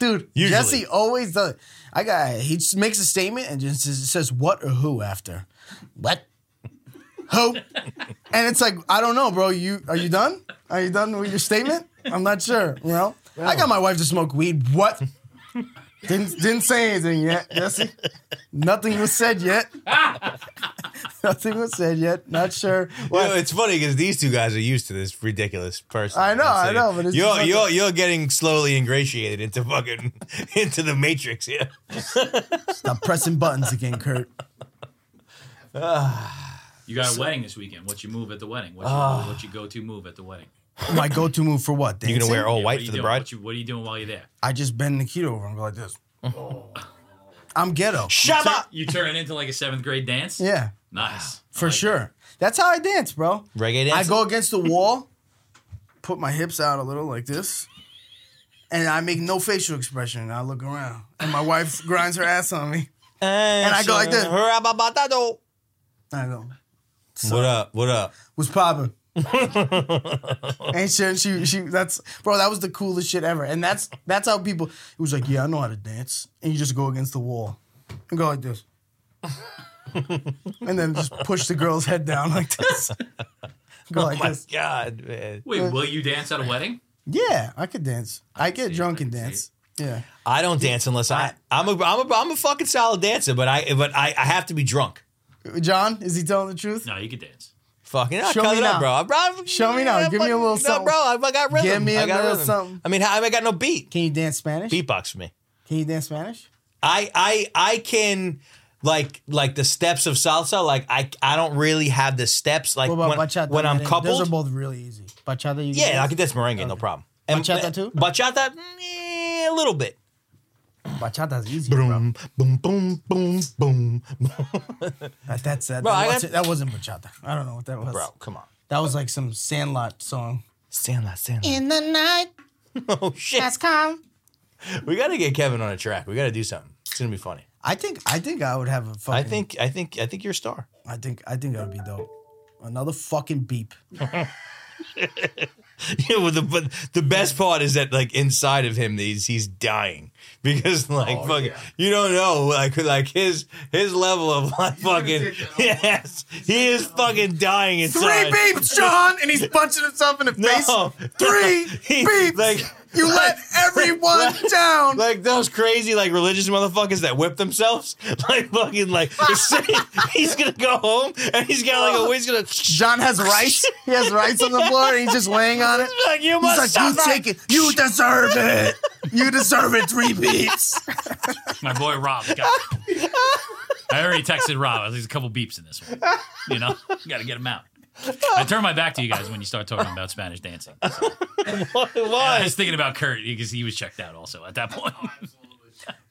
[SPEAKER 2] dude,
[SPEAKER 1] Usually.
[SPEAKER 2] Jesse always does. I got he just makes a statement and just says, says what or who after. What? Who? and it's like, I don't know, bro. You are you done? Are you done with your statement? I'm not sure. You know? I got my wife to smoke weed. What? didn't didn't say anything yet, Jesse. Nothing was said yet. Nothing was said yet. Not sure.
[SPEAKER 1] Well, it's funny because these two guys are used to this ridiculous person.
[SPEAKER 2] I know, I know, but it's
[SPEAKER 1] you're
[SPEAKER 2] just like-
[SPEAKER 1] you're you're getting slowly ingratiated into fucking into the matrix here.
[SPEAKER 2] Stop pressing buttons again, Kurt.
[SPEAKER 3] You got a wedding this weekend. What's your move at the wedding? What's your,
[SPEAKER 1] Ah.
[SPEAKER 3] what's your go-to move at the wedding?
[SPEAKER 2] My go-to move for what?
[SPEAKER 1] You're gonna
[SPEAKER 2] dancing?
[SPEAKER 1] wear all
[SPEAKER 3] Yeah, what are
[SPEAKER 1] white
[SPEAKER 3] you
[SPEAKER 1] for the
[SPEAKER 3] doing?
[SPEAKER 1] bride.
[SPEAKER 3] What, you, what are you doing while you're there?
[SPEAKER 2] I just bend Nikita over and go like this. I'm ghetto.
[SPEAKER 1] Shut up.
[SPEAKER 3] You turn into like a seventh grade dance?
[SPEAKER 2] Yeah,
[SPEAKER 3] Nice. I
[SPEAKER 2] for
[SPEAKER 3] like
[SPEAKER 2] sure. That's how I dance, bro.
[SPEAKER 1] Reggae
[SPEAKER 2] I
[SPEAKER 1] dance.
[SPEAKER 2] go against the wall put my hips out a little like this, and I make no facial expression. I look around, and my wife grinds her ass on me.
[SPEAKER 1] And
[SPEAKER 2] I go like this.
[SPEAKER 1] this.
[SPEAKER 2] I go,
[SPEAKER 1] What up? What up?
[SPEAKER 2] "What's poppin'?" and she, she, she, that's bro. That was the coolest shit ever. And that's that's how people. It was like, yeah, I know how to dance, and you just go against the wall and go like this, and then just push the girl's head down like this. Go like
[SPEAKER 1] My
[SPEAKER 2] this.
[SPEAKER 1] God, man.
[SPEAKER 3] Wait, will you dance at a wedding?
[SPEAKER 2] Yeah, I could dance. I,
[SPEAKER 3] can
[SPEAKER 2] get
[SPEAKER 3] see it,
[SPEAKER 2] drunk
[SPEAKER 3] I
[SPEAKER 2] and
[SPEAKER 3] can see
[SPEAKER 2] dance. Yeah.
[SPEAKER 1] I don't dance unless I. I'm a. I'm a. I'm a fucking solid dancer, but I. But I. I have to be drunk.
[SPEAKER 2] John, is he telling the truth?
[SPEAKER 3] No, you could dance.
[SPEAKER 1] Fucking I
[SPEAKER 2] Show
[SPEAKER 1] cut
[SPEAKER 2] me
[SPEAKER 1] it
[SPEAKER 2] now.
[SPEAKER 1] up, bro. I, bro
[SPEAKER 2] Show me now.
[SPEAKER 1] yeah,
[SPEAKER 2] Give me a
[SPEAKER 1] fuck-
[SPEAKER 2] little something.
[SPEAKER 1] No, bro, I, I got rhythm.
[SPEAKER 2] me a
[SPEAKER 1] I got
[SPEAKER 2] little
[SPEAKER 1] rhythm.
[SPEAKER 2] something.
[SPEAKER 1] I mean, I, I got no beat.
[SPEAKER 2] Can you dance Spanish?
[SPEAKER 1] Beatbox for me.
[SPEAKER 2] Can you dance Spanish?
[SPEAKER 1] I. I. I can. Like like the steps of salsa, like I I don't really have the steps like
[SPEAKER 2] What about
[SPEAKER 1] when,
[SPEAKER 2] bachata?
[SPEAKER 1] when I'm
[SPEAKER 2] merengue?
[SPEAKER 1] coupled.
[SPEAKER 2] those are both really easy. Bachata, you can
[SPEAKER 1] yeah, I
[SPEAKER 2] dance?
[SPEAKER 1] can dance merengue, no problem. And eh,
[SPEAKER 2] Bachata too?
[SPEAKER 1] Bachata, mm, a little bit.
[SPEAKER 2] Bachata's easy, bro.
[SPEAKER 1] boom, boom, boom, boom,
[SPEAKER 2] That- That's that.
[SPEAKER 1] Bro, I
[SPEAKER 2] that,
[SPEAKER 1] got-
[SPEAKER 2] wasn't, that wasn't bachata. I don't know what that was.
[SPEAKER 1] bro. Come on,
[SPEAKER 2] That was like some Sandlot song.
[SPEAKER 1] Sandlot, Sandlot.
[SPEAKER 2] In the night
[SPEAKER 1] Oh shit!
[SPEAKER 2] come.
[SPEAKER 1] We gotta get Kevin on a track. We gotta do something. It's gonna be funny.
[SPEAKER 2] I think I think I would have a fucking.
[SPEAKER 1] I think I think I think you're a star.
[SPEAKER 2] I think I think that would be dope. Another fucking beep.
[SPEAKER 1] yeah, well, the but the best part is that like inside of him, he's he's dying because like
[SPEAKER 4] Oh,
[SPEAKER 1] fucking
[SPEAKER 4] yeah.
[SPEAKER 1] you don't know like like his his level of like fucking
[SPEAKER 4] take that all.
[SPEAKER 1] yes, he is fucking dying
[SPEAKER 2] Three
[SPEAKER 1] inside.
[SPEAKER 2] beeps, John, and he's punching himself in the face.
[SPEAKER 1] No.
[SPEAKER 2] Three
[SPEAKER 1] He-
[SPEAKER 2] beeps.
[SPEAKER 1] like-
[SPEAKER 2] you let everyone down.
[SPEAKER 1] Like those crazy, like religious motherfuckers that whip themselves, like fucking, like he's gonna go home and he's got like a, he's gonna
[SPEAKER 2] John has rice. He has rice on the floor, and he's just laying on it.
[SPEAKER 1] like you
[SPEAKER 2] He's
[SPEAKER 1] must
[SPEAKER 2] like, "You
[SPEAKER 1] suffer."
[SPEAKER 2] take it. You deserve it. You deserve it. Three beeps."
[SPEAKER 3] My boy Rob. Got I already texted Rob. There's a couple beeps in this one. You know, got to get him out. I turn my back to you guys when you start talking about Spanish dancing. So,
[SPEAKER 1] What?
[SPEAKER 3] I was thinking about Kurt because he was checked out also at that point.
[SPEAKER 4] Absolutely.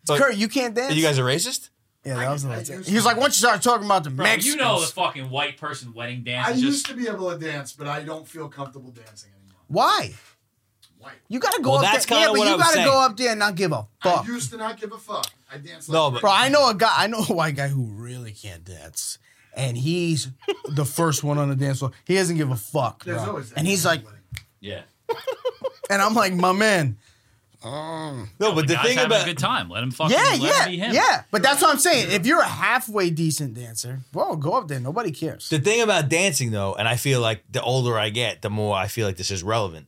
[SPEAKER 2] Kurt, you can't dance.
[SPEAKER 1] You guys are racist.
[SPEAKER 2] yeah, that was the
[SPEAKER 4] I
[SPEAKER 2] last.
[SPEAKER 4] used
[SPEAKER 2] He was like, "Once you start talking about the
[SPEAKER 3] Bro,
[SPEAKER 2] Mexicans,
[SPEAKER 3] you know the fucking white person wedding dance
[SPEAKER 4] I
[SPEAKER 3] is just
[SPEAKER 4] used to be able to dance, but I don't feel comfortable dancing anymore.
[SPEAKER 2] why?
[SPEAKER 4] White.
[SPEAKER 2] You gotta go
[SPEAKER 1] Well,
[SPEAKER 2] up
[SPEAKER 1] that's
[SPEAKER 2] there. Yeah,
[SPEAKER 1] kinda
[SPEAKER 2] but
[SPEAKER 1] what
[SPEAKER 2] you
[SPEAKER 1] I'm
[SPEAKER 2] gotta
[SPEAKER 1] saying.
[SPEAKER 2] go up there and not give a fuck."
[SPEAKER 4] I used to not give a fuck. I danced like
[SPEAKER 1] No, but-
[SPEAKER 2] Bro,
[SPEAKER 4] crazy.
[SPEAKER 2] I know a guy. I know a white guy who really can't dance, and he's the first one on the dance floor. He doesn't give a fuck,
[SPEAKER 4] There's
[SPEAKER 2] bro.
[SPEAKER 4] always that
[SPEAKER 2] And he's
[SPEAKER 4] kind
[SPEAKER 2] like,
[SPEAKER 4] of wedding.
[SPEAKER 3] yeah.
[SPEAKER 2] and I'm like, "My man."
[SPEAKER 1] No, but
[SPEAKER 3] But
[SPEAKER 1] the
[SPEAKER 3] guy's
[SPEAKER 1] thing
[SPEAKER 3] having
[SPEAKER 1] about
[SPEAKER 3] a good time. Let him fucking
[SPEAKER 2] Yeah,
[SPEAKER 3] let
[SPEAKER 2] yeah,
[SPEAKER 3] him be him.
[SPEAKER 2] yeah. But that's what I'm saying. If you're a halfway decent dancer, bro, go up there. Nobody cares.
[SPEAKER 1] the thing about dancing though, and I feel like the older I get, the more I feel like this is relevant.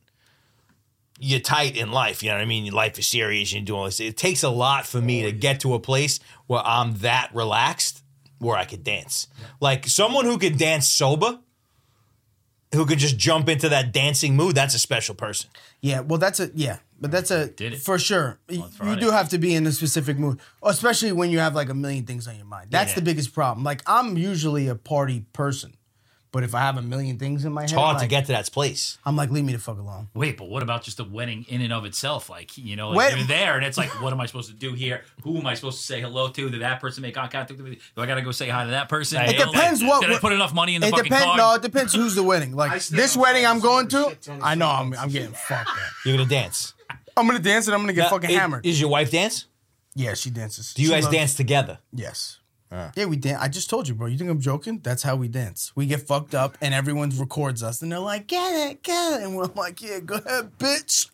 [SPEAKER 1] You're tight in life, you know what I mean? Your life is serious, you do all this. It takes a lot for me to get to a place where I'm that relaxed where I could dance. Like someone who could dance sober, who could just jump into that dancing mood, that's a special person.
[SPEAKER 2] Yeah, well, that's a yeah, but that's a
[SPEAKER 3] Did it.
[SPEAKER 2] for sure. You, you
[SPEAKER 3] Friday.
[SPEAKER 2] do have to be in a specific mood, especially when you have like a million things on your mind. That's the biggest problem. Like I'm usually a party person, but if I have a million things in my head,
[SPEAKER 1] Hard
[SPEAKER 2] I'm
[SPEAKER 1] to
[SPEAKER 2] like-
[SPEAKER 1] get to that place.
[SPEAKER 2] I'm like, leave me the fuck alone.
[SPEAKER 3] Wait, but what about just the wedding in and of itself? Like, you know, like
[SPEAKER 2] Wed-
[SPEAKER 3] you're there and it's like, what am I supposed to do here? Who am I supposed to say hello to? Did that person make eye contact with me? Do I got to go say hi to that person?
[SPEAKER 1] It
[SPEAKER 3] You know, like,
[SPEAKER 2] depends what-
[SPEAKER 3] Did I put enough money in the
[SPEAKER 2] It
[SPEAKER 3] fucking
[SPEAKER 2] depends.
[SPEAKER 3] car?
[SPEAKER 2] No, it depends who's the wedding.
[SPEAKER 4] I
[SPEAKER 2] Like
[SPEAKER 4] stay
[SPEAKER 2] this
[SPEAKER 4] on
[SPEAKER 2] wedding I'm
[SPEAKER 4] Fridays
[SPEAKER 2] going
[SPEAKER 4] for a
[SPEAKER 2] to,
[SPEAKER 4] shit ton of
[SPEAKER 2] I know
[SPEAKER 4] shit.
[SPEAKER 2] I'm, I'm getting fucked. Up.
[SPEAKER 1] You're gonna dance.
[SPEAKER 2] I'm gonna dance and I'm gonna get
[SPEAKER 1] Now,
[SPEAKER 2] fucking
[SPEAKER 1] is-
[SPEAKER 2] hammered.
[SPEAKER 1] Is your wife dance?
[SPEAKER 2] yeah, she dances.
[SPEAKER 1] Do you
[SPEAKER 2] She
[SPEAKER 1] guys
[SPEAKER 2] loves-
[SPEAKER 1] dance together?
[SPEAKER 2] Yes.
[SPEAKER 1] Ah.
[SPEAKER 2] Yeah, we dance. I just told you, bro. You think I'm joking? That's how we dance. We get fucked up, and everyone records us, and they're like, "Get it, get it," and we're like, "Yeah, go ahead, bitch."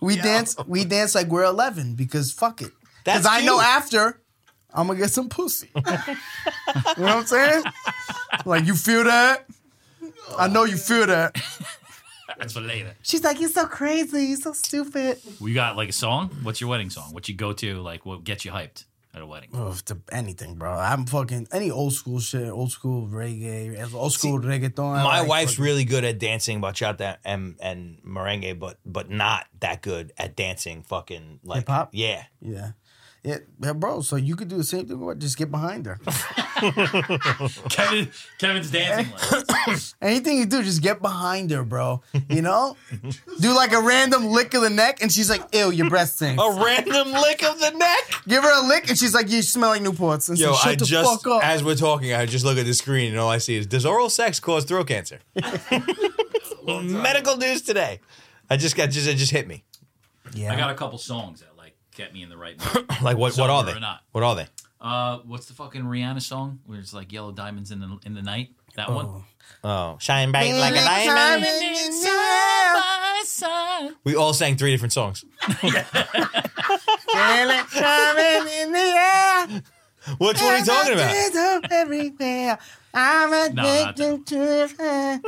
[SPEAKER 2] We dance. We dance like we're 11 because fuck it. Because
[SPEAKER 1] That's
[SPEAKER 2] I know
[SPEAKER 1] cute.
[SPEAKER 2] after I'm gonna get some pussy. you know what I'm saying? Like you feel that? I know you feel that.
[SPEAKER 3] That's for later.
[SPEAKER 2] She's like, "You're so crazy. You're so stupid."
[SPEAKER 3] We got like a song. What's your wedding song? What you go to? Like, what gets you hyped at a wedding?
[SPEAKER 2] Oh, to anything, bro. I'm fucking any old school shit, old school reggae, old school reggaeton. I
[SPEAKER 1] My
[SPEAKER 2] like
[SPEAKER 1] wife's
[SPEAKER 2] fucking-
[SPEAKER 1] really good at dancing bachata and and merengue, but but not that good at dancing fucking like
[SPEAKER 2] Hip-hop?
[SPEAKER 1] Yeah,
[SPEAKER 2] Yeah. Yeah, yeah, bro. So you could do the same thing, but just get behind her.
[SPEAKER 3] Kevin, Kevin's dancing. Like,
[SPEAKER 2] Anything you do, just get behind her, bro. You know, do like a random lick of the neck, and she's like, "Ew, your breath stinks."
[SPEAKER 1] a random lick of the neck.
[SPEAKER 2] Give her a lick, and she's like, "You smell like Newports." And
[SPEAKER 1] Yo,
[SPEAKER 2] so shut
[SPEAKER 1] I
[SPEAKER 2] the
[SPEAKER 1] just
[SPEAKER 2] fuck up.
[SPEAKER 1] as we're talking, I just look at the screen and all I see is does oral sex cause throat cancer?
[SPEAKER 4] long time.
[SPEAKER 1] Medical news today. I just got just it just hit me.
[SPEAKER 2] Yeah.
[SPEAKER 3] I got a couple songs that like get me in the right mood.
[SPEAKER 1] Like what? What
[SPEAKER 3] Sober
[SPEAKER 1] are
[SPEAKER 3] or
[SPEAKER 1] they?
[SPEAKER 3] not.
[SPEAKER 1] What are they?
[SPEAKER 3] uh, what's the fucking Rihanna song where it's like yellow diamonds in the in the night? That one.
[SPEAKER 1] Oh, shine bright like a diamond. We all sang three different songs.
[SPEAKER 2] Diamond in the air.
[SPEAKER 1] Which one are you talking about?
[SPEAKER 2] about? Everywhere. I'm
[SPEAKER 3] not that
[SPEAKER 2] addicted to her.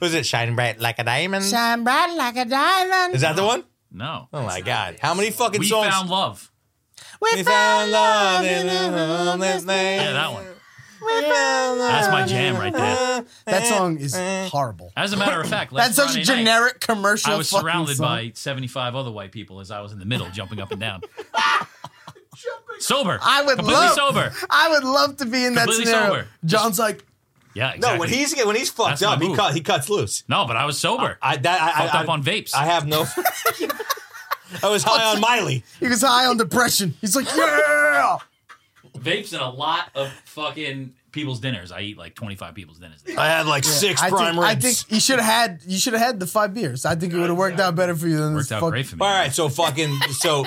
[SPEAKER 1] Was it shine bright like a diamond?
[SPEAKER 2] Shine bright like a diamond.
[SPEAKER 1] Is that the one?
[SPEAKER 3] No.
[SPEAKER 1] Oh my god! How many fucking
[SPEAKER 3] we
[SPEAKER 1] songs?
[SPEAKER 3] found love.
[SPEAKER 1] we found love in a homeless man.
[SPEAKER 3] Yeah, that one.
[SPEAKER 1] We found love
[SPEAKER 3] That's my jam right there.
[SPEAKER 2] That song is horrible.
[SPEAKER 3] As a matter of fact,
[SPEAKER 2] That's
[SPEAKER 3] last
[SPEAKER 2] such a
[SPEAKER 3] Friday night,
[SPEAKER 2] generic commercial.
[SPEAKER 3] I was
[SPEAKER 2] fucking
[SPEAKER 3] surrounded
[SPEAKER 2] song.
[SPEAKER 3] by 75 other white people as I was in the middle, jumping up and down. sober.
[SPEAKER 2] I would
[SPEAKER 3] Completely
[SPEAKER 2] love-
[SPEAKER 3] sober.
[SPEAKER 2] I would love to be in that
[SPEAKER 3] Completely
[SPEAKER 2] scenario.
[SPEAKER 3] sober.
[SPEAKER 2] John's like,
[SPEAKER 3] Yeah, exactly.
[SPEAKER 1] No, when he's when he's fucked
[SPEAKER 3] That's my
[SPEAKER 1] up, he
[SPEAKER 3] move.
[SPEAKER 1] cut he cuts loose.
[SPEAKER 3] No, but I was sober.
[SPEAKER 1] I that I,
[SPEAKER 3] Fucked
[SPEAKER 1] I,
[SPEAKER 3] up
[SPEAKER 1] I,
[SPEAKER 3] on vapes.
[SPEAKER 1] I have no. I was high on Miley.
[SPEAKER 2] he was high on depression. He's like, yeah.
[SPEAKER 3] vapes and a lot of fucking people's dinners. I eat like 25 people's dinners.
[SPEAKER 1] I had like six
[SPEAKER 2] I
[SPEAKER 1] prime
[SPEAKER 2] think, I
[SPEAKER 1] ribs.
[SPEAKER 2] think you should have had you should have had the five beers. I think it would have worked out better for you than
[SPEAKER 3] Worked
[SPEAKER 2] this
[SPEAKER 3] out
[SPEAKER 2] fuck-
[SPEAKER 3] great for me.
[SPEAKER 1] All right, so fucking so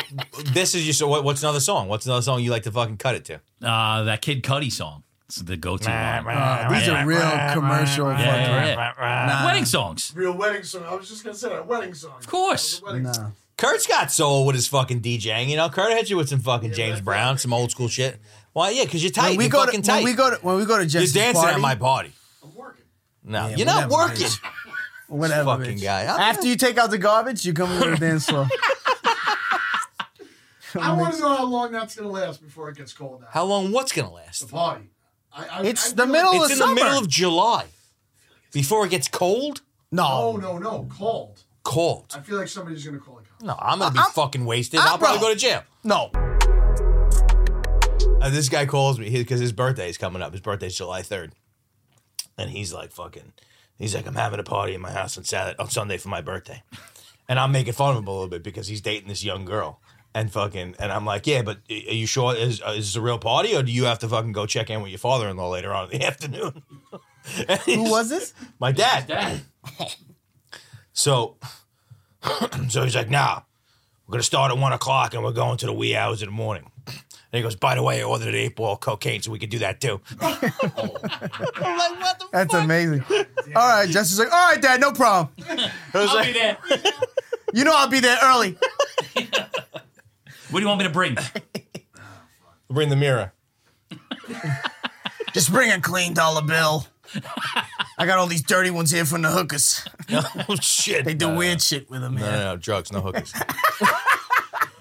[SPEAKER 1] this is your so what, what's another song? What's another song you like to fucking cut it to?
[SPEAKER 3] Uh, that Kid Cudi song. It's the go-to one.
[SPEAKER 2] Uh, these are real commercial.
[SPEAKER 3] Yeah,
[SPEAKER 2] fucking-
[SPEAKER 3] yeah, yeah. Wedding songs.
[SPEAKER 4] Real wedding song. I was just gonna say that wedding song. Of
[SPEAKER 3] course.
[SPEAKER 4] Wedding song.
[SPEAKER 2] No.
[SPEAKER 1] Kurt's got soul with his fucking DJing. You know, Kurt hit you with some fucking James
[SPEAKER 4] that's
[SPEAKER 1] Brown, some old school shit. Why? yeah, because you're tight.
[SPEAKER 2] When we
[SPEAKER 1] you're
[SPEAKER 2] go
[SPEAKER 1] fucking
[SPEAKER 2] to
[SPEAKER 1] tight.
[SPEAKER 2] when we go to when we go to
[SPEAKER 1] you're
[SPEAKER 2] Jesse's
[SPEAKER 1] dancing
[SPEAKER 2] party,
[SPEAKER 1] at my party.
[SPEAKER 4] I'm working.
[SPEAKER 1] No,
[SPEAKER 2] Yeah,
[SPEAKER 1] you're not
[SPEAKER 2] whatever,
[SPEAKER 1] working.
[SPEAKER 2] bitch. whatever
[SPEAKER 1] Fucking
[SPEAKER 2] bitch.
[SPEAKER 1] guy.
[SPEAKER 2] After you take out the garbage, you come to the dance floor.
[SPEAKER 4] I want to know how long that's gonna last before it gets cold out.
[SPEAKER 1] How long? What's gonna
[SPEAKER 4] the
[SPEAKER 1] last?
[SPEAKER 4] party? I, I,
[SPEAKER 2] It's
[SPEAKER 4] I
[SPEAKER 2] the
[SPEAKER 4] feel
[SPEAKER 2] middle of
[SPEAKER 4] Like,
[SPEAKER 1] It's in the
[SPEAKER 2] summer.
[SPEAKER 1] middle of July. Before it gets cold,
[SPEAKER 4] oh
[SPEAKER 2] No,
[SPEAKER 4] no, no, cold.
[SPEAKER 1] cold.
[SPEAKER 4] I feel like somebody's gonna call it. cold.
[SPEAKER 1] No, I'm gonna be
[SPEAKER 2] I'm-
[SPEAKER 1] fucking wasted.
[SPEAKER 2] I'm
[SPEAKER 1] I'll probably
[SPEAKER 2] broke.
[SPEAKER 1] go to jail.
[SPEAKER 2] no.
[SPEAKER 1] And Uh, this guy calls me because his birthday is coming up. His birthday's July 3rd. And he's like, fucking, he's like, I'm having a party in my house on Saturday, on Sunday for my birthday. And I'm making fun of him a little bit because he's dating this young girl. And fucking, and I'm like, yeah, but are you sure is, uh, is this a real party or do you have to fucking go check in with your father in law later on in the afternoon? And
[SPEAKER 2] Who
[SPEAKER 1] he's-
[SPEAKER 2] was this?
[SPEAKER 1] My dad.
[SPEAKER 3] Dad.
[SPEAKER 1] So, so he's like, nah, we're gonna start at one o'clock and we're going to the wee hours of the morning. And he goes, by the way, I ordered an eight ball of cocaine so we could do that too. I'm like, what the
[SPEAKER 2] That's amazing. All right, Jesse's like, all right, Dad, no problem.
[SPEAKER 1] I was
[SPEAKER 3] I'll
[SPEAKER 1] like,
[SPEAKER 3] be there. What
[SPEAKER 2] You know I'll be there early.
[SPEAKER 3] do you want me to bring?
[SPEAKER 1] Bring the mirror.
[SPEAKER 2] Just bring a clean dollar bill. I got all these dirty ones here from the hookers.
[SPEAKER 1] oh shit.
[SPEAKER 2] They do weird shit with them.
[SPEAKER 1] No,
[SPEAKER 2] man.
[SPEAKER 1] no, no, drugs, no hookers.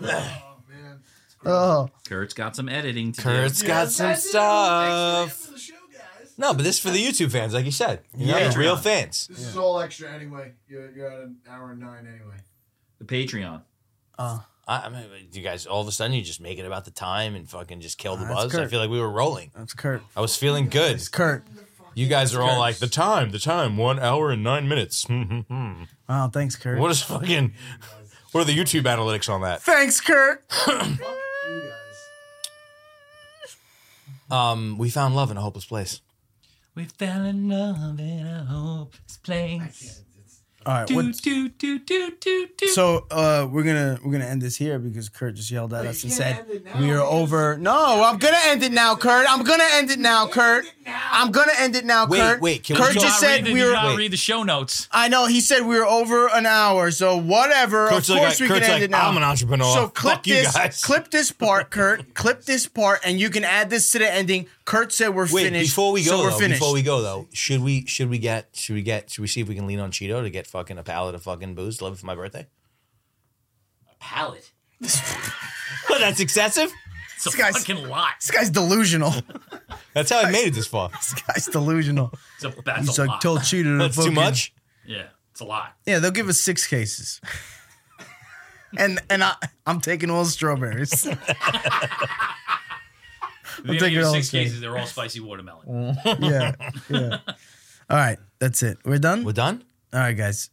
[SPEAKER 4] Oh man.
[SPEAKER 2] Oh,
[SPEAKER 3] Kurt's got some editing to
[SPEAKER 1] Kurt's got
[SPEAKER 4] Yes,
[SPEAKER 1] some
[SPEAKER 4] I do. Thanks for- thanks
[SPEAKER 1] stuff.
[SPEAKER 4] for the show, guys.
[SPEAKER 1] No, but this is for the YouTube fans, like you said. You know,
[SPEAKER 2] Yeah.
[SPEAKER 1] the real fans.
[SPEAKER 4] This is all extra anyway. You're, you're at an hour and nine anyway.
[SPEAKER 3] the Patreon.
[SPEAKER 1] I, I mean, you guys, all of a sudden, you just make it about the time and fucking just kill the
[SPEAKER 2] That's
[SPEAKER 1] buzz. I
[SPEAKER 2] Kurt.
[SPEAKER 1] feel like we were rolling.
[SPEAKER 2] that's Kurt.
[SPEAKER 1] I was feeling good.
[SPEAKER 2] It's Kurt.
[SPEAKER 1] You guys are all like, the time, the time, one hour and nine minutes. what
[SPEAKER 2] Oh, thanks, Kurt.
[SPEAKER 1] is fucking, what are the YouTube analytics on that?
[SPEAKER 2] Thanks, Kurt.
[SPEAKER 4] Fuck you guys.
[SPEAKER 1] Um, we found love in a hopeless place.
[SPEAKER 3] We fell in love in a hopeless
[SPEAKER 4] I
[SPEAKER 3] place.
[SPEAKER 4] can't. It's,
[SPEAKER 2] All right.
[SPEAKER 3] Do,
[SPEAKER 2] What,
[SPEAKER 3] do, do, do, do, do.
[SPEAKER 2] so uh, we're gonna we're gonna end this here because Kurt just yelled at
[SPEAKER 4] you
[SPEAKER 2] us and
[SPEAKER 4] can't
[SPEAKER 2] said
[SPEAKER 4] end it now,
[SPEAKER 2] we are
[SPEAKER 4] because-
[SPEAKER 2] over. No, I'm gonna end it now, Kurt. I'm gonna end it now, Kurt. I'm gonna end it now,
[SPEAKER 1] Wait,
[SPEAKER 2] Kurt.
[SPEAKER 1] wait, can we
[SPEAKER 2] Kurt
[SPEAKER 1] go-
[SPEAKER 2] just
[SPEAKER 1] Not
[SPEAKER 2] said
[SPEAKER 3] read the,
[SPEAKER 2] we
[SPEAKER 3] did
[SPEAKER 2] were.
[SPEAKER 3] not
[SPEAKER 1] wait.
[SPEAKER 3] read the show notes.
[SPEAKER 2] I know he said we were over an hour, so whatever.
[SPEAKER 1] Kurt's
[SPEAKER 2] of
[SPEAKER 1] like,
[SPEAKER 2] course, we
[SPEAKER 1] Kurt's
[SPEAKER 2] can
[SPEAKER 1] like,
[SPEAKER 2] end it now.
[SPEAKER 1] "I'm an entrepreneur.
[SPEAKER 2] So clip
[SPEAKER 1] Fuck you
[SPEAKER 2] this,
[SPEAKER 1] guys."
[SPEAKER 2] clip this part, Kurt. clip this part, and you can add this to the ending. Kurt said we're
[SPEAKER 1] Wait,
[SPEAKER 2] finished.
[SPEAKER 1] before we go,
[SPEAKER 2] so we're
[SPEAKER 1] though,
[SPEAKER 2] finished.
[SPEAKER 1] before we go though, should we, should we get, should we get, should we see if we can lean on Cheeto to get fucking a pallet of fucking booze to love for my birthday?
[SPEAKER 3] A palette.
[SPEAKER 1] Well, that's excessive.
[SPEAKER 3] It's a
[SPEAKER 2] guy's-
[SPEAKER 3] fucking lot.
[SPEAKER 2] this guy's delusional.
[SPEAKER 1] That's how I made it this far.
[SPEAKER 2] this guy's delusional.
[SPEAKER 3] It's a, that's
[SPEAKER 2] He's
[SPEAKER 3] a
[SPEAKER 2] like,
[SPEAKER 3] lot.
[SPEAKER 2] told Cheetah to
[SPEAKER 1] That's too
[SPEAKER 2] fucking-
[SPEAKER 1] much.
[SPEAKER 3] yeah, it's a lot.
[SPEAKER 2] Yeah, they'll give us six cases. and and I I'm taking all strawberries.
[SPEAKER 3] They
[SPEAKER 2] taking
[SPEAKER 3] give you
[SPEAKER 2] all
[SPEAKER 3] six
[SPEAKER 2] the same.
[SPEAKER 3] cases. They're all spicy watermelon.
[SPEAKER 2] yeah, yeah. All right, that's it. We're done.
[SPEAKER 1] We're
[SPEAKER 2] All
[SPEAKER 1] done.
[SPEAKER 2] right, guys.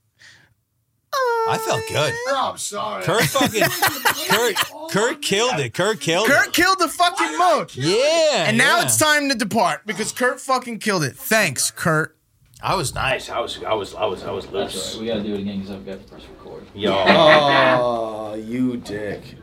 [SPEAKER 1] I felt good.
[SPEAKER 4] oh, I'm sorry.
[SPEAKER 1] Kurt fucking, Kurt, Kurt killed it. Kurt killed
[SPEAKER 2] Kurt
[SPEAKER 1] it.
[SPEAKER 2] killed the fucking mode.
[SPEAKER 1] Yeah.
[SPEAKER 2] And now
[SPEAKER 1] yeah.
[SPEAKER 2] it's time to depart because Kurt fucking killed it. Thanks, Kurt.
[SPEAKER 5] I was nice. I was I was I was I was
[SPEAKER 6] That's all right.
[SPEAKER 5] loose.
[SPEAKER 6] We gotta do it again because I've got to press record.
[SPEAKER 5] Yo,
[SPEAKER 7] Oh, you dick.